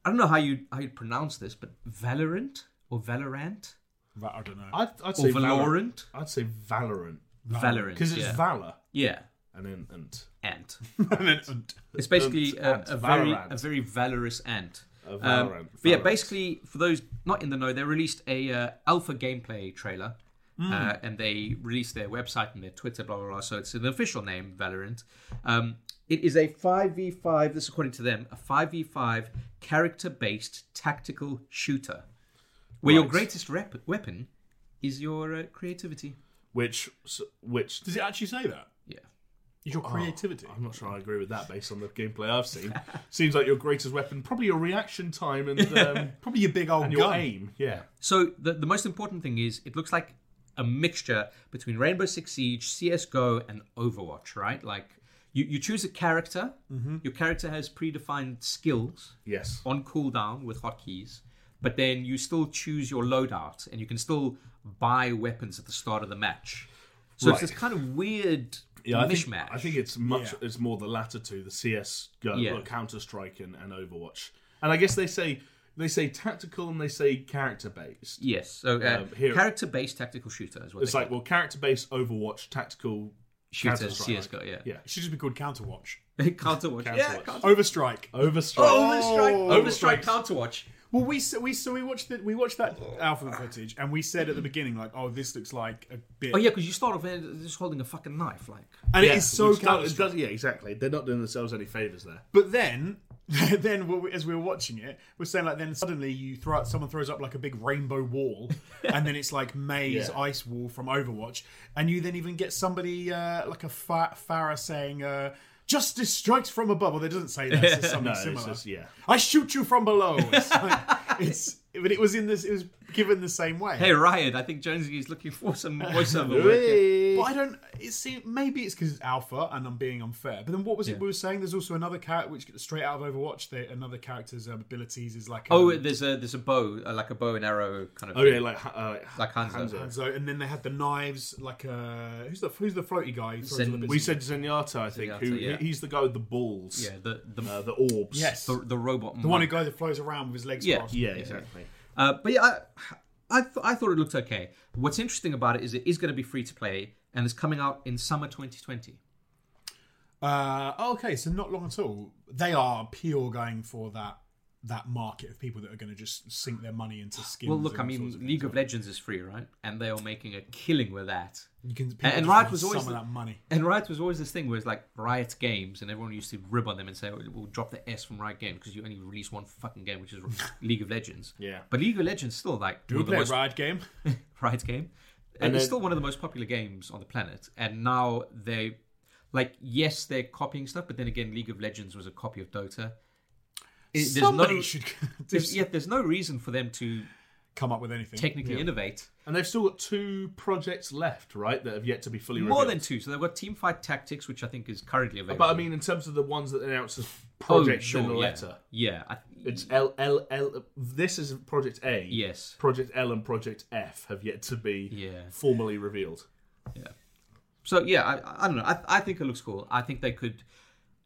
I don't know how you how you pronounce this, but Valorant or Valorant
other- I don't know.
I'd, I'd
or
say Valorant.
Valorant,
I'd say Valorant
Valorant,
because it's
yeah.
valor
yeah,
and then and
ant.
And then, and-
It's basically
Ant,
a,
ant,
a very
Valorant.
a very valorous ant.
A
Um,
Valorant,
but yeah,
Valorant.
basically for those not in the know, they released a uh, alpha gameplay trailer,
Hmm.
uh, and they released their website and their Twitter, blah blah blah. So it's an official name, Valorant. Um, it is a five v five. This is according to them, a five v five character based tactical shooter, where your
Right.
greatest rep- weapon is your uh, creativity.
which which
does it actually say that?
Yeah.
Is your creativity?
I'm not sure I agree with that based on the gameplay I've seen. Seems like your greatest weapon, probably your reaction time and, um,
Probably your big old
and your
gun.
aim. Yeah.
So the, the most important thing is it looks like a mixture between Rainbow Six Siege, CS:GO, and Overwatch, right? Like you, you choose a character.
Mm-hmm.
Your character has predefined skills
Yes.
on cooldown with hotkeys, but then you still choose your loadout, and you can still buy weapons at the start of the match. So
Right.
it's this kind of weird
I think,
mishmash.
I think it's much.
Yeah.
It's more the latter two, the CS, go,
Yeah.
Counter Strike, and, and Overwatch. And I guess they say they say tactical and they say character based.
yes. So uh,
Um, here-
character-based tactical shooter is what
It's
they
like well, character based, Overwatch, tactical,
shooters
Counter-Strike.
CS:GO. Yeah.
Yeah.
It should just be called Counterwatch.
Counterwatch. Yeah. Oh,
Counterwatch. Oh!
Counter-
Overstrike.
Overstrike.
Overstrike. Overstrike. Counterwatch.
Well, we s- we so we watched the, we watched that alpha footage, and we said at the beginning like, oh, this looks like a bit.
Oh yeah, because you start off uh, just holding a fucking knife, like.
and
Yeah,
it is so
which does-
Counter
it does- Yeah, exactly. They're not doing themselves any favors there.
But then, then what we- as we were watching it, we're saying like, then suddenly you throw out, someone throws up like a big rainbow wall, and then it's like May's
Yeah.
ice wall from Overwatch, and you then even get somebody uh, like a fa- Farah saying, uh, "Justice strikes from above." Well, they doesn't say that. It's just something
No,
similar.
it's just, yeah.
I shoot you from below. It's, like, it's but it was in this. It was given the same way.
Hey Riot, I think Jonesy is looking for some voiceover work. here.
Hey.
But I don't. It seems maybe it's because it's alpha, and I'm being unfair. But then what was
Yeah.
it we were saying? There's also another character which straight out of Overwatch. They, another character's um, abilities is like
Oh,
um,
there's a there's a bow, uh, like a bow and arrow kind of.
Oh
thing.
yeah, like uh,
Like Hanzo.
and so and then they had the knives like uh who's the who's the floaty guy? who throws
Zen-
all the bits
We
of-
said Zenyatta, I think. who
Zenyatta, yeah.
he's the guy with the balls,
Yeah, the the,
uh, the orbs.
yes,
the, the robot.
the one who guy that flows around with his legs
Yeah.
crossed.
Yeah, exactly.
Uh, but yeah, I, I, th- I thought it looked okay. What's interesting about it is it is going to be free to play and it's coming out in summer 2020.
Uh, oh, okay, so not long at all. They are pure going for that that market of people that are going to just sink their money into skins.
Well, look,
and
I
all sorts
mean,
of things.
League of Legends is free, right? And they are making a killing with that.
you can people
and
just
Riot
want
was
some
always
of
the-
that money.
And Riot was always this thing where it's like Riot Games, and everyone used to rib on them and say, oh, "We'll drop the S from Riot Games because you only release one fucking game, which is League of Legends."
Yeah.
But League of Legends still like
Do
one
we
of the
play
most-
a Riot game?
Riot game.
And
And it's
then-
still one of the most popular games on the planet. And now they, like, yes, they're copying stuff, but then again, League of Legends was a copy of Dota. It-
Somebody
no,
should
there's, yet there's no reason for them to
come up with anything.
technically innovate.
And they've still got two projects left, right? That have yet to be fully
More
revealed.
than two. So they've got Teamfight Tactics, which I think is currently available.
But I mean, in terms of the ones that announced as
Oh,
projects
sure,
in the
yeah.
letter,
Yeah. I,
it's L L L. This is Project A.
yes.
Project L and Project F have yet to be
Yeah.
formally revealed.
So yeah, I, I don't know. I, I think it looks cool. I think they could.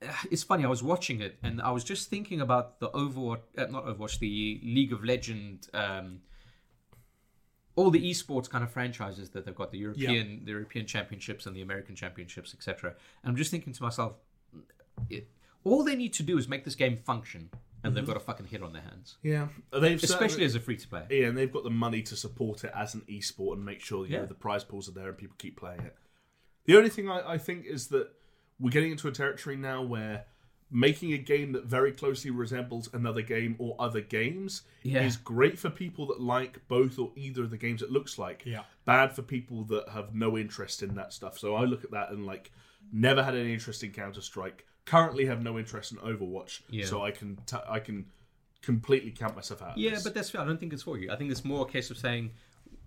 uh, It's funny. I was watching it and I was just thinking about the Overwatch, uh, not Overwatch, the League of Legend, um, all the esports kind of franchises that they've got the European, the European Championships and the American Championships, etc. And I'm just thinking to myself, it, all they need to do is make this game function, and they've got a fucking hit on their hands,
Yeah, they've
especially
certainly-
as a free to play.
yeah, and they've got the money to support it as an esport and make sure you
Yeah.
know the prize pools are there and people keep playing it. The only thing I, I think is that we're getting into a territory now where making a game that very closely resembles another game or other games
Yeah.
is great for people that like both or either of the games it looks like.
Yeah.
Bad for people that have no interest in that stuff. So I look at that and like never had any interest in Counter Strike. Currently have no interest in Overwatch.
Yeah.
So I can t- I can completely count myself out. of
Yeah,
this.
but that's fair. I don't think it's for you. I think it's more a case of saying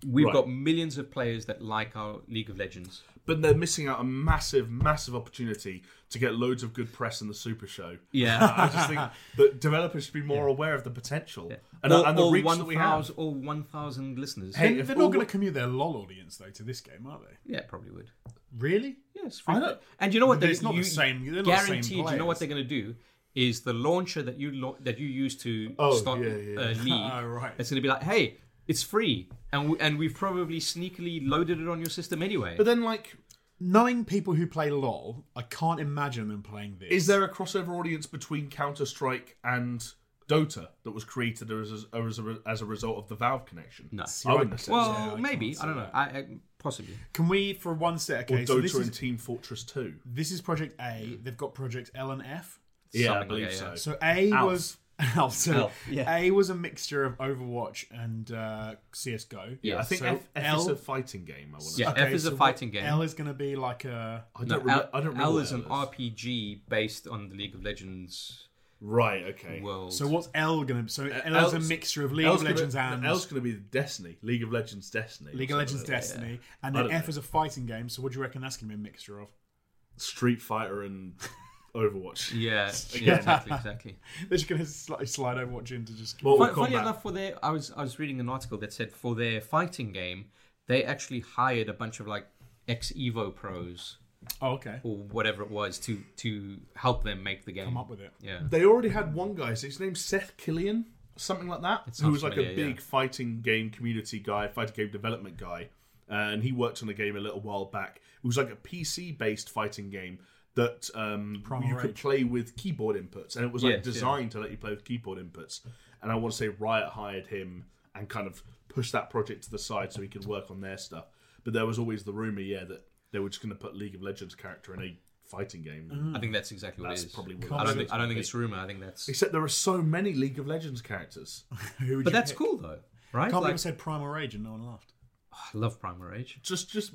we've
Right.
got millions of players that like our League of Legends.
but they're missing out a massive, massive opportunity to get loads of good press in the Super Show.
Yeah.
I just think that developers should be more aware of the potential and,
or,
and the
or
reach
1,000
that we have.
or 1,000 listeners.
Hey,
They're
if
they're
all-
not going to commute their LOL audience though to this game, are they?
Yeah, probably would.
Really?
Yes,
I don't-
and you know what?
But
they-
it's not the
you,
same- they're not the same
Guaranteed. you know what
players.
they're going to do is the launcher that you lo- that you use to
Oh,
start
yeah, yeah.
a league.
Oh, right.
It's going to be like, hey, it's free, and we, and we've probably sneakily loaded it on your system anyway.
But then, like,
Knowing people who play LOL, I can't imagine them playing this.
is there a crossover audience between Counter Strike and Dota that was created as a, as a, as a result of the Valve connection?
No.
I wouldn't have said
well,
so.
I can't
maybe I don't know. I, I possibly.
Can we, for one set,
Or
okay? so
Dota
this, is,
and Team Fortress 2.
this is Project A. They've got Project L and F.
Yeah, I
Something,
believe
yeah, yeah.
so.
So A
Oh, Alf.
was Alf. So
Alf, yeah.
A was a mixture of Overwatch and uh, CS:GO.
Yeah, I think
So
F, F is
L-
a fighting game. I want to
Yeah,
say.
F is a
what-
fighting game.
L is going to be like a.
I
No,
don't, remem- I
Al-
don't remember.
Al
what
is an
L is.
RPG based on the League of Legends
Right. Okay.
world.
So what's L going to? be? So L is a
Uh, L's-
mixture of League
L's
of Legends
gonna,
and
L's going to be Destiny. League of Legends Destiny. uh,
League of Legends
Destiny.
Destiny, and
I
then
don't
F
know.
is a fighting game. So what do you reckon that's going to be a mixture of?
Street Fighter and Overwatch.
Yeah, yeah, exactly, exactly.
They're just going to slightly slide Overwatch into just.
Mortal
Fun, funny
Kombat.
enough, for their, I was I was reading an article that said for their fighting game, they actually hired a bunch of like ex Evo pros
oh, okay.
or whatever it was to to help them make the game.
Come up with it.
Yeah,
They already had one guy. Is his name Seth Killian? Something like that. who
sounds
was like a
familiar, yeah.
big fighting game community guy, fighting game development guy. Uh, and he worked on a game a little while back. It was like a PC based fighting game that um,
Primal
you could
Rage.
play with keyboard inputs. And it was like
Yes, yeah.
designed to let you play with keyboard inputs. And I want to say Riot hired him and kind of pushed that project to the side so he could work on their stuff. But there was always the rumor, yeah, that they were just going to put League of Legends character in a fighting game.
I think that's exactly what
That's
Mm-hmm. it is.
probably what it
I
is.
don't think I don't think it's rumor. I think that's
Except there are so many League of Legends characters.
Who would
but
you
that's
pick?
cool though, right?
Can't
Like,
believe I said Primal Rage and no one laughed.
I love Primer Age.
Just just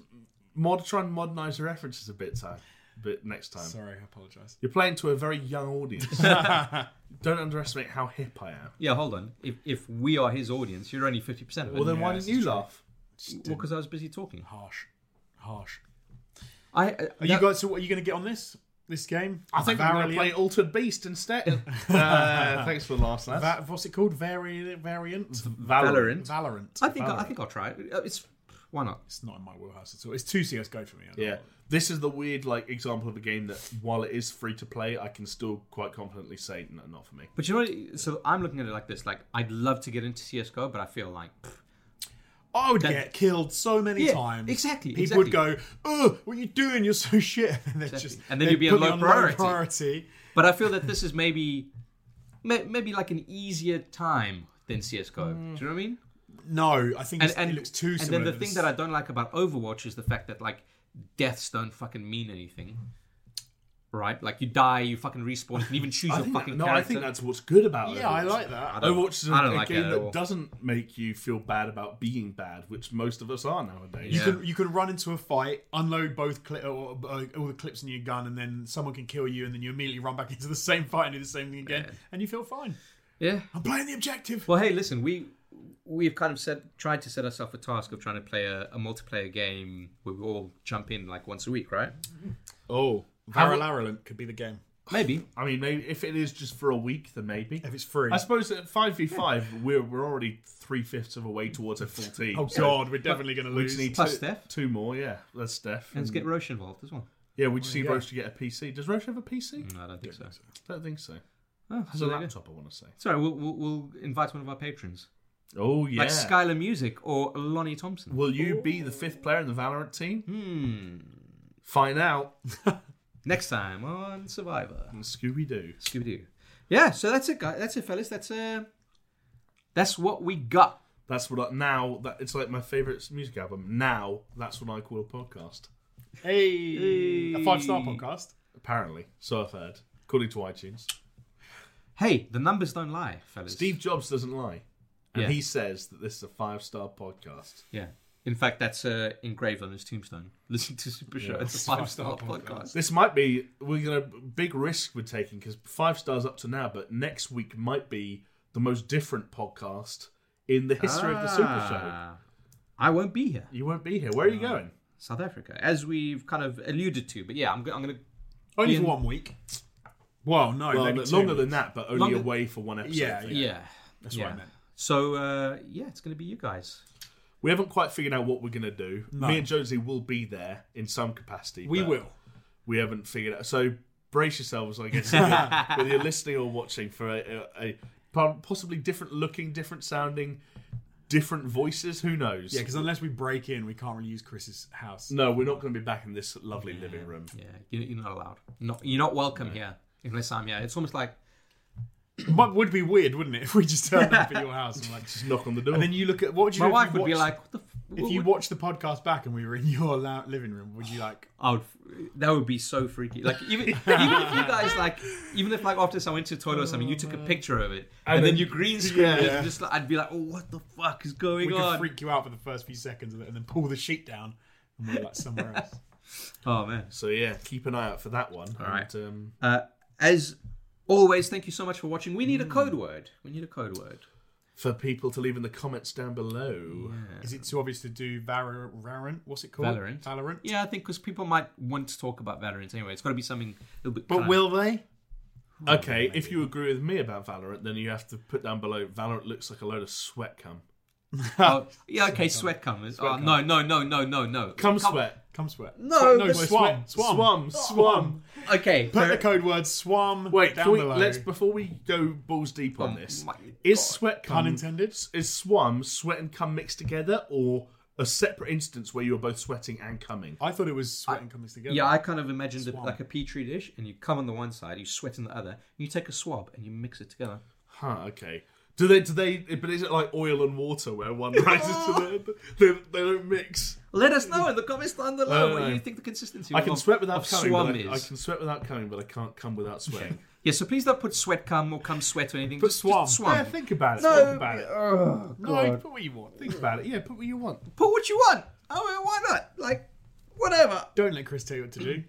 mod try and modernise the references a bit time but next time.
Sorry, I apologise.
You're playing to a very young audience. Don't underestimate how hip I am.
Yeah, hold on. If if we are his audience, you're only fifty percent.
Well then why
this
didn't you
is true.
laugh?
Well, because I was busy talking.
Harsh, harsh.
I, uh, I
Are you guys? So, what, are you going to get on this this game?
I think I'm gonna play
Variant-
Altered Beast instead. uh, thanks for the last lads.
Va- what's it called? Vari- variant?
Valorant.
Valorant.
I think I,
Valorant.
think I'll try it. Uh, It's why not?
it's not in my wheelhouse at all. It's two CS:GO for me. I don't
Yeah.
know.
This is the weird like example of a game that while it is free to play, I can still quite confidently say "No, not for me.
But you know, what- so I'm looking at it like this: like I'd love to get into CS:GO, but I feel like pff,
I would
That-
get killed so many
Yeah,
times.
exactly,
People
exactly.
would go, "Oh, what are you doing? You're so shit." And, they'd just,
And then
they'd
you'd be on
put me
low priority.
priority.
but I feel that this is maybe may, maybe like an easier time than CS:GO. Do you know what I mean?
No, I think
And
it's-
and
it looks too
and
similar.
then the
to
thing
this-
that I don't like about Overwatch is the fact that like deaths don't fucking mean anything, right? Like you die, you fucking respawn, you can even choose
I
your
think
fucking
that- no, I
character.
think that's what's good about
yeah, I
Overwatch.
like that.
Overwatch is a,
I don't
a
like that
game
at
that
all.
doesn't make you feel bad about being bad, which most of us are nowadays.
You
Yeah.
can you can run into a fight, unload both cli- or, uh, all the clips in your gun, and then someone can kill you, and then you immediately run back into the same fight and do the same thing again, and you feel fine.
yeah.
I'm playing the objective.
Well, hey, listen, we we've kind of set tried to set ourselves a task of trying to play a, a multiplayer game where we all jump in like once a week, right?
Oh,
Varilarulent could be the game
Maybe.
I mean, maybe if it is just for a week, then maybe.
if it's free.
I suppose at five v five, we're we're already three fifths of a way towards a full team.
oh
so
God, we're definitely going to
we
lose.
just need
Plus
two,
Steph.
two more. Yeah, that's Steph.
Let's
And-
get Roche involved as well.
yeah, we just need
go.
Roche to get a PC. Does Roche have a PC?
No, I don't think so.
Don't think so.
Oh,
It's
so
a
there you go.
laptop, I want to say.
Sorry, we'll, we'll, we'll invite one of our patrons,
Oh yeah.
like Skylar Music or Lonnie Thompson.
Will you be the fifth player in the Valorant team?
Mm.
Hmm. Find out.
Next time on Survivor,
Scooby Doo.
Scooby Doo. Yeah, so that's it, guys. That's it, fellas. That's uh, that's what we got.
That's what I, now that it's like my favorite music album. Now that's what I call a podcast.
Hey, a five star podcast.
Apparently, so I've heard, according to iTunes.
Hey, the numbers don't lie, fellas.
Steve Jobs doesn't lie, and
Yeah.
he says that this is a five star podcast.
Yeah. In fact, that's uh, engraved on his tombstone. Listen to Super Show. It's a five star podcast.
This might be we're gonna big risk we're taking because five stars up to now, but next week might be the most different podcast in the history of the Super Show.
Ah. I won't be here.
You won't be here. Where are you going?
South Africa, as we've kind of alluded to. But yeah, I'm, go- I'm going to
Only
Ian-
for one week. Well, no,
Well,
maybe two.
longer than that, but only
Longer-
away for one episode.
Yeah,
I think.
Yeah.
That's
yeah.
what I meant.
So, uh, yeah, it's going to be you guys.
We haven't quite figured out what we're gonna do. Me and Josie will be there in some capacity.
We
but
will.
we haven't figured out. So brace yourselves, I guess, whether you're listening or watching for a, a, a po- possibly different looking, different sounding, different voices. Who knows?
Yeah, because unless we break in, we can't really use Chris's house.
no, we're not going to be back in this lovely living room.
Yeah, you- you're not allowed. Not, you're not welcome here unless I'm here. It's almost like,
But would be weird, wouldn't it, if we just turned up at your house and like.
Just knock on the door.
And then you look at what would you
my
do if
wife
you
would be
watched-
like, what the f-
If you watch the podcast back and we were in your la- living room, would you like?
I would, that would be so freaky. Like even even if you guys like even if like after I went to the toilet or something, you took a picture of it and, then,
then-
you green screen it,
Yeah.
just like, I'd be like, oh, what the fuck is going
We could
on?
freak you out for the first few seconds of it, and then pull the sheet down, and we're like somewhere else.
oh man.
So yeah, keep an eye out for that one. All
right.
um,
Uh, as always, thank you so much for watching. We need a code word. We need a code word.
for people to leave in the comments down below.
Is it too obvious to do Var- Varant? What's it called?
Valorant.
Valorant.
Yeah, I think because people might want to talk about Valorant anyway. It's got to be something a little bit.
But
kind.
will they? Okay, if you agree with me about Valorant, then you have to put down below Valorant looks like a load of sweat cum.
uh,
Oh, yeah, okay, sweat cum. Is, oh, no, no, no, no, no, no.
Cum sweat.
Come sweat.
No,
Sweat- no,
the-
swam. Swam.
Swum. Swum.
Okay.
Put the
fair-
code word swam
Wait,
down
can we,
below. Um,
let's before we go balls deep on
Oh
this.
my
Is
God.
sweat
Pun
cum
intended.
Um, is swum sweat and cum mixed together, or a separate instance where you're both sweating and cumming?
I thought it was sweat and coming together.
Yeah, I kind of imagined it
Swab.
like a petri dish, and you come on the one side, you sweat on the other, and you take a swab and you mix it together.
Huh. Okay. Do they? Do they? But is it like oil and water where one rises to the? They, they don't mix.
Let us know in the comments down below
No,
what
no,
you
no.
think the consistency
I can
of,
sweat without
of
coming.
swum
but I,
is.
I can sweat without coming, but I can't cum without sweating.
Yeah, so please don't put sweat cum or cum sweat or anything.
But
just,
swam.
Just
Yeah,
swum.
think about it.
No,
think about it.
ugh,
No, put what you want. Think about it. Yeah, put what you want.
put what you want. Oh, well, why not? Like, whatever.
Don't let Chris tell you what to do.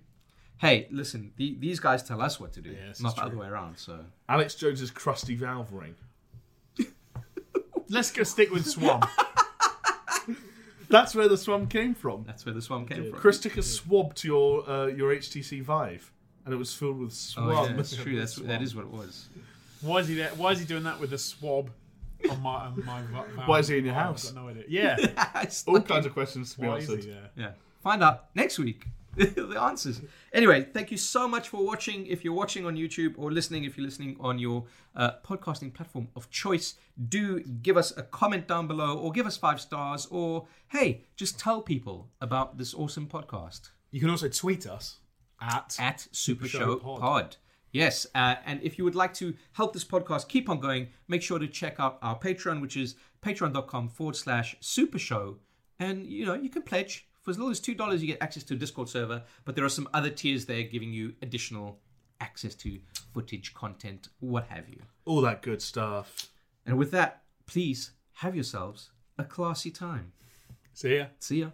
Hey, listen, the, these guys tell us what to do,
this
not
is
the
true.
other way around. So
Alex Jones's crusty valve ring.
Let's go stick with swam.
That's where the swum came from.
that's where the swam came from.
Chris took a swab to your uh, your HTC Vive, and it was filled with swum.
oh, yeah, that's true. That's that is what it was.
why is he there? Why is he doing that with a swab on my on my? Oh,
Why is he in your house?
I've got no idea. Yeah.
It's
All
like-
kinds of questions to be
why is he
answered.
there?
Yeah. Find out next week the answers. Anyway, thank you so much for watching. If you're watching on YouTube or listening, if you're listening on your uh, podcasting platform of choice, do give us a comment down below or give us five stars or, hey, just tell people about this awesome podcast
You can also tweet us at
at Super
Show
Show Pod.
Pod.
Yes, uh, and if you would like to help this podcast keep on going, make sure to check out our Patreon, which is patreon.com forward slash super show. And, you know, you can pledge. For as little as $2, you get access to a Discord server, but there are some other tiers there giving you additional access to footage, content, what have you.
All that good stuff.
And with that, please have yourselves a classy time.
See ya.
See ya.